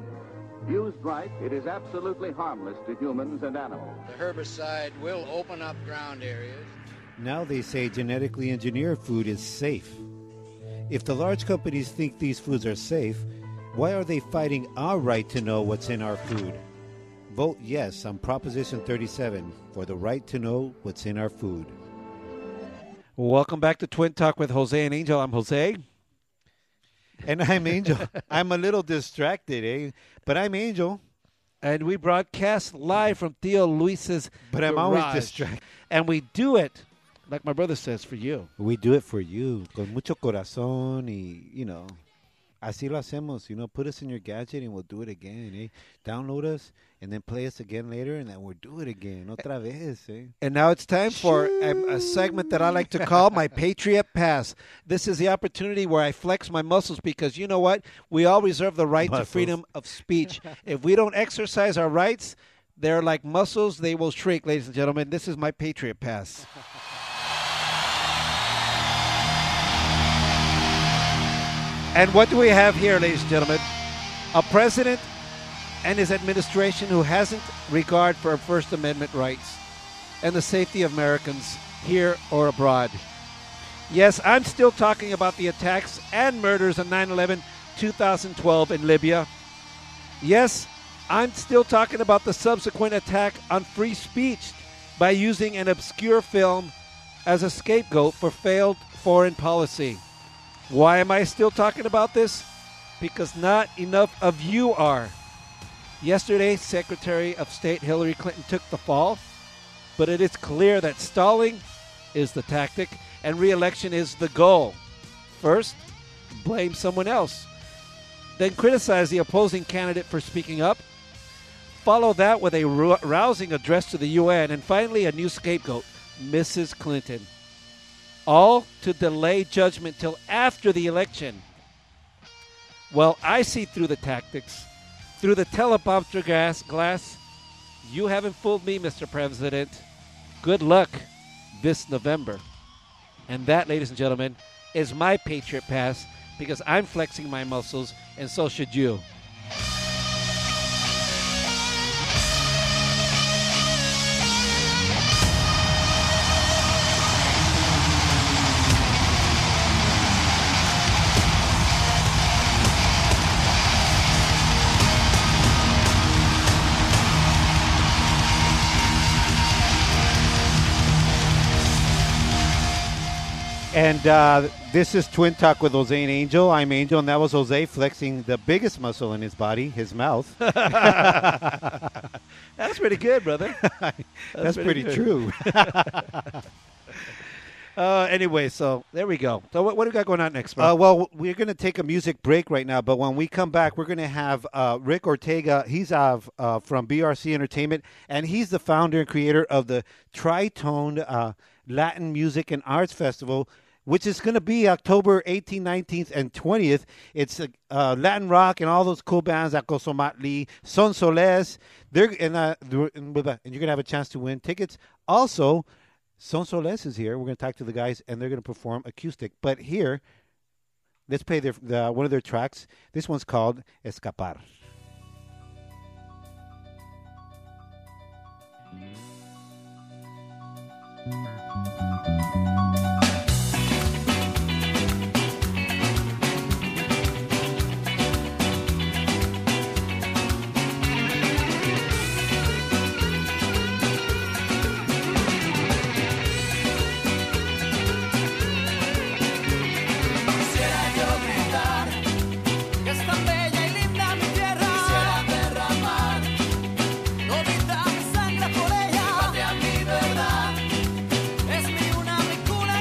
[SPEAKER 9] Used right, it is absolutely harmless to humans and animals.
[SPEAKER 10] The herbicide will open up ground areas.
[SPEAKER 2] Now they say genetically engineered food is safe. If the large companies think these foods are safe, why are they fighting our right to know what's in our food? Vote yes on Proposition 37 for the right to know what's in our food.
[SPEAKER 1] Welcome back to Twin Talk with Jose and Angel. I'm Jose.
[SPEAKER 2] And I'm Angel. I'm a little distracted, eh? But I'm Angel.
[SPEAKER 1] and we broadcast live from Theo Luis's.
[SPEAKER 2] But I'm always
[SPEAKER 1] garage.
[SPEAKER 2] distracted.
[SPEAKER 1] and we do it, like my brother says, for you.
[SPEAKER 2] We do it for you, con mucho corazón y, you know. Así lo hacemos, you know. Put us in your gadget and we'll do it again, eh? Download us and then play us again later and then we'll do it again. Otra vez, eh?
[SPEAKER 1] And now it's time for um, a, segment that I like to call my Patriot Pass. This is the opportunity where I flex my muscles because you know what? We all reserve the right
[SPEAKER 2] Muscles.
[SPEAKER 1] to freedom of speech. if we don't exercise our rights, they're like muscles, they will shrink, ladies and gentlemen. This is my Patriot Pass. And what do we have here, ladies and gentlemen? A president and his administration who hasn't regard for First Amendment rights and the safety of Americans here or abroad. Yes, I'm still talking about the attacks and murders on 9 11 2012 in Libya. Yes, I'm still talking about the subsequent attack on free speech by using an obscure film as a scapegoat for failed foreign policy. Why am I still talking about this? Because not enough of you are. Yesterday, Secretary of State Hillary Clinton took the fall, but it is clear that stalling is the tactic and re election is the goal. First, blame someone else. Then criticize the opposing candidate for speaking up. Follow that with a rou- rousing address to the UN. And finally, a new scapegoat, Mrs. Clinton. All to delay judgment till after the election. Well, I see through the tactics, through the teleprompter glass. glass. You haven't fooled me, Mr. President. Good luck this November. And that, ladies and gentlemen, is my Patriot Pass because I'm flexing my muscles, and so should you.
[SPEAKER 2] And uh, this is Twin Talk with Jose and Angel. I'm Angel, and that was Jose flexing the biggest muscle in his body, his mouth.
[SPEAKER 1] That's pretty good, brother.
[SPEAKER 2] That's pretty
[SPEAKER 1] good.
[SPEAKER 2] true.
[SPEAKER 1] Uh, anyway, so there we go. So what, what do we got going on next, bro?
[SPEAKER 2] Uh, well, we're going to take a music break right now, but when we come back, we're going to have uh, Rick Ortega. He's of, uh, from BRC Entertainment, and he's the founder and creator of the Tritone uh, Latin Music and Arts Festival, which is going to be October 18th, 19th, and 20th. It's uh, uh, Latin rock and all those cool bands like Cosomatli, Son Soles. They're, and, uh, they're- and you're going to have a chance to win tickets. Also, Son Soles is here. We're going to talk to the guys, and they're going to perform acoustic. But here, Let's play their the, one of their tracks. This one's called Escapar.
[SPEAKER 8] Que es tan bella y linda mi tierra Quisiera derramar Todita mi sangre por ella Y a mi verdad Es mi una, mi cura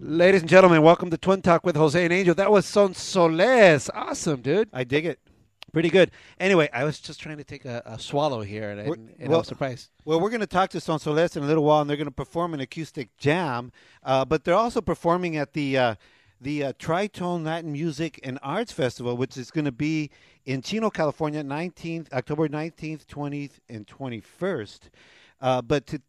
[SPEAKER 1] Ladies and gentlemen, welcome to Twin Talk with Jose and Angel. That was Son Soles. Awesome, dude.
[SPEAKER 2] I dig it.
[SPEAKER 1] Pretty good. Anyway, I was just trying to take a, a swallow here, and, I,
[SPEAKER 2] We're-
[SPEAKER 1] didn't- and I
[SPEAKER 2] well-
[SPEAKER 1] was surprised.
[SPEAKER 2] Well, we're going to talk to Son Soles in a little while, and they're going to perform an acoustic jam. Uh, but they're also performing at the uh, the uh, Tritone Latin Music and Arts Festival, which is going to be in Chino, California, 19th, October 19th, 20th, and 21st. Uh, but to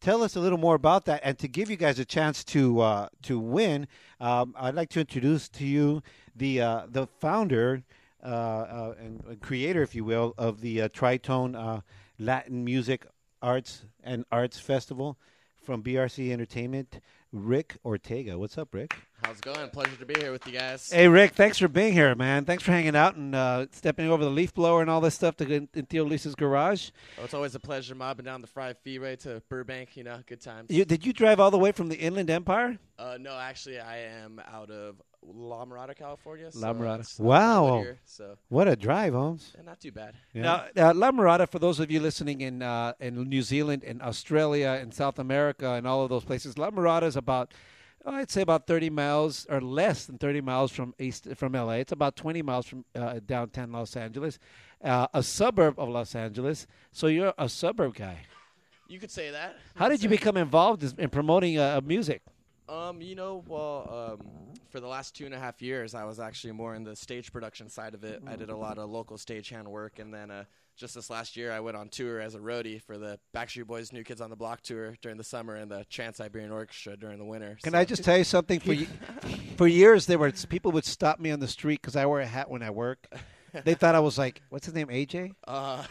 [SPEAKER 2] tell us a little more about that, and to give you guys a chance to uh, to win, um, I'd like to introduce to you the uh, the founder uh, uh, and and creator, if you will, of the uh, Tritone uh, Latin Music Arts and Arts Festival from BRC Entertainment, Rick Ortega. What's up, Rick?
[SPEAKER 11] How's it going? Pleasure to be here with you guys.
[SPEAKER 1] Hey, Rick, thanks for being here, man. Thanks for hanging out and uh, stepping over the leaf blower and all this stuff to go in, in Theo Lisa's garage.
[SPEAKER 11] Oh, it's always a pleasure mobbing down the Fry Freeway to Burbank. You know, good times.
[SPEAKER 1] You, did you drive all the way from the Inland Empire?
[SPEAKER 11] Uh, no, actually, I am out of La Mirada, California. so
[SPEAKER 1] La Mirada.
[SPEAKER 11] it's not
[SPEAKER 2] Wow.
[SPEAKER 11] over here, so
[SPEAKER 2] What a drive, Holmes.
[SPEAKER 11] eh, not too bad.
[SPEAKER 1] Now, uh, La Mirada, for those of you listening in uh, in New Zealand and Australia and South America and all of those places, La Mirada is about, oh, I'd say about 30 miles or less than 30 miles from east from LA. It's about 20 miles from uh, downtown Los Angeles, uh, a suburb of Los Angeles. So you're a suburb guy.
[SPEAKER 11] You could say that.
[SPEAKER 1] How did you become involved is- in promoting uh, music?
[SPEAKER 11] Um, you know, well, um, for the last two and a half years, I was actually more in the stage production side of it. I did a lot of local stagehand work, and then uh, just this last year, I went on tour as a roadie for the Backstreet Boys New Kids on the Block tour during the summer and the Trans Siberian Orchestra during the winter.
[SPEAKER 1] Can
[SPEAKER 11] so-
[SPEAKER 1] I just tell you something? For ye- for years, there were people would stop me on the street because I wear a hat when I work. They thought I was like, what's his name, AJ?
[SPEAKER 11] Uh,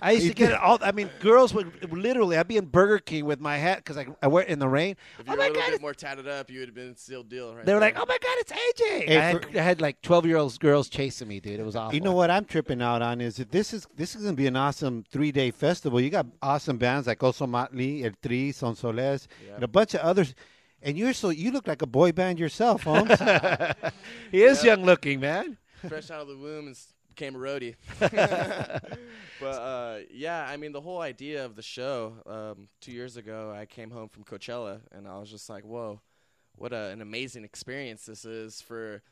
[SPEAKER 1] I used to get it all. I mean, girls would literally. I'd be in Burger King with my hat because I, I wear it in the rain.
[SPEAKER 11] If you were a
[SPEAKER 1] Oh my
[SPEAKER 11] little
[SPEAKER 1] god!
[SPEAKER 11] bit
[SPEAKER 1] it's-
[SPEAKER 11] more tatted up, you would have been sealed deal, right?
[SPEAKER 1] They were
[SPEAKER 11] there.
[SPEAKER 1] like, "Oh my god, it's AJ!"
[SPEAKER 2] Hey,
[SPEAKER 1] I, had, I had like twelve-year-old girls chasing me, dude. It was awful.
[SPEAKER 2] You know what I'm tripping out on is that this is this is gonna be an awesome three day festival. You got awesome bands like Oso Matli, El Tri, Son Soles, and a bunch of others. And you're so you look like a boy band yourself, Holmes.
[SPEAKER 1] He is young-looking, man.
[SPEAKER 11] fresh out of the womb and s- became a roadie. but uh, yeah, I mean, the whole idea of the show um, two years ago, I came home from Coachella and I was just like, whoa, what a, an amazing experience this is for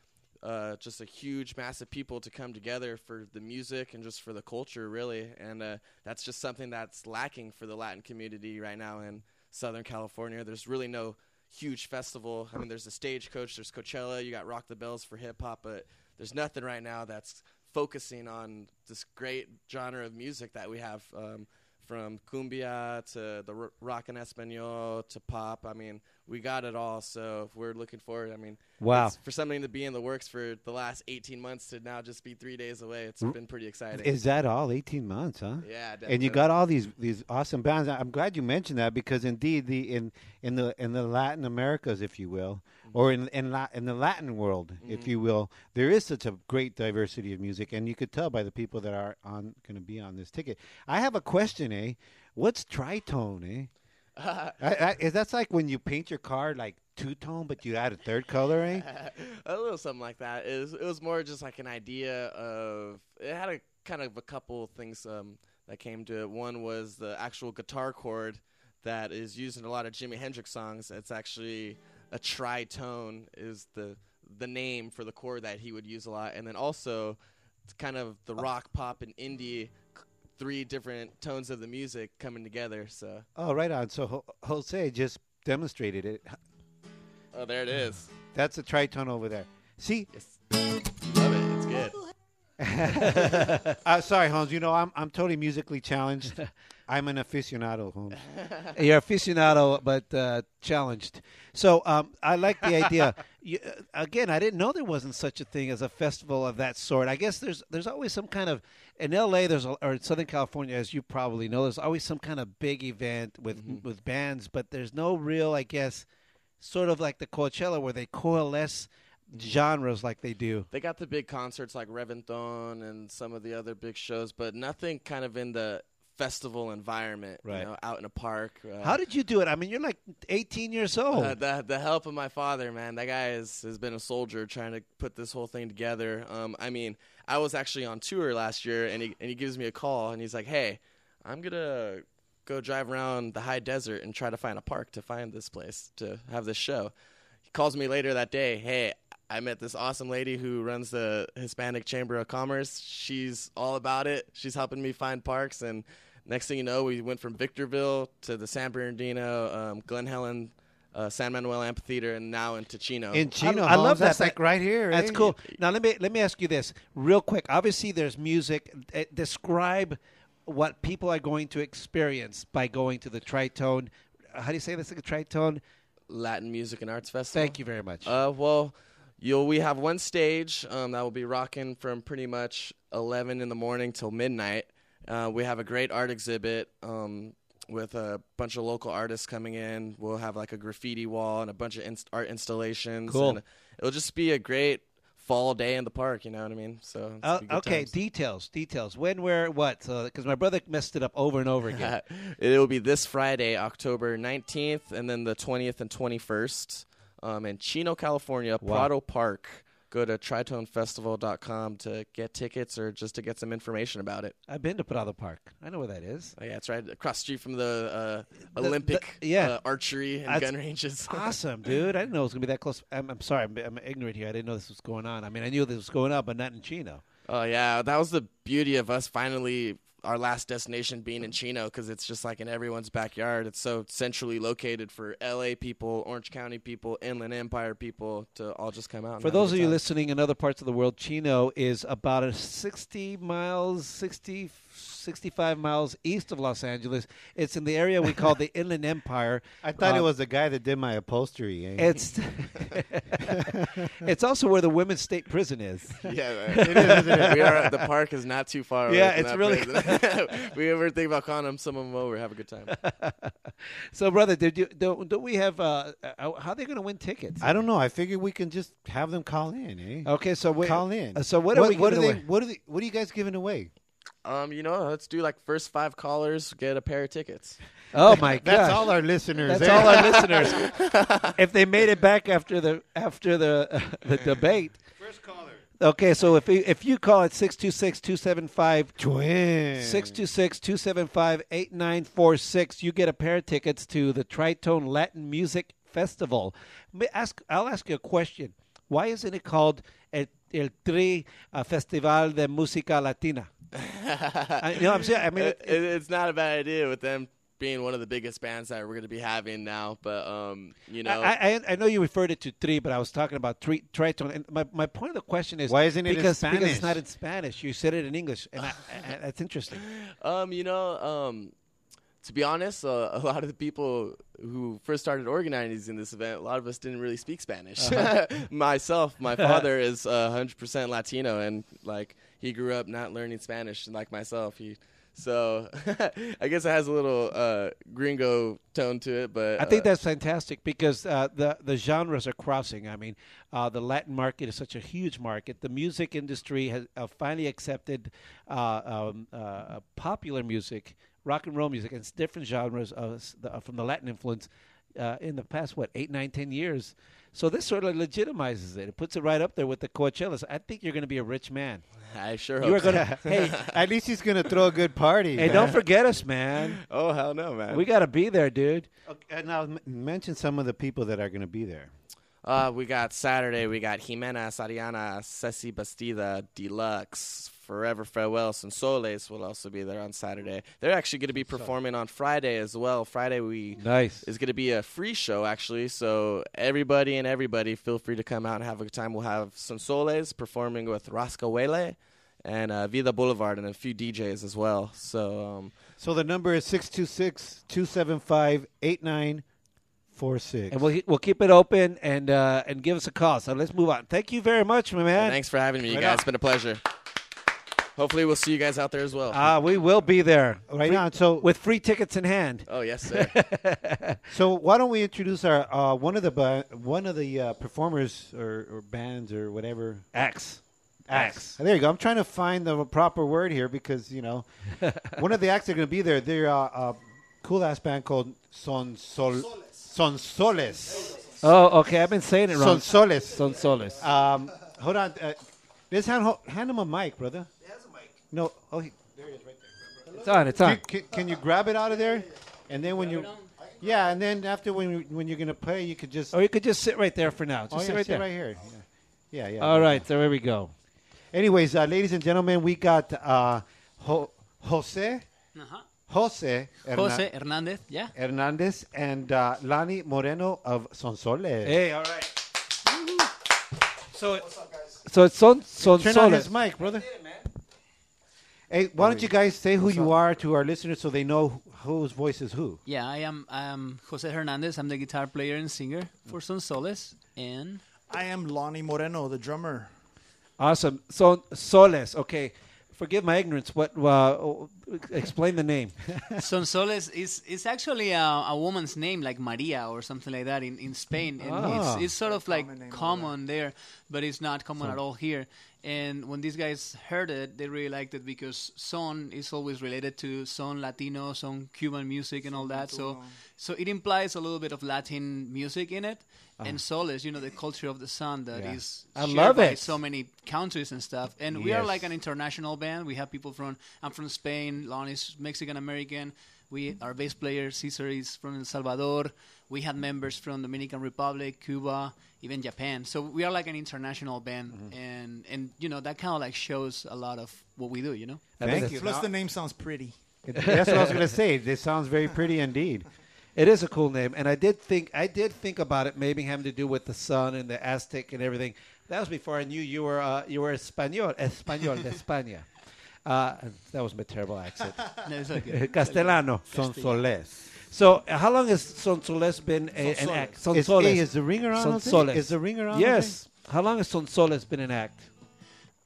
[SPEAKER 11] uh, just a huge mass of people to come together for the music and just for the culture, really. And uh, that's just something that's lacking for the Latin community right now in Southern California. There's really no huge festival. I mean, there's the Stagecoach, there's Coachella, you got Rock the Bells for hip hop, but there's nothing right now that's focusing on this great genre of music that we have um, from cumbia to the r- rock and espanol to pop. I mean, we got it all. So if we're looking forward, I mean,
[SPEAKER 1] Wow.
[SPEAKER 11] it's- for something to be in the works for the last 18 months to now just be three days away, it's been pretty exciting.
[SPEAKER 2] Is that all? 18 months, huh?
[SPEAKER 11] Yeah,
[SPEAKER 2] And you
[SPEAKER 11] definitely.
[SPEAKER 2] got all these these awesome bands. I- I'm glad you mentioned that because indeed the in in the in the Latin Americas, if you will, or in in, La, in the Latin world, if you will, there is such a great diversity of music, and you could tell by the people that are on going to be on this ticket. I have a question, eh? What's tritone,
[SPEAKER 11] Uh,
[SPEAKER 2] eh? I, I, is that's like when you paint your car like two tone, but you add a third color, eh?
[SPEAKER 11] a little something like that. It was, it was more just like an idea of it had a kind of a couple things um, that came to it. One was the actual guitar chord that is used in a lot of Jimi Hendrix songs. It's actually a tritone is the the name for the chord that he would use a lot, and then also it's kind of the rock, pop, and indie. c- Three different tones of the music coming together. So,
[SPEAKER 2] Oh, right on. So Ho- Jose just demonstrated it.
[SPEAKER 11] oh, there it is.
[SPEAKER 2] That's a tritone over there. See,
[SPEAKER 11] Love it. It's good.
[SPEAKER 2] Uh, sorry, Holmes. You know, I'm, I'm totally musically challenged. I'm an aficionado, Holmes.
[SPEAKER 1] You're aficionado, but uh, challenged. So um, I like the idea. you, uh, again, I didn't know there wasn't such a thing as a festival of that sort. I guess there's there's always some kind of in L.A. There's a, or in Southern California, as you probably know, there's always some kind of big event with
[SPEAKER 11] Mm-hmm.
[SPEAKER 1] with bands, but there's no real, I guess, sort of like the Coachella where they coalesce
[SPEAKER 11] Mm-hmm.
[SPEAKER 1] genres like they do.
[SPEAKER 11] They got the big concerts like Reventon and some of the other big shows, but nothing kind of in the festival environment,
[SPEAKER 1] Right.
[SPEAKER 11] you know, out in a park. Uh,
[SPEAKER 1] How did you do it? I mean, you're like 18 years old.
[SPEAKER 11] uh, the, the help of my father, man. That guy has, has been a soldier trying to put this whole thing together. Um, I mean, I was actually on tour last year, and he, and he gives me a call, and he's like, hey, I'm going to go drive around the high desert and try to find a park to find this place to have this show. calls me later that day. Hey, I met this awesome lady who runs the Hispanic Chamber of Commerce. She's all about it. She's helping me find parks. And next thing you know, we went from Victorville to the San Bernardino, um, Glen Helen, uh, San Manuel Amphitheater, and now in Ticino.
[SPEAKER 2] In Chino,
[SPEAKER 1] I, I love
[SPEAKER 2] Holmes,
[SPEAKER 1] that.
[SPEAKER 2] that's like right here.
[SPEAKER 1] That's
[SPEAKER 2] eh?
[SPEAKER 1] cool. Now let me let me ask you this real quick. Obviously, there's music. Eh, Describe what people are going to experience by going to the Tritone. How do you say this? Tritone.
[SPEAKER 11] Latin Music and Arts Festival.
[SPEAKER 1] Thank you very much.
[SPEAKER 11] Uh, well, you'll we have one stage um, that will be rocking from pretty much 11 in the morning till midnight. Uh, we have a great art exhibit um, with a bunch of local artists coming in. We'll have like a graffiti wall and a bunch of inst- art installations.
[SPEAKER 1] Cool.
[SPEAKER 11] And it'll just be a great fall day in the park. You know what I mean? So it's
[SPEAKER 1] Uh,
[SPEAKER 11] be good
[SPEAKER 1] okay,
[SPEAKER 11] times.
[SPEAKER 1] details, details. When, where, what? Because my brother messed it up over and over again.
[SPEAKER 11] it will be this Friday, October 19th, and then the 20th and 21st um, in Chino, California,
[SPEAKER 1] Wow.
[SPEAKER 11] Prado Park. Go to tritonefestival.com to get tickets or just to get some information about it.
[SPEAKER 1] I've been to Prado Park. I know where that is.
[SPEAKER 11] Oh, yeah, it's right across the street from the uh,
[SPEAKER 1] The-
[SPEAKER 11] Olympic
[SPEAKER 1] the- yeah.
[SPEAKER 11] uh, archery and
[SPEAKER 1] That's
[SPEAKER 11] gun ranges.
[SPEAKER 1] awesome, dude. I didn't know it was gonna be that close. I'm, I'm sorry, I'm, I'm ignorant here. I didn't know this was going on. I mean, I knew this was going on, but not in Chino.
[SPEAKER 11] Oh yeah, that was the beauty of us finally our last destination being in Chino because it's just like in everyone's backyard. It's so centrally located for LA people, Orange County people, Inland Empire people to all just come out. and
[SPEAKER 1] For
[SPEAKER 11] have a
[SPEAKER 1] those
[SPEAKER 11] good
[SPEAKER 1] of you
[SPEAKER 11] time.
[SPEAKER 1] listening in other parts of the world, Chino is about a 60 miles, 60, 65 miles east of Los Angeles. It's in the area we call the Inland Empire.
[SPEAKER 2] I thought it
[SPEAKER 1] Uh,
[SPEAKER 2] was the guy that did my upholstery. eh?
[SPEAKER 1] It's it's also where the women's state prison is.
[SPEAKER 11] Yeah, man. It is, isn't it? we are the park is not too far. Away
[SPEAKER 1] Yeah,
[SPEAKER 11] from
[SPEAKER 1] it's
[SPEAKER 11] that
[SPEAKER 1] really-
[SPEAKER 11] prison. we ever think about calling them, some of them over, have a good time.
[SPEAKER 1] so, brother, did you, don't don't we have? Uh, uh, how are they going to win tickets?
[SPEAKER 2] I don't know. I figured we can just have them call in. Eh?
[SPEAKER 1] Okay, so wait,
[SPEAKER 2] Call in.
[SPEAKER 1] uh, so what are we
[SPEAKER 2] What are
[SPEAKER 1] giving
[SPEAKER 2] they?
[SPEAKER 1] away?
[SPEAKER 2] What are they? What are you guys giving away?
[SPEAKER 11] Um, you know, let's do like first five callers get a pair of tickets.
[SPEAKER 1] Oh my god,
[SPEAKER 2] That's all our listeners.
[SPEAKER 1] That's
[SPEAKER 2] eh?
[SPEAKER 1] all our listeners. if they made it back after the after the uh, the debate.
[SPEAKER 10] First caller.
[SPEAKER 1] Okay, so if you, if you call it 626-275
[SPEAKER 2] Twins.
[SPEAKER 1] 626-275-8946, you get a pair of tickets to the Tritone Latin Music Festival. May ask I'll ask you a question. Why isn't it called El, El Tri uh, Festival de Música Latina? I, you know, I'm saying, I
[SPEAKER 10] Uh,
[SPEAKER 1] mean,
[SPEAKER 11] Uh, it, it- it's not a bad idea with them being one of the biggest bands that we're going to be having now. But um, you know,
[SPEAKER 1] I, I I know you referred it to three, but I was talking about tri- tritone. And my, my point of the question is
[SPEAKER 2] Why isn't it in
[SPEAKER 1] because, Because
[SPEAKER 2] Spanish?
[SPEAKER 1] it's not in Spanish. You said it in English, and I, I, that's interesting.
[SPEAKER 11] um, you know, um, to be honest, uh, a lot of the people who first started organizing this event, a lot of us didn't really speak Spanish.
[SPEAKER 1] Uh-huh.
[SPEAKER 11] Myself, my father is uh, 100% Latino, and like he grew up not learning Spanish, like myself. He so I guess it has a little uh, gringo tone to it, but
[SPEAKER 1] I think
[SPEAKER 11] uh,
[SPEAKER 1] that's fantastic because uh, the the genres are crossing. I mean, uh, the Latin market is such a huge market. The music industry has uh, finally accepted uh, um, uh, popular music, rock and roll music, and s- different genres of, s- the, from the Latin influence uh, in the past what eight, nine, ten years. So this sort of legitimizes it. It puts it right up there with the Coachellas. I think you're going to be a rich man.
[SPEAKER 11] I sure hope
[SPEAKER 1] You are
[SPEAKER 11] so.
[SPEAKER 1] going to hey
[SPEAKER 2] At least he's gonna throw a good party.
[SPEAKER 1] hey! Don't forget us, man.
[SPEAKER 11] Oh hell no, man!
[SPEAKER 1] We got to be there, dude.
[SPEAKER 2] Okay, and I'll m- mention some of the people that are gonna be there.
[SPEAKER 11] Uh, we got Saturday. We got Jimena, Sariana, Ceci Bastida, Deluxe, Forever Farewell, Soles will also be there on Saturday. They're actually going to be performing on Friday as well. Friday we
[SPEAKER 1] Nice.
[SPEAKER 11] is going to be a free show actually, so everybody and everybody feel free to come out and have a good time. We'll have Soles performing with Rascahuele and uh, Vida Boulevard and a few DJs as well. So um,
[SPEAKER 2] So the number is 626-275-8946.
[SPEAKER 1] And we'll, we'll keep it open and uh, and give us a call. So let's move on. Thank you very much, my man.
[SPEAKER 11] thanks for having me, you
[SPEAKER 2] Right
[SPEAKER 11] guys.
[SPEAKER 2] on.
[SPEAKER 11] It's been a pleasure. Hopefully we'll see you guys out there as well.
[SPEAKER 1] Uh, we will be there
[SPEAKER 2] Right
[SPEAKER 1] Free-
[SPEAKER 2] on. So
[SPEAKER 1] with free tickets in hand.
[SPEAKER 11] oh yes, sir.
[SPEAKER 2] so why don't we introduce our uh, one of the ba- one of the uh, performers or, or bands or whatever.
[SPEAKER 1] X.
[SPEAKER 2] Acts. There you go. I'm trying to find the proper word here because you know, one of the acts that are going to be there. They're uh, a cool ass band called Son Sol Son Soles.
[SPEAKER 1] Oh, okay. I've been saying it wrong.
[SPEAKER 2] Son Soles.
[SPEAKER 1] Son Soles.
[SPEAKER 2] Um, hold on. Uh, just hand, ho- hand him a mic, brother. He has a mic. No. Oh, he,
[SPEAKER 1] It's on. It's
[SPEAKER 2] do you-
[SPEAKER 1] on.
[SPEAKER 2] can, can you grab it out of there? And then when you, Yeah, and then after when you- when you're gonna play, you could just
[SPEAKER 1] Or you could just sit right there for now. Oh, Just
[SPEAKER 2] oh, yeah,
[SPEAKER 1] sit right there.
[SPEAKER 2] right here. Yeah, yeah. yeah
[SPEAKER 1] All right, so there we go.
[SPEAKER 2] Anyways, uh, ladies and gentlemen, we got uh, jo- Jose.
[SPEAKER 12] Uh-huh.
[SPEAKER 2] Jose. Herna-
[SPEAKER 12] Jose Hernandez, yeah.
[SPEAKER 2] Hernandez and uh, Lani Moreno of Sonsoles.
[SPEAKER 1] Hey, all right. So, so it's Son
[SPEAKER 2] Turn on
[SPEAKER 1] Sonsoles.
[SPEAKER 2] his mic, brother. Hey, why don't you guys say who you are to our listeners so they know wh- whose voice is who?
[SPEAKER 12] Yeah, I am I am Jose Hernandez. I'm the guitar player and singer for Sonsoles. And
[SPEAKER 6] Mm. I am Lonnie Moreno, the drummer.
[SPEAKER 1] Awesome. Son Soles. Okay, forgive my ignorance. What? Uh, explain the name.
[SPEAKER 12] Sonsoles is is actually a, a woman's name, like Maria or something like that in, in Spain. And
[SPEAKER 1] Ah.
[SPEAKER 12] it's, it's sort of like common, there, but it's not common
[SPEAKER 1] Son.
[SPEAKER 12] at all here. And when these guys heard it, they really liked it because son is always related to son Latino, son Cuban music, and all that. So, so it implies a little bit of Latin music in it.
[SPEAKER 1] Ah.
[SPEAKER 12] And soles, you know, the culture of the sun that
[SPEAKER 1] Yeah.
[SPEAKER 12] is
[SPEAKER 1] I
[SPEAKER 12] shared
[SPEAKER 1] love
[SPEAKER 12] by
[SPEAKER 1] it.
[SPEAKER 12] so many countries and stuff. And we are
[SPEAKER 1] Yes.
[SPEAKER 12] like an international band. We have people from I'm from Spain. Lon is Mexican American. We our bass player Cesar is from El Salvador. We had members from Dominican Republic, Cuba, even Japan. So we are like an international band, and and you know that kind of like shows a lot of what we do. You know.
[SPEAKER 2] Thank you.
[SPEAKER 6] Plus, the name sounds pretty.
[SPEAKER 2] It- That's what I was going to say. This sounds very pretty indeed.
[SPEAKER 1] It is a cool name, and I did think I did think about it maybe having to do with the sun and the Aztec and everything. That was before I knew you were uh, you were español, español de España. Uh, that was my terrible accent. Eh,
[SPEAKER 12] No, it's okay.
[SPEAKER 1] Castellano.
[SPEAKER 2] Sonsoles.
[SPEAKER 1] So, uh, how long has Sonsoles been a, an
[SPEAKER 2] Sonsoles.
[SPEAKER 1] act?
[SPEAKER 2] Is-
[SPEAKER 1] Sonsoles.
[SPEAKER 2] hey, is the ring around, Jose?
[SPEAKER 1] Sonsoles.
[SPEAKER 2] Is the ring around,
[SPEAKER 1] Yes. How long has Sonsoles been an act?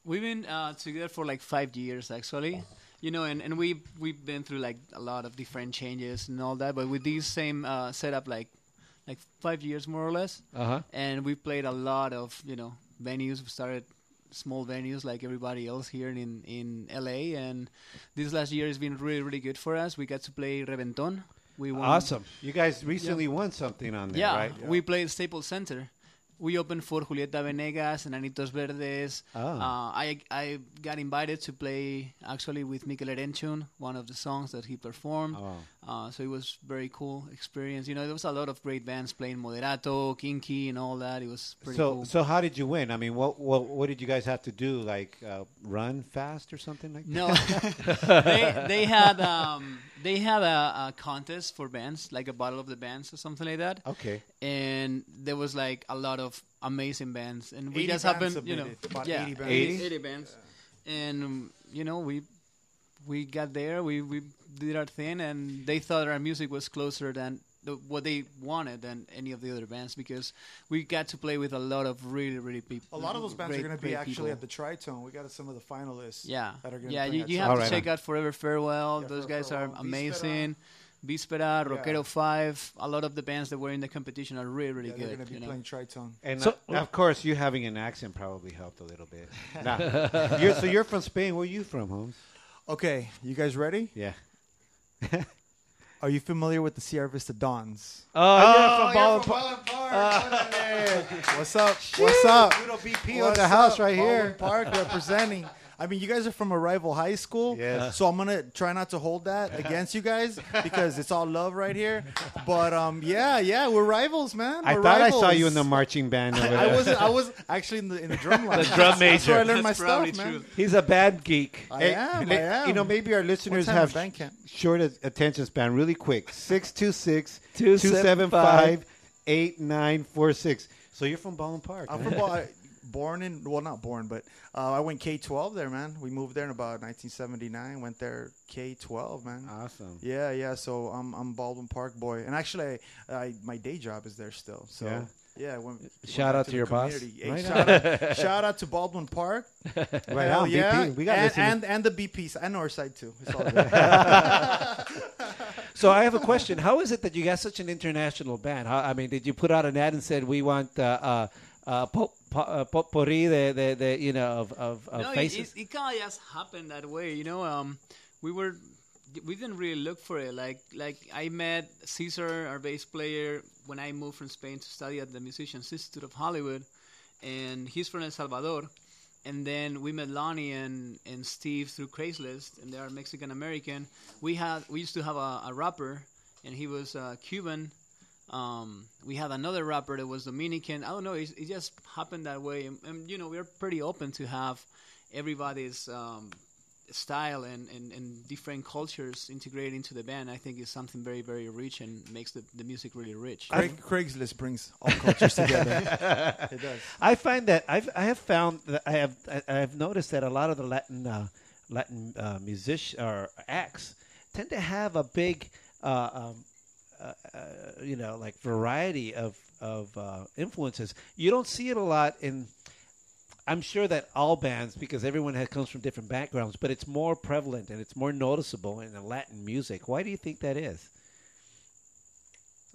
[SPEAKER 12] We've been uh, together for like five years, actually. You know, and, and we we've been through like a lot of different changes and all that, but with these same uh, setup, like like five years more or less.
[SPEAKER 1] Uh-huh.
[SPEAKER 12] And we played a lot of you know venues. We started small venues like everybody else here in in LA, and this last year has been really really good for us. We got to play Reventon. We won.
[SPEAKER 2] You guys
[SPEAKER 12] Yeah.
[SPEAKER 2] recently won something on there,
[SPEAKER 12] Yeah,
[SPEAKER 2] right?
[SPEAKER 12] we played Staples Center. We opened for Julieta Venegas and Anitos Verdes.
[SPEAKER 2] Ah.
[SPEAKER 12] Uh, I I got invited to play actually with Mikel Erenchun, one of the songs that he performed.
[SPEAKER 2] Oh.
[SPEAKER 12] Uh, so it was very cool experience. You know, there was a lot of great bands playing Moderato, Kinky, and all that. It was pretty
[SPEAKER 2] so,
[SPEAKER 12] cool.
[SPEAKER 2] so how did you win? I mean, what, what, what did you guys have to do? Like, uh, run fast or something like
[SPEAKER 12] No,
[SPEAKER 2] that?
[SPEAKER 12] they, they had um, they have a, a contest for bands, like a battle of the bands or something like that.
[SPEAKER 2] Okay.
[SPEAKER 12] And there was like a lot of amazing bands, and we
[SPEAKER 6] 80
[SPEAKER 12] just
[SPEAKER 6] bands
[SPEAKER 12] happened, you know,
[SPEAKER 6] submitted, about
[SPEAKER 12] yeah,
[SPEAKER 6] 80 bands.
[SPEAKER 12] 80,
[SPEAKER 6] 80?
[SPEAKER 12] bands, and um, you know we we got there, we we did our thing, and they thought our music was closer than. The, what they wanted than any of the other bands because we got to play with a lot of really really people.
[SPEAKER 6] A lot of those bands are
[SPEAKER 12] great-
[SPEAKER 6] going to be
[SPEAKER 12] great
[SPEAKER 6] actually
[SPEAKER 12] people.
[SPEAKER 6] at the Tritone. We got some of the finalists.
[SPEAKER 12] Yeah,
[SPEAKER 6] That are going
[SPEAKER 12] yeah. You, you have to check out Forever Farewell. Those guys are amazing. Bispera, Rockero Five. A lot of the bands that were in the competition are really, really
[SPEAKER 6] Yeah, they're
[SPEAKER 12] good.
[SPEAKER 6] gonna be
[SPEAKER 12] you know?
[SPEAKER 6] playing Tritone.
[SPEAKER 2] And
[SPEAKER 12] So-
[SPEAKER 2] uh, of course, you having an accent probably helped a little bit. Nah. You're- so you're from Spain. Where are you from, Holmes?
[SPEAKER 6] Okay, you guys ready?
[SPEAKER 2] Yeah.
[SPEAKER 6] Are you familiar with the Sierra Vista Dons?
[SPEAKER 1] Oh,
[SPEAKER 2] you're
[SPEAKER 6] from Baldwin
[SPEAKER 2] Park.
[SPEAKER 6] What's up? What's up?
[SPEAKER 2] Little BP on
[SPEAKER 6] What's
[SPEAKER 2] the house
[SPEAKER 6] up?
[SPEAKER 2] right
[SPEAKER 6] Baldwin
[SPEAKER 2] here.
[SPEAKER 6] Park representing. I mean, you guys are from a rival high school,
[SPEAKER 2] Yes.
[SPEAKER 6] so I'm gonna try not to hold that against you guys because it's all love right here. But um, yeah, yeah, we're rivals, man.
[SPEAKER 2] I
[SPEAKER 6] We're
[SPEAKER 2] thought I saw
[SPEAKER 6] rivals.
[SPEAKER 2] you in the marching band over there.
[SPEAKER 6] I wasn't. I was actually in the in the drum line.
[SPEAKER 1] The drum major.
[SPEAKER 6] That's where I learned my stuff, man.
[SPEAKER 1] He's a band geek.
[SPEAKER 6] I am. I
[SPEAKER 2] may-
[SPEAKER 6] am.
[SPEAKER 2] You know, maybe our listeners
[SPEAKER 6] time at
[SPEAKER 2] have
[SPEAKER 6] band
[SPEAKER 2] sh-
[SPEAKER 6] camp?
[SPEAKER 2] short a- attention span. Really quick 626
[SPEAKER 1] 275
[SPEAKER 2] 275 8946. So you're from Ballin Park.
[SPEAKER 6] I'm
[SPEAKER 2] huh?
[SPEAKER 6] from Bo- born in well, not born, but uh, I went K twelve there, man. We moved there in about 1979. Went there K twelve, man.
[SPEAKER 2] Awesome.
[SPEAKER 6] Yeah, yeah. So I'm I'm Baldwin Park boy, and actually, I, I my day job is there still. So.
[SPEAKER 1] Yeah.
[SPEAKER 6] Yeah. I went,
[SPEAKER 1] Shout
[SPEAKER 6] went
[SPEAKER 1] out
[SPEAKER 6] back
[SPEAKER 1] to your
[SPEAKER 6] the
[SPEAKER 1] boss.
[SPEAKER 6] community. Hey,
[SPEAKER 1] Right
[SPEAKER 6] shout,
[SPEAKER 1] on.
[SPEAKER 6] out, shout out to Baldwin Park. Right
[SPEAKER 2] on, BP.
[SPEAKER 6] yeah.
[SPEAKER 2] We got
[SPEAKER 6] and,
[SPEAKER 2] listeners.
[SPEAKER 6] and and the BPs and Northside too. It's all good.
[SPEAKER 1] So I have a question. How is it that you got such an international band? How, I mean, did you put out an ad and said we want uh, uh, uh, pot, pot, uh, potpourri, the, the, the you know of, of, of
[SPEAKER 12] no, it-
[SPEAKER 1] faces?
[SPEAKER 12] It, it, kind of just happened that way, you know. Um, we were, we didn't really look for it. Like, like I met Cesar, our bass player, when I moved from Spain to study at the Musicians Institute of Hollywood, and he's from El Salvador. And then we met Lonnie and, and Steve through Craigslist, and they are Mexican American. We had we used to have a, a rapper and he was uh, Cuban. Um, we had another rapper that was Dominican. I don't know. It, it just happened that way, and, and you know we are pretty open to have everybody's um, style and, and, and different cultures integrated into the band. I think is something very very rich and makes the, the music really rich.
[SPEAKER 6] Craig, Craigslist brings all cultures together. it does.
[SPEAKER 1] I find that I've I have found that I have I, I have noticed that a lot of the Latin uh, Latin uh, musician or acts tend to have a big uh, um, uh, uh, you know like variety of of uh, influences. You don't see it a lot in. I'm sure that all bands, because everyone has, comes from different backgrounds, but it's more prevalent and it's more noticeable in the Latin music. Why do you think that is?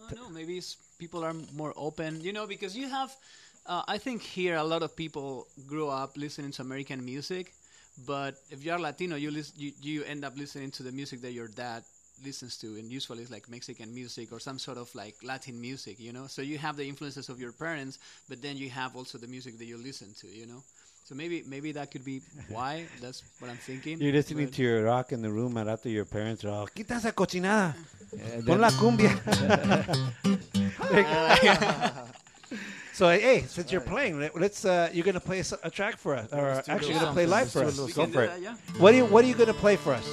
[SPEAKER 12] I don't know. Maybe it's, people are more open, you know, because you have. Uh, I think here a lot of people grow up listening to American music, but if you are Latino, you, lis- you you end up listening to the music that your dad listens to, and usually it's like Mexican music or some sort of like Latin music, you know. So you have the influences of your parents, but then you have also the music that you listen to, you know. So maybe maybe that could be why. That's what I'm thinking.
[SPEAKER 2] You're listening
[SPEAKER 12] but-
[SPEAKER 2] to your rock in the room, and after your parents are all, "Quita esa cochinada,
[SPEAKER 1] And
[SPEAKER 2] pon
[SPEAKER 1] then-
[SPEAKER 2] la cumbia."
[SPEAKER 1] so hey, since you're playing, let- let's uh, you're gonna play s- a track for us, or
[SPEAKER 2] Let's do a
[SPEAKER 1] actually
[SPEAKER 2] little
[SPEAKER 1] gonna play
[SPEAKER 2] something.
[SPEAKER 1] live for
[SPEAKER 2] Let's
[SPEAKER 1] us.
[SPEAKER 2] do a little Go for something. it.
[SPEAKER 12] Yeah,
[SPEAKER 1] What are you What are you gonna play for us?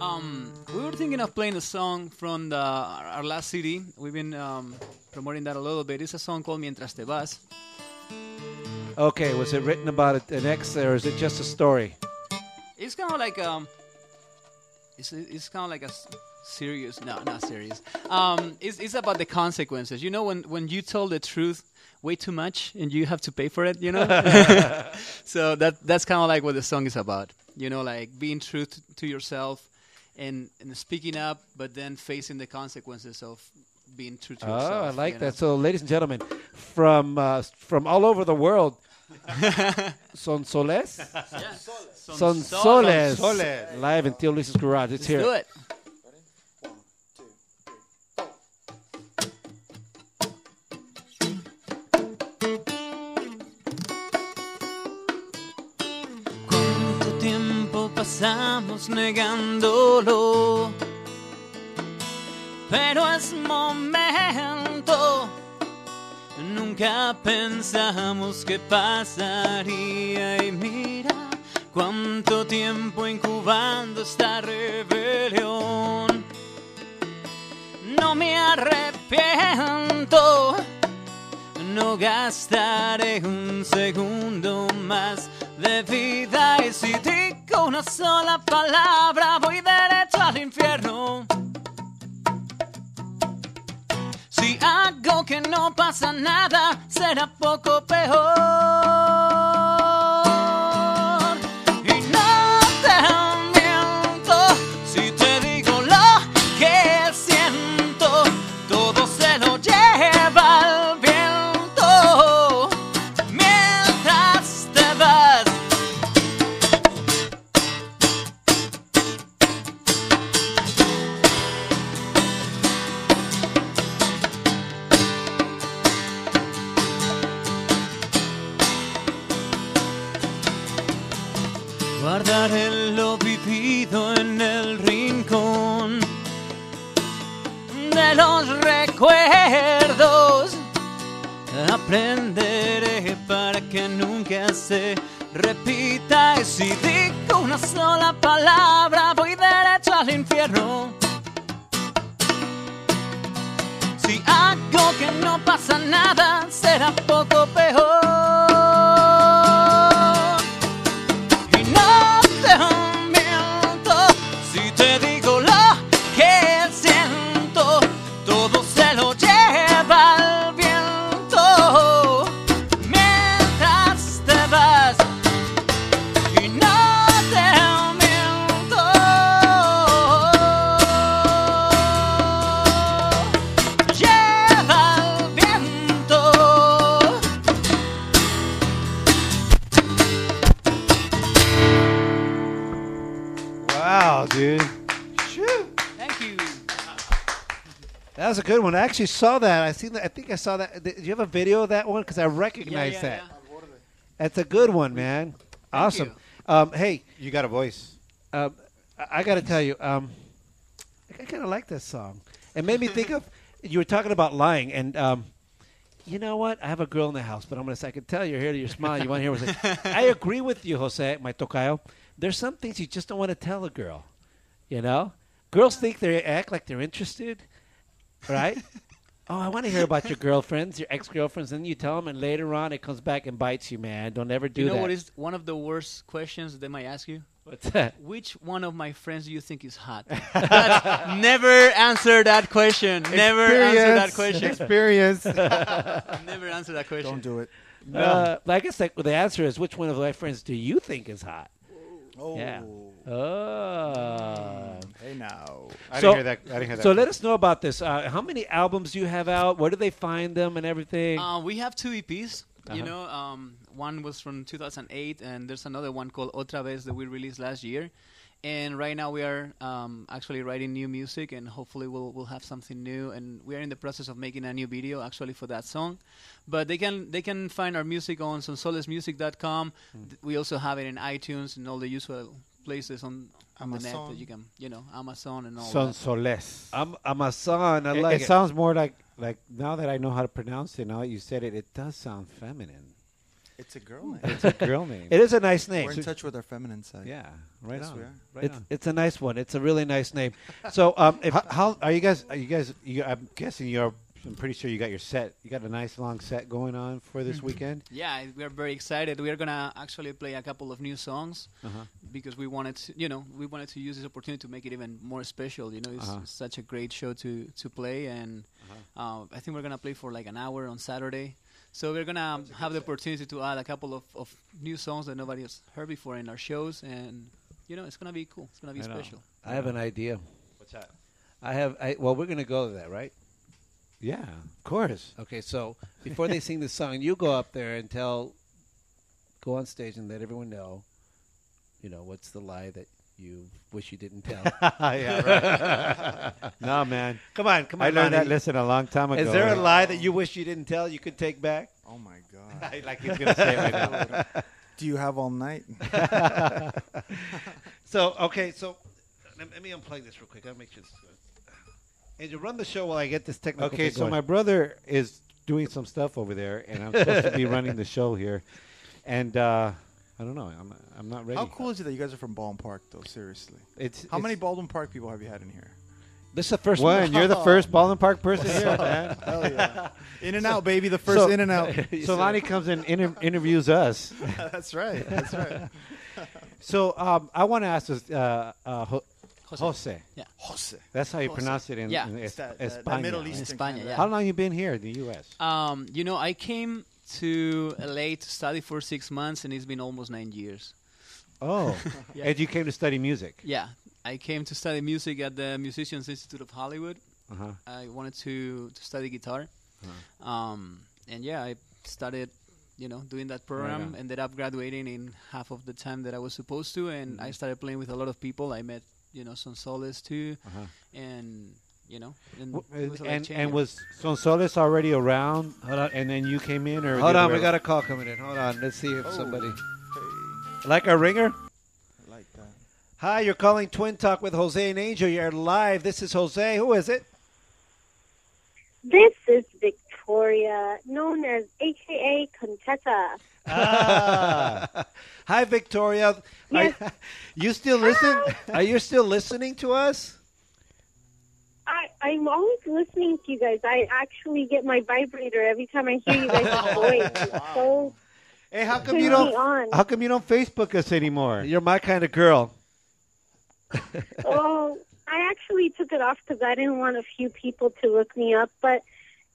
[SPEAKER 12] Um, we were thinking of playing a song from the, our our last CD. We've been um, promoting that a little bit. It's a song called Mientras Te Vas.
[SPEAKER 1] Okay, was it written about an ex, or is it just a story?
[SPEAKER 12] It's kind of like um, it's it's kind of like a s- serious. No, not serious. Um, it's it's about the consequences. You know, when when you tell the truth way too much and you have to pay for it. You know, so that that's kind of like what the song is about. You know, like being true t- to yourself and and speaking up, but then facing the consequences of being true to
[SPEAKER 1] Oh,
[SPEAKER 12] yourself.
[SPEAKER 1] I like
[SPEAKER 12] you know?
[SPEAKER 1] that. So, ladies and gentlemen, from uh, s- from all over the world, Son Soles,
[SPEAKER 12] Yes.
[SPEAKER 1] Son Soles,
[SPEAKER 12] Sonsoles.
[SPEAKER 1] live in Theo Luis's garage.
[SPEAKER 12] Let's
[SPEAKER 1] It's here.
[SPEAKER 12] do it.
[SPEAKER 13] ¿Cuánto tiempo pasamos negándolo? Pero es momento, nunca pensamos que pasaría y mira cuánto tiempo incubando esta rebelión. No me arrepiento. No gastaré un segundo más de vida y si digo una sola palabra voy derecho al infierno. Si hago que no pasa nada será poco peor. Y no te miento si te digo lo que siento. Todo se lo lleva el viento mientras te vas. Guardaré lo vivido en el rincón de los recuerdos. Aprenderé para que nunca se repita. Y si digo una sola palabra, voy derecho al infierno. Si hago que no pasa nada, será poco peor. Y no te miento si te digo lo que siento. Todo se lo lleva el viento mientras te vas. Y no te miento. Lleva el viento.
[SPEAKER 1] Wow, dude.
[SPEAKER 12] Thank you.
[SPEAKER 1] That was a good one. I actually saw that. I seen that. I think I saw that. Did you have a video of that one? Because I recognize
[SPEAKER 12] yeah,
[SPEAKER 1] that. That's a good one, man. awesome. Um, hey,
[SPEAKER 2] you got a voice.
[SPEAKER 1] Um, I, I got to tell you, um, I kind of like that song. It made me think of you were talking about lying, and um, you know what? I have a girl in the house, but I'm gonna say I can tell you're here to your smile. You want to hear what I say? I agree with you, Jose, my tocayo. There's some things you just don't want to tell a girl. You know, girls think they act like they're interested, right? oh, I want to hear about your girlfriends, your ex-girlfriends, and you tell them, and later on it comes back and bites you, man. Don't ever do
[SPEAKER 12] you know
[SPEAKER 1] that.
[SPEAKER 12] what is one of the worst questions they might ask you?
[SPEAKER 1] What's that?
[SPEAKER 12] Which one of my friends do you think is hot? That's- never answer that question. Never answer that question.
[SPEAKER 2] Experience.
[SPEAKER 12] never answer that question.
[SPEAKER 6] Don't do it.
[SPEAKER 1] No. Uh, I guess like, the answer is which one of my friends do you think is hot?
[SPEAKER 6] Oh.
[SPEAKER 1] Yeah. Oh.
[SPEAKER 6] Hey now.
[SPEAKER 2] I didn't hear that- I didn't hear that
[SPEAKER 1] So
[SPEAKER 2] one.
[SPEAKER 1] let us know about this. Uh, how many albums do you have out? Where do they find them and everything?
[SPEAKER 6] Um,
[SPEAKER 12] Uh, we have two EPs.
[SPEAKER 1] Uh-huh.
[SPEAKER 12] You know, um, one was from 2008, and there's another one called Otra Vez that we released last year. And right now we are um, actually writing new music, and hopefully we'll we'll have something new. And we are in the process of making a new video actually for that song. But they can they can find our music on sonsolesmusic.com. Th- We also have it in iTunes and all the usual places on, on the net that
[SPEAKER 6] Amazon.
[SPEAKER 12] you can you know Amazon and all. that.
[SPEAKER 2] Sonsoles.
[SPEAKER 1] I'm Amazon. I
[SPEAKER 2] it,
[SPEAKER 1] like
[SPEAKER 2] it
[SPEAKER 1] it.
[SPEAKER 2] sounds more like like now that I know how to pronounce it. Now that you said it, it does sound feminine.
[SPEAKER 6] It's a girl name.
[SPEAKER 2] It's a girl name.
[SPEAKER 1] It is a nice name.
[SPEAKER 6] We're in touch with our feminine side.
[SPEAKER 2] Yeah, right
[SPEAKER 6] yes,
[SPEAKER 2] on.
[SPEAKER 6] We are.
[SPEAKER 2] Right
[SPEAKER 1] it's,
[SPEAKER 2] on.
[SPEAKER 1] it's a nice one. It's a really nice name. So um, if,
[SPEAKER 2] how, how are you guys? Are you guys? You, I'm guessing you're. I'm pretty sure you got your set. You got a nice long set going on for this
[SPEAKER 6] Hmm.
[SPEAKER 2] weekend.
[SPEAKER 12] Yeah, I- we are very excited. We are gonna actually play a couple of new songs
[SPEAKER 2] Uh-huh.
[SPEAKER 12] because we wanted, to, you know, we wanted to use this opportunity to make it even more special. You know, it's,
[SPEAKER 2] Uh-huh.
[SPEAKER 12] it's such a great show to to play, and uh, I think we're gonna play for like an hour on Saturday. So we're gonna have the opportunity to add a couple of, of new songs that nobody has heard before in our shows, and you know, it's gonna be cool. It's gonna be
[SPEAKER 1] Right on.
[SPEAKER 12] special.
[SPEAKER 1] I have an idea.
[SPEAKER 2] What's that?
[SPEAKER 1] I have. I, well, we're gonna go to that, right?
[SPEAKER 2] Yeah, of course.
[SPEAKER 1] Okay, so before they sing the song, you go up there and tell, go on stage and let everyone know, you know, what's the lie that you wish you didn't tell.
[SPEAKER 2] yeah, right. no, man.
[SPEAKER 1] Come on, come on.
[SPEAKER 2] I learned that
[SPEAKER 1] Lonnie.
[SPEAKER 2] lesson a long time ago.
[SPEAKER 1] Is there a lie that you wish you didn't tell you could take back?
[SPEAKER 6] Oh my god.
[SPEAKER 2] like he's gonna say it right now.
[SPEAKER 6] Do you have all night?
[SPEAKER 1] so okay, so let, let me unplug this real quick. I'll make sure. This is good. Angel, run the show while I get this technical.
[SPEAKER 2] Okay,
[SPEAKER 1] thing
[SPEAKER 2] so
[SPEAKER 1] going.
[SPEAKER 2] my brother is doing some stuff over there, and I'm supposed to be running the show here, and uh, I don't know. I'm I'm not ready.
[SPEAKER 6] How cool is it that you guys are from Baldwin Park, though? Seriously.
[SPEAKER 2] It's
[SPEAKER 6] How
[SPEAKER 2] it's-
[SPEAKER 6] many Baldwin Park people have you had in here?
[SPEAKER 1] This is the first
[SPEAKER 2] one. You're the first Baldwin Park person
[SPEAKER 6] What's
[SPEAKER 2] here,
[SPEAKER 6] up?
[SPEAKER 2] man.
[SPEAKER 6] Hell yeah. In and out, baby. The first in and out.
[SPEAKER 2] so Lonnie comes in, inter- interviews us.
[SPEAKER 6] That's right. That's right.
[SPEAKER 2] So um, I want to ask this, uh, uh, Ho- Jose.
[SPEAKER 12] Jose. Yeah.
[SPEAKER 6] Jose.
[SPEAKER 2] That's how you
[SPEAKER 6] Jose.
[SPEAKER 2] pronounce it in,
[SPEAKER 12] Yeah.
[SPEAKER 2] in
[SPEAKER 6] It's
[SPEAKER 2] es-
[SPEAKER 6] that- that- that
[SPEAKER 2] España,
[SPEAKER 6] Middle
[SPEAKER 2] right?
[SPEAKER 6] Eastern
[SPEAKER 12] España, yeah.
[SPEAKER 2] How long you been here in the U.S.?
[SPEAKER 12] Um, you know, I came to LA to study for six months, and it's been almost nine years.
[SPEAKER 2] Oh,
[SPEAKER 12] Yeah.
[SPEAKER 2] and you came to study music.
[SPEAKER 12] Yeah, I came to study music at the Musicians Institute of Hollywood.
[SPEAKER 2] Uh-huh.
[SPEAKER 12] I wanted to, to study guitar, um, and yeah, I started, you know, doing that program.
[SPEAKER 2] on.
[SPEAKER 12] Ended up graduating in half of the time that I was supposed to, and
[SPEAKER 2] Mm-hmm.
[SPEAKER 12] I started playing with a lot of people. I met, you know, some Solis too,
[SPEAKER 2] Uh-huh.
[SPEAKER 12] and you know, and it
[SPEAKER 2] And
[SPEAKER 12] was a
[SPEAKER 2] and,
[SPEAKER 12] life-changing.
[SPEAKER 2] was Sonsoles already around? And then you came in, or
[SPEAKER 1] Hold
[SPEAKER 2] the
[SPEAKER 1] on,
[SPEAKER 2] other
[SPEAKER 1] we
[SPEAKER 2] way
[SPEAKER 1] got
[SPEAKER 2] around?
[SPEAKER 1] a call coming in. Hold on, let's see if
[SPEAKER 6] Oh.
[SPEAKER 1] somebody
[SPEAKER 6] Hey,
[SPEAKER 1] like our ringer.
[SPEAKER 6] I like that.
[SPEAKER 1] Hi, you're calling Twin Talk with Jose and Angel. You're live. This is Jose. Who is it?
[SPEAKER 14] This is Victoria, known as AKA Contessa.
[SPEAKER 1] Ah. Hi, Victoria.
[SPEAKER 14] Yes.
[SPEAKER 1] Are, you still listen? Are you still listening to us?
[SPEAKER 14] I, I'm always listening to you guys. I actually get my vibrator every time I hear you guys' voice. It's so
[SPEAKER 2] Hey, how come
[SPEAKER 14] turns
[SPEAKER 2] you
[SPEAKER 14] me
[SPEAKER 2] don't?
[SPEAKER 14] on.
[SPEAKER 2] How come you don't Facebook us anymore?
[SPEAKER 1] You're my kind of girl.
[SPEAKER 14] Oh, I actually took it off because I didn't want a few people to look me up, but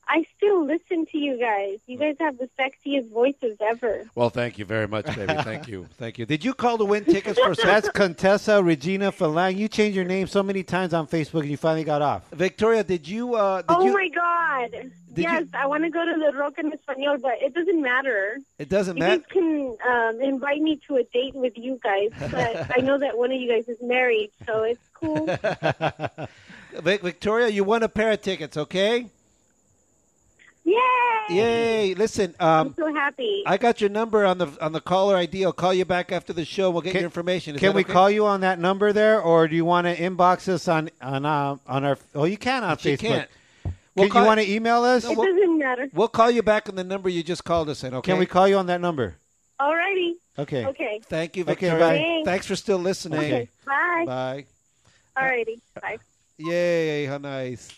[SPEAKER 14] I still listen to you guys. You guys have the sexiest voices ever.
[SPEAKER 1] Well, thank you very much, baby. Thank you, thank you. Did you call to win tickets for
[SPEAKER 2] That's Contessa Regina Falang. You changed your name so many times on Facebook, and you finally got off.
[SPEAKER 1] Victoria? Did you? Uh, did
[SPEAKER 14] oh
[SPEAKER 1] you?
[SPEAKER 14] my God.
[SPEAKER 1] Did
[SPEAKER 14] Yes,
[SPEAKER 1] you-
[SPEAKER 14] I want to go to the Rock en Español, but it doesn't matter.
[SPEAKER 1] It doesn't
[SPEAKER 14] You
[SPEAKER 1] matter.
[SPEAKER 14] guys can um, invite me to a date with you guys, but I know that one of you guys is married, so it's cool.
[SPEAKER 1] Vic- Victoria, you won a pair of tickets. Okay.
[SPEAKER 14] Yay!
[SPEAKER 1] Yay! Listen, um,
[SPEAKER 14] I'm so happy.
[SPEAKER 1] I got your number on the on the caller ID. I'll call you back after the show. We'll get your information. Is
[SPEAKER 2] Can
[SPEAKER 1] that
[SPEAKER 2] we
[SPEAKER 1] okay?
[SPEAKER 2] call you on that number there, or do you want to inbox us on on uh, on our? Oh, you can on
[SPEAKER 1] She
[SPEAKER 2] Facebook.
[SPEAKER 1] can't.
[SPEAKER 2] Can- you want to email us?
[SPEAKER 1] No, we'll,
[SPEAKER 14] doesn't matter.
[SPEAKER 1] we'll call you back on the number you just called us in. Okay?
[SPEAKER 2] Can we call you on that number?
[SPEAKER 14] Alrighty.
[SPEAKER 2] Okay.
[SPEAKER 14] Okay.
[SPEAKER 1] Thank you,
[SPEAKER 2] Okay,
[SPEAKER 1] Victoria.
[SPEAKER 2] bye.
[SPEAKER 14] Thanks.
[SPEAKER 1] Thanks for still listening.
[SPEAKER 14] Okay. Bye.
[SPEAKER 1] Bye.
[SPEAKER 14] Alrighty. Bye.
[SPEAKER 1] Yay! How nice.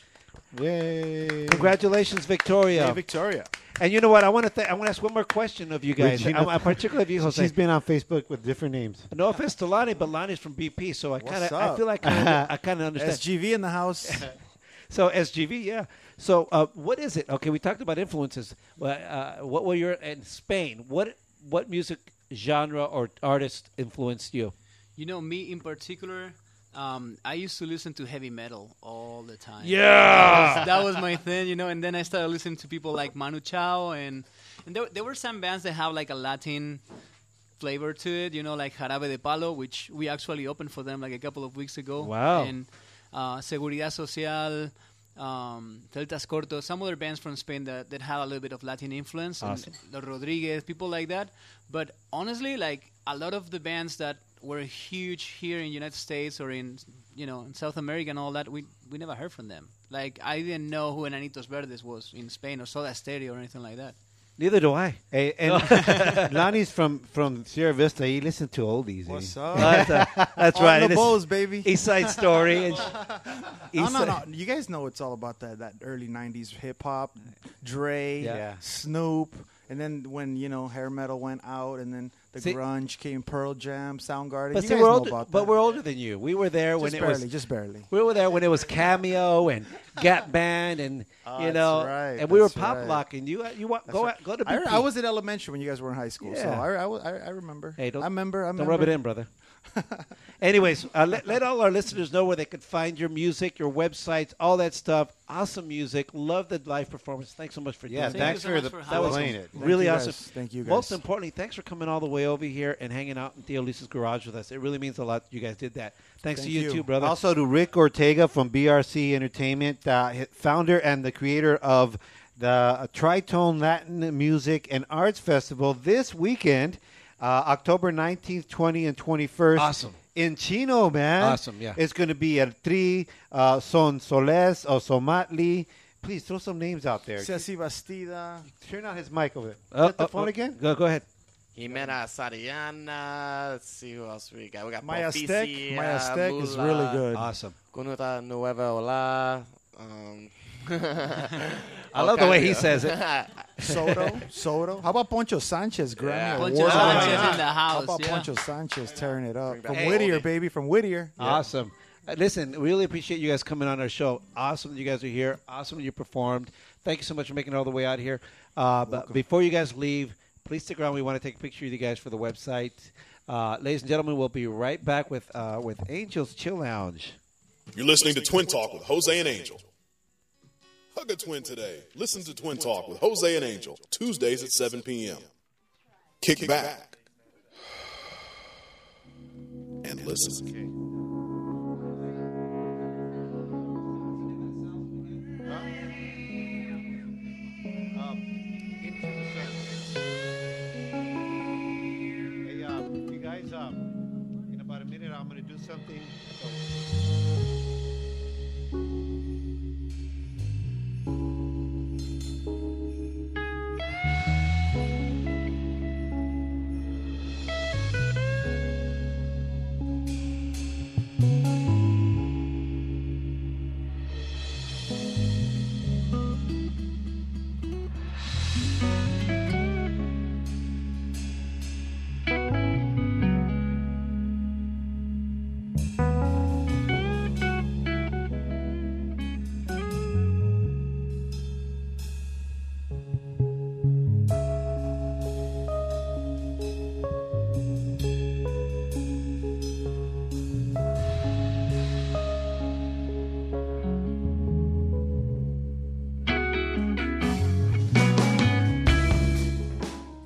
[SPEAKER 2] Yay!
[SPEAKER 1] Congratulations, Victoria.
[SPEAKER 2] Hey,
[SPEAKER 6] Victoria.
[SPEAKER 1] And you know what? I want to th- I want to ask one more question of you guys.
[SPEAKER 2] Regina-
[SPEAKER 1] I'm, I'm particularly of you, Jose.
[SPEAKER 2] She's been on Facebook with different names.
[SPEAKER 1] No offense to Lonnie, but Lonnie's from BP, so I kind of
[SPEAKER 2] What's
[SPEAKER 1] I
[SPEAKER 2] up?
[SPEAKER 1] feel like kinda, I kind of understand.
[SPEAKER 6] SGV in the house.
[SPEAKER 1] so SGV, yeah. So uh, what is it? Okay, we talked about influences. Well, Uh, what were your in Spain? What what music genre or artist influenced you?
[SPEAKER 12] You know, me in particular, um, I used to listen to heavy metal all the time.
[SPEAKER 1] Yeah.
[SPEAKER 12] That was, that was my thing, you know. And then I started listening to people like Manu Chao, and and there, there were some bands that have like a Latin flavor to it, you know, like Jarabe de Palo, which we actually opened for them like a couple of weeks ago.
[SPEAKER 1] Wow.
[SPEAKER 12] And uh, Seguridad Social. Um, Celtas Cortos, some other bands from Spain that, that had a little bit of Latin influence, and
[SPEAKER 1] Awesome.
[SPEAKER 12] the Rodriguez, people like that. But honestly, like a lot of the bands that were huge here in United States or in you know in South America and all that, we we never heard from them. Like I didn't know who Enanitos Verdes was in Spain or Soda Stereo or anything like that.
[SPEAKER 1] Neither do I.
[SPEAKER 2] Hey, and Lonnie's from from Sierra Vista. He listened to oldies. eh? What's
[SPEAKER 6] up?
[SPEAKER 1] That's, uh, that's
[SPEAKER 6] On
[SPEAKER 1] right.
[SPEAKER 6] the
[SPEAKER 1] This-
[SPEAKER 6] Bows, baby.
[SPEAKER 1] East Side Story. and-
[SPEAKER 6] No,
[SPEAKER 1] East
[SPEAKER 6] no,
[SPEAKER 1] Side-
[SPEAKER 6] no. You guys know it's all about that that early '90s hip hop, Dre,
[SPEAKER 1] Yeah. Yeah.
[SPEAKER 6] Snoop, and then when you know hair metal went out, and then the
[SPEAKER 1] See-
[SPEAKER 6] grunge came, Pearl Jam, Soundgarden.
[SPEAKER 1] But
[SPEAKER 6] you
[SPEAKER 1] see,
[SPEAKER 6] guys
[SPEAKER 1] we're
[SPEAKER 6] know
[SPEAKER 1] older,
[SPEAKER 6] about
[SPEAKER 1] but
[SPEAKER 6] that.
[SPEAKER 1] we're older than you. We were there when
[SPEAKER 6] Just
[SPEAKER 1] it
[SPEAKER 6] barely,
[SPEAKER 1] was
[SPEAKER 6] just barely.
[SPEAKER 1] We were there when it was cameo and Gap Band and
[SPEAKER 6] Oh, that's
[SPEAKER 1] you know,
[SPEAKER 6] right,
[SPEAKER 1] and we were
[SPEAKER 6] that's
[SPEAKER 1] pop
[SPEAKER 6] right.
[SPEAKER 1] locking. You you wa-
[SPEAKER 6] That's
[SPEAKER 1] go
[SPEAKER 6] right.
[SPEAKER 1] out, go to
[SPEAKER 6] I,
[SPEAKER 1] BP.
[SPEAKER 6] I was in elementary when you guys were in high school, so
[SPEAKER 1] Yeah.
[SPEAKER 6] I, I, was- I, I remember.
[SPEAKER 1] Hey, don't,
[SPEAKER 6] I remember. I
[SPEAKER 1] Don't rub it
[SPEAKER 6] remember.
[SPEAKER 1] in, brother. Anyways, uh, let, let all our listeners know where they could find your music, your websites, all that stuff. Awesome music. Love the live performance. Thanks so much for
[SPEAKER 2] Yeah,
[SPEAKER 1] doing
[SPEAKER 2] thanks
[SPEAKER 1] that.
[SPEAKER 2] Thank you so for much the- for
[SPEAKER 1] that was
[SPEAKER 2] playing it. Thank
[SPEAKER 1] really
[SPEAKER 2] you guys.
[SPEAKER 1] awesome.
[SPEAKER 2] Thank you
[SPEAKER 1] Most
[SPEAKER 2] guys.
[SPEAKER 1] importantly, thanks for coming all the way over here and hanging out in Theo Lisa's garage with us. It really means a lot. You guys did that. Thanks to you, too, brother.
[SPEAKER 2] Also to Rick Ortega from BRC Entertainment, uh, hi- founder and the creator of the uh, Tritone Latin Music and Arts Festival this weekend, uh, October 19th, 20th, and 21st.
[SPEAKER 1] Awesome.
[SPEAKER 2] In Chino, man.
[SPEAKER 1] Awesome, yeah.
[SPEAKER 2] It's going to be El Tri, uh, Son Soles, or Somatli. Please throw some names out there.
[SPEAKER 6] Ceci Bastida.
[SPEAKER 2] Turn on his mic over there.
[SPEAKER 1] Oh,
[SPEAKER 2] Is that the
[SPEAKER 1] oh,
[SPEAKER 2] phone
[SPEAKER 1] oh.
[SPEAKER 2] again?
[SPEAKER 1] Go, go ahead.
[SPEAKER 15] Jimena Sariana. Let's see who else we got. We got
[SPEAKER 6] Maya
[SPEAKER 15] Popisi,
[SPEAKER 6] Steck.
[SPEAKER 15] uh,
[SPEAKER 6] Maya Steck is really
[SPEAKER 15] Mula,
[SPEAKER 6] good.
[SPEAKER 1] Awesome.
[SPEAKER 15] Kunuta Nueva Ola. Um,
[SPEAKER 1] I love the way he
[SPEAKER 15] Ocasio.
[SPEAKER 1] says it.
[SPEAKER 6] Soto, Soto. How about Poncho Sanchez, Grammy
[SPEAKER 15] Yeah.
[SPEAKER 6] Award
[SPEAKER 15] Poncho
[SPEAKER 6] winner?
[SPEAKER 15] Sanchez in the
[SPEAKER 6] How
[SPEAKER 15] house,
[SPEAKER 6] about
[SPEAKER 15] yeah.
[SPEAKER 6] Poncho Sanchez tearing it up from
[SPEAKER 1] back
[SPEAKER 6] Whittier,
[SPEAKER 1] Goldie.
[SPEAKER 6] baby, from Whittier.
[SPEAKER 1] Awesome. Uh, Listen, really appreciate you guys coming on our show. Awesome that you guys are here. Awesome that you performed. Thank you so much for making it all the way out here. Uh, but before you guys leave, please stick around. We want to take a picture of you guys for the website. Uh, ladies and gentlemen, we'll be right back with uh, with Angels Chill Lounge.
[SPEAKER 16] You're listening to Twin Talk with Jose and Angel. Hug a twin today. Listen to Twin Talk with Jose and Angel, Tuesdays at 7 p.m. Kick back and listen.
[SPEAKER 2] Hey, uh, you guys, um, in about a minute, I'm going to do something.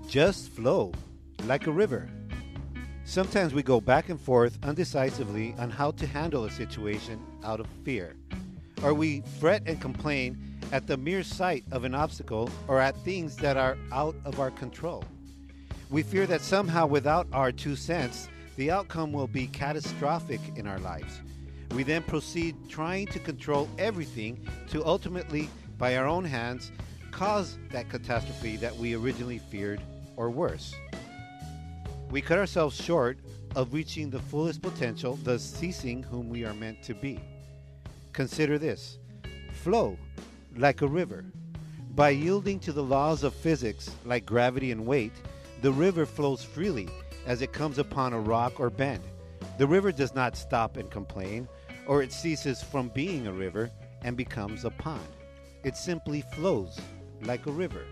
[SPEAKER 2] just flow like a river. Sometimes we go back and forth undecisively on how to handle a situation out of fear, or we fret and complain
[SPEAKER 1] at the mere sight of an obstacle or at things that are out of our control. We fear that somehow, without our two cents, the outcome will be catastrophic in our lives. We then proceed trying to control everything to ultimately, by our own hands, cause that catastrophe that we originally feared or worse. We cut ourselves short of reaching the fullest potential, thus ceasing whom we are meant to be. Consider this flow like a river. By yielding to the laws of physics, like gravity and weight, the river flows freely as it comes upon a rock or bend. The river does not stop and complain, or it ceases from being a river and becomes a pond. It simply flows like a river,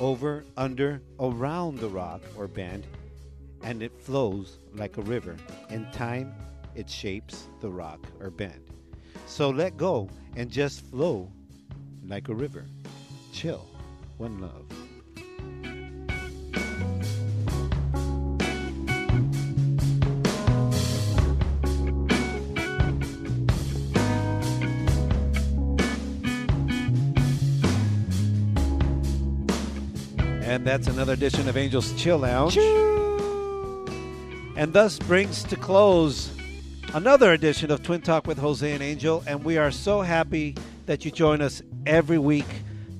[SPEAKER 1] over, under, around the rock or bend, and it flows like a river. In time, it shapes the rock or bend. So let go and just flow like a river. Chill, one love. And that's another edition of Angels Chill Lounge. And thus brings to close another edition of Twin Talk with Jose and Angel. And we are so happy that you join us every week,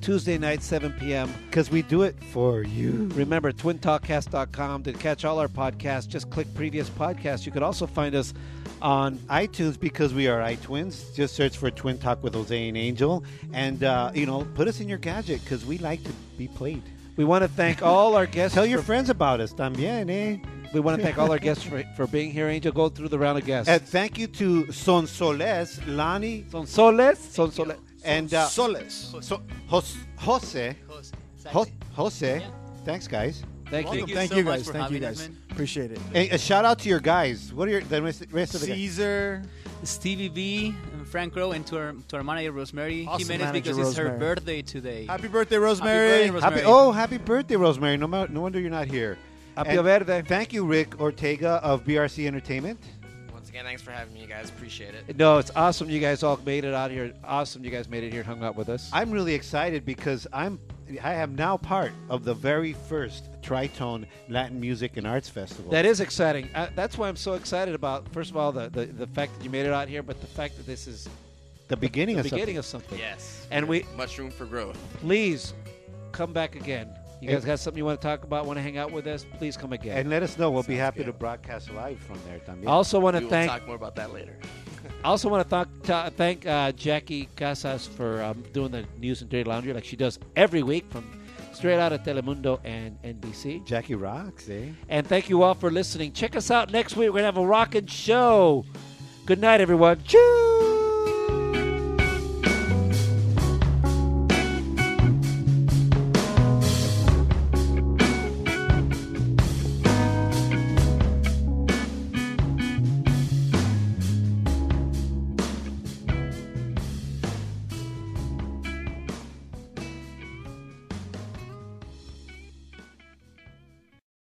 [SPEAKER 1] Tuesday night, 7 p.m. Because we do it for you. Remember, twintalkcast.com to catch all our podcasts. Just click previous podcasts. You could also find us on iTunes because we are iTwins. Just search for Twin Talk with Jose and Angel. And, uh, you know, put us in your gadget because we like to be played. We want to thank all our guests. Tell your friends about us también, eh? We want to thank all our guests for, for being here, Angel. Go through the round of guests. And thank you to Sonsoles, Lani. Sonsoles? Sonsoles.
[SPEAKER 2] Eh,
[SPEAKER 1] And uh,
[SPEAKER 6] Soles.
[SPEAKER 1] So, Jos- Jose. Jose. Jose. Thanks, guys.
[SPEAKER 6] Thank you. Thank you guys. Thank you guys. Appreciate it.
[SPEAKER 1] Hey, a shout out to your guys. What are your, the rest rest of the guys?
[SPEAKER 12] Caesar, Stevie V, and Frank Rowe, and to our, to our manager Rosemary
[SPEAKER 1] Awesome
[SPEAKER 12] Jimenez
[SPEAKER 1] manager,
[SPEAKER 12] because
[SPEAKER 1] Rosemary.
[SPEAKER 12] it's her birthday today.
[SPEAKER 17] Happy birthday,
[SPEAKER 1] Happy- oh, happy birthday, Rosemary. No, mo- no wonder you're not here.
[SPEAKER 11] Happy
[SPEAKER 1] birthday. Thank you, Rick Ortega of BRC Entertainment.
[SPEAKER 11] Once again, thanks for having me, you guys. Appreciate it.
[SPEAKER 4] No, it's awesome. You guys all made it out here. Awesome, you guys made it here, hung out with us.
[SPEAKER 1] I'm really excited because I'm I am now part of the very first Tritone Latin Music and Arts Festival.
[SPEAKER 4] That is exciting. Uh, that's why I'm so excited about. First of all, the, the the fact that you made it out here, but the fact that this is
[SPEAKER 1] the beginning
[SPEAKER 4] the
[SPEAKER 1] of
[SPEAKER 4] beginning
[SPEAKER 1] something.
[SPEAKER 4] of something.
[SPEAKER 11] Yes.
[SPEAKER 4] and we
[SPEAKER 11] much room for growth.
[SPEAKER 4] please come back again. You
[SPEAKER 1] And-
[SPEAKER 4] guys got something you want to talk about? Want to hang out with us? Please come again.
[SPEAKER 1] And let us know. We'll be happy to broadcast live from there. También.
[SPEAKER 4] I also want
[SPEAKER 11] we
[SPEAKER 4] to
[SPEAKER 11] will
[SPEAKER 4] thank.
[SPEAKER 11] talk more about that later.
[SPEAKER 4] I also want to thank ta- thank uh, Jackie Casas for um, doing the news and dirty laundry like she does every week from straight out of Telemundo and NBC.
[SPEAKER 1] Jackie rocks, eh?
[SPEAKER 4] And thank you all for listening. Check us out next week. We're gonna have a rocking show. Good night, everyone. Choo!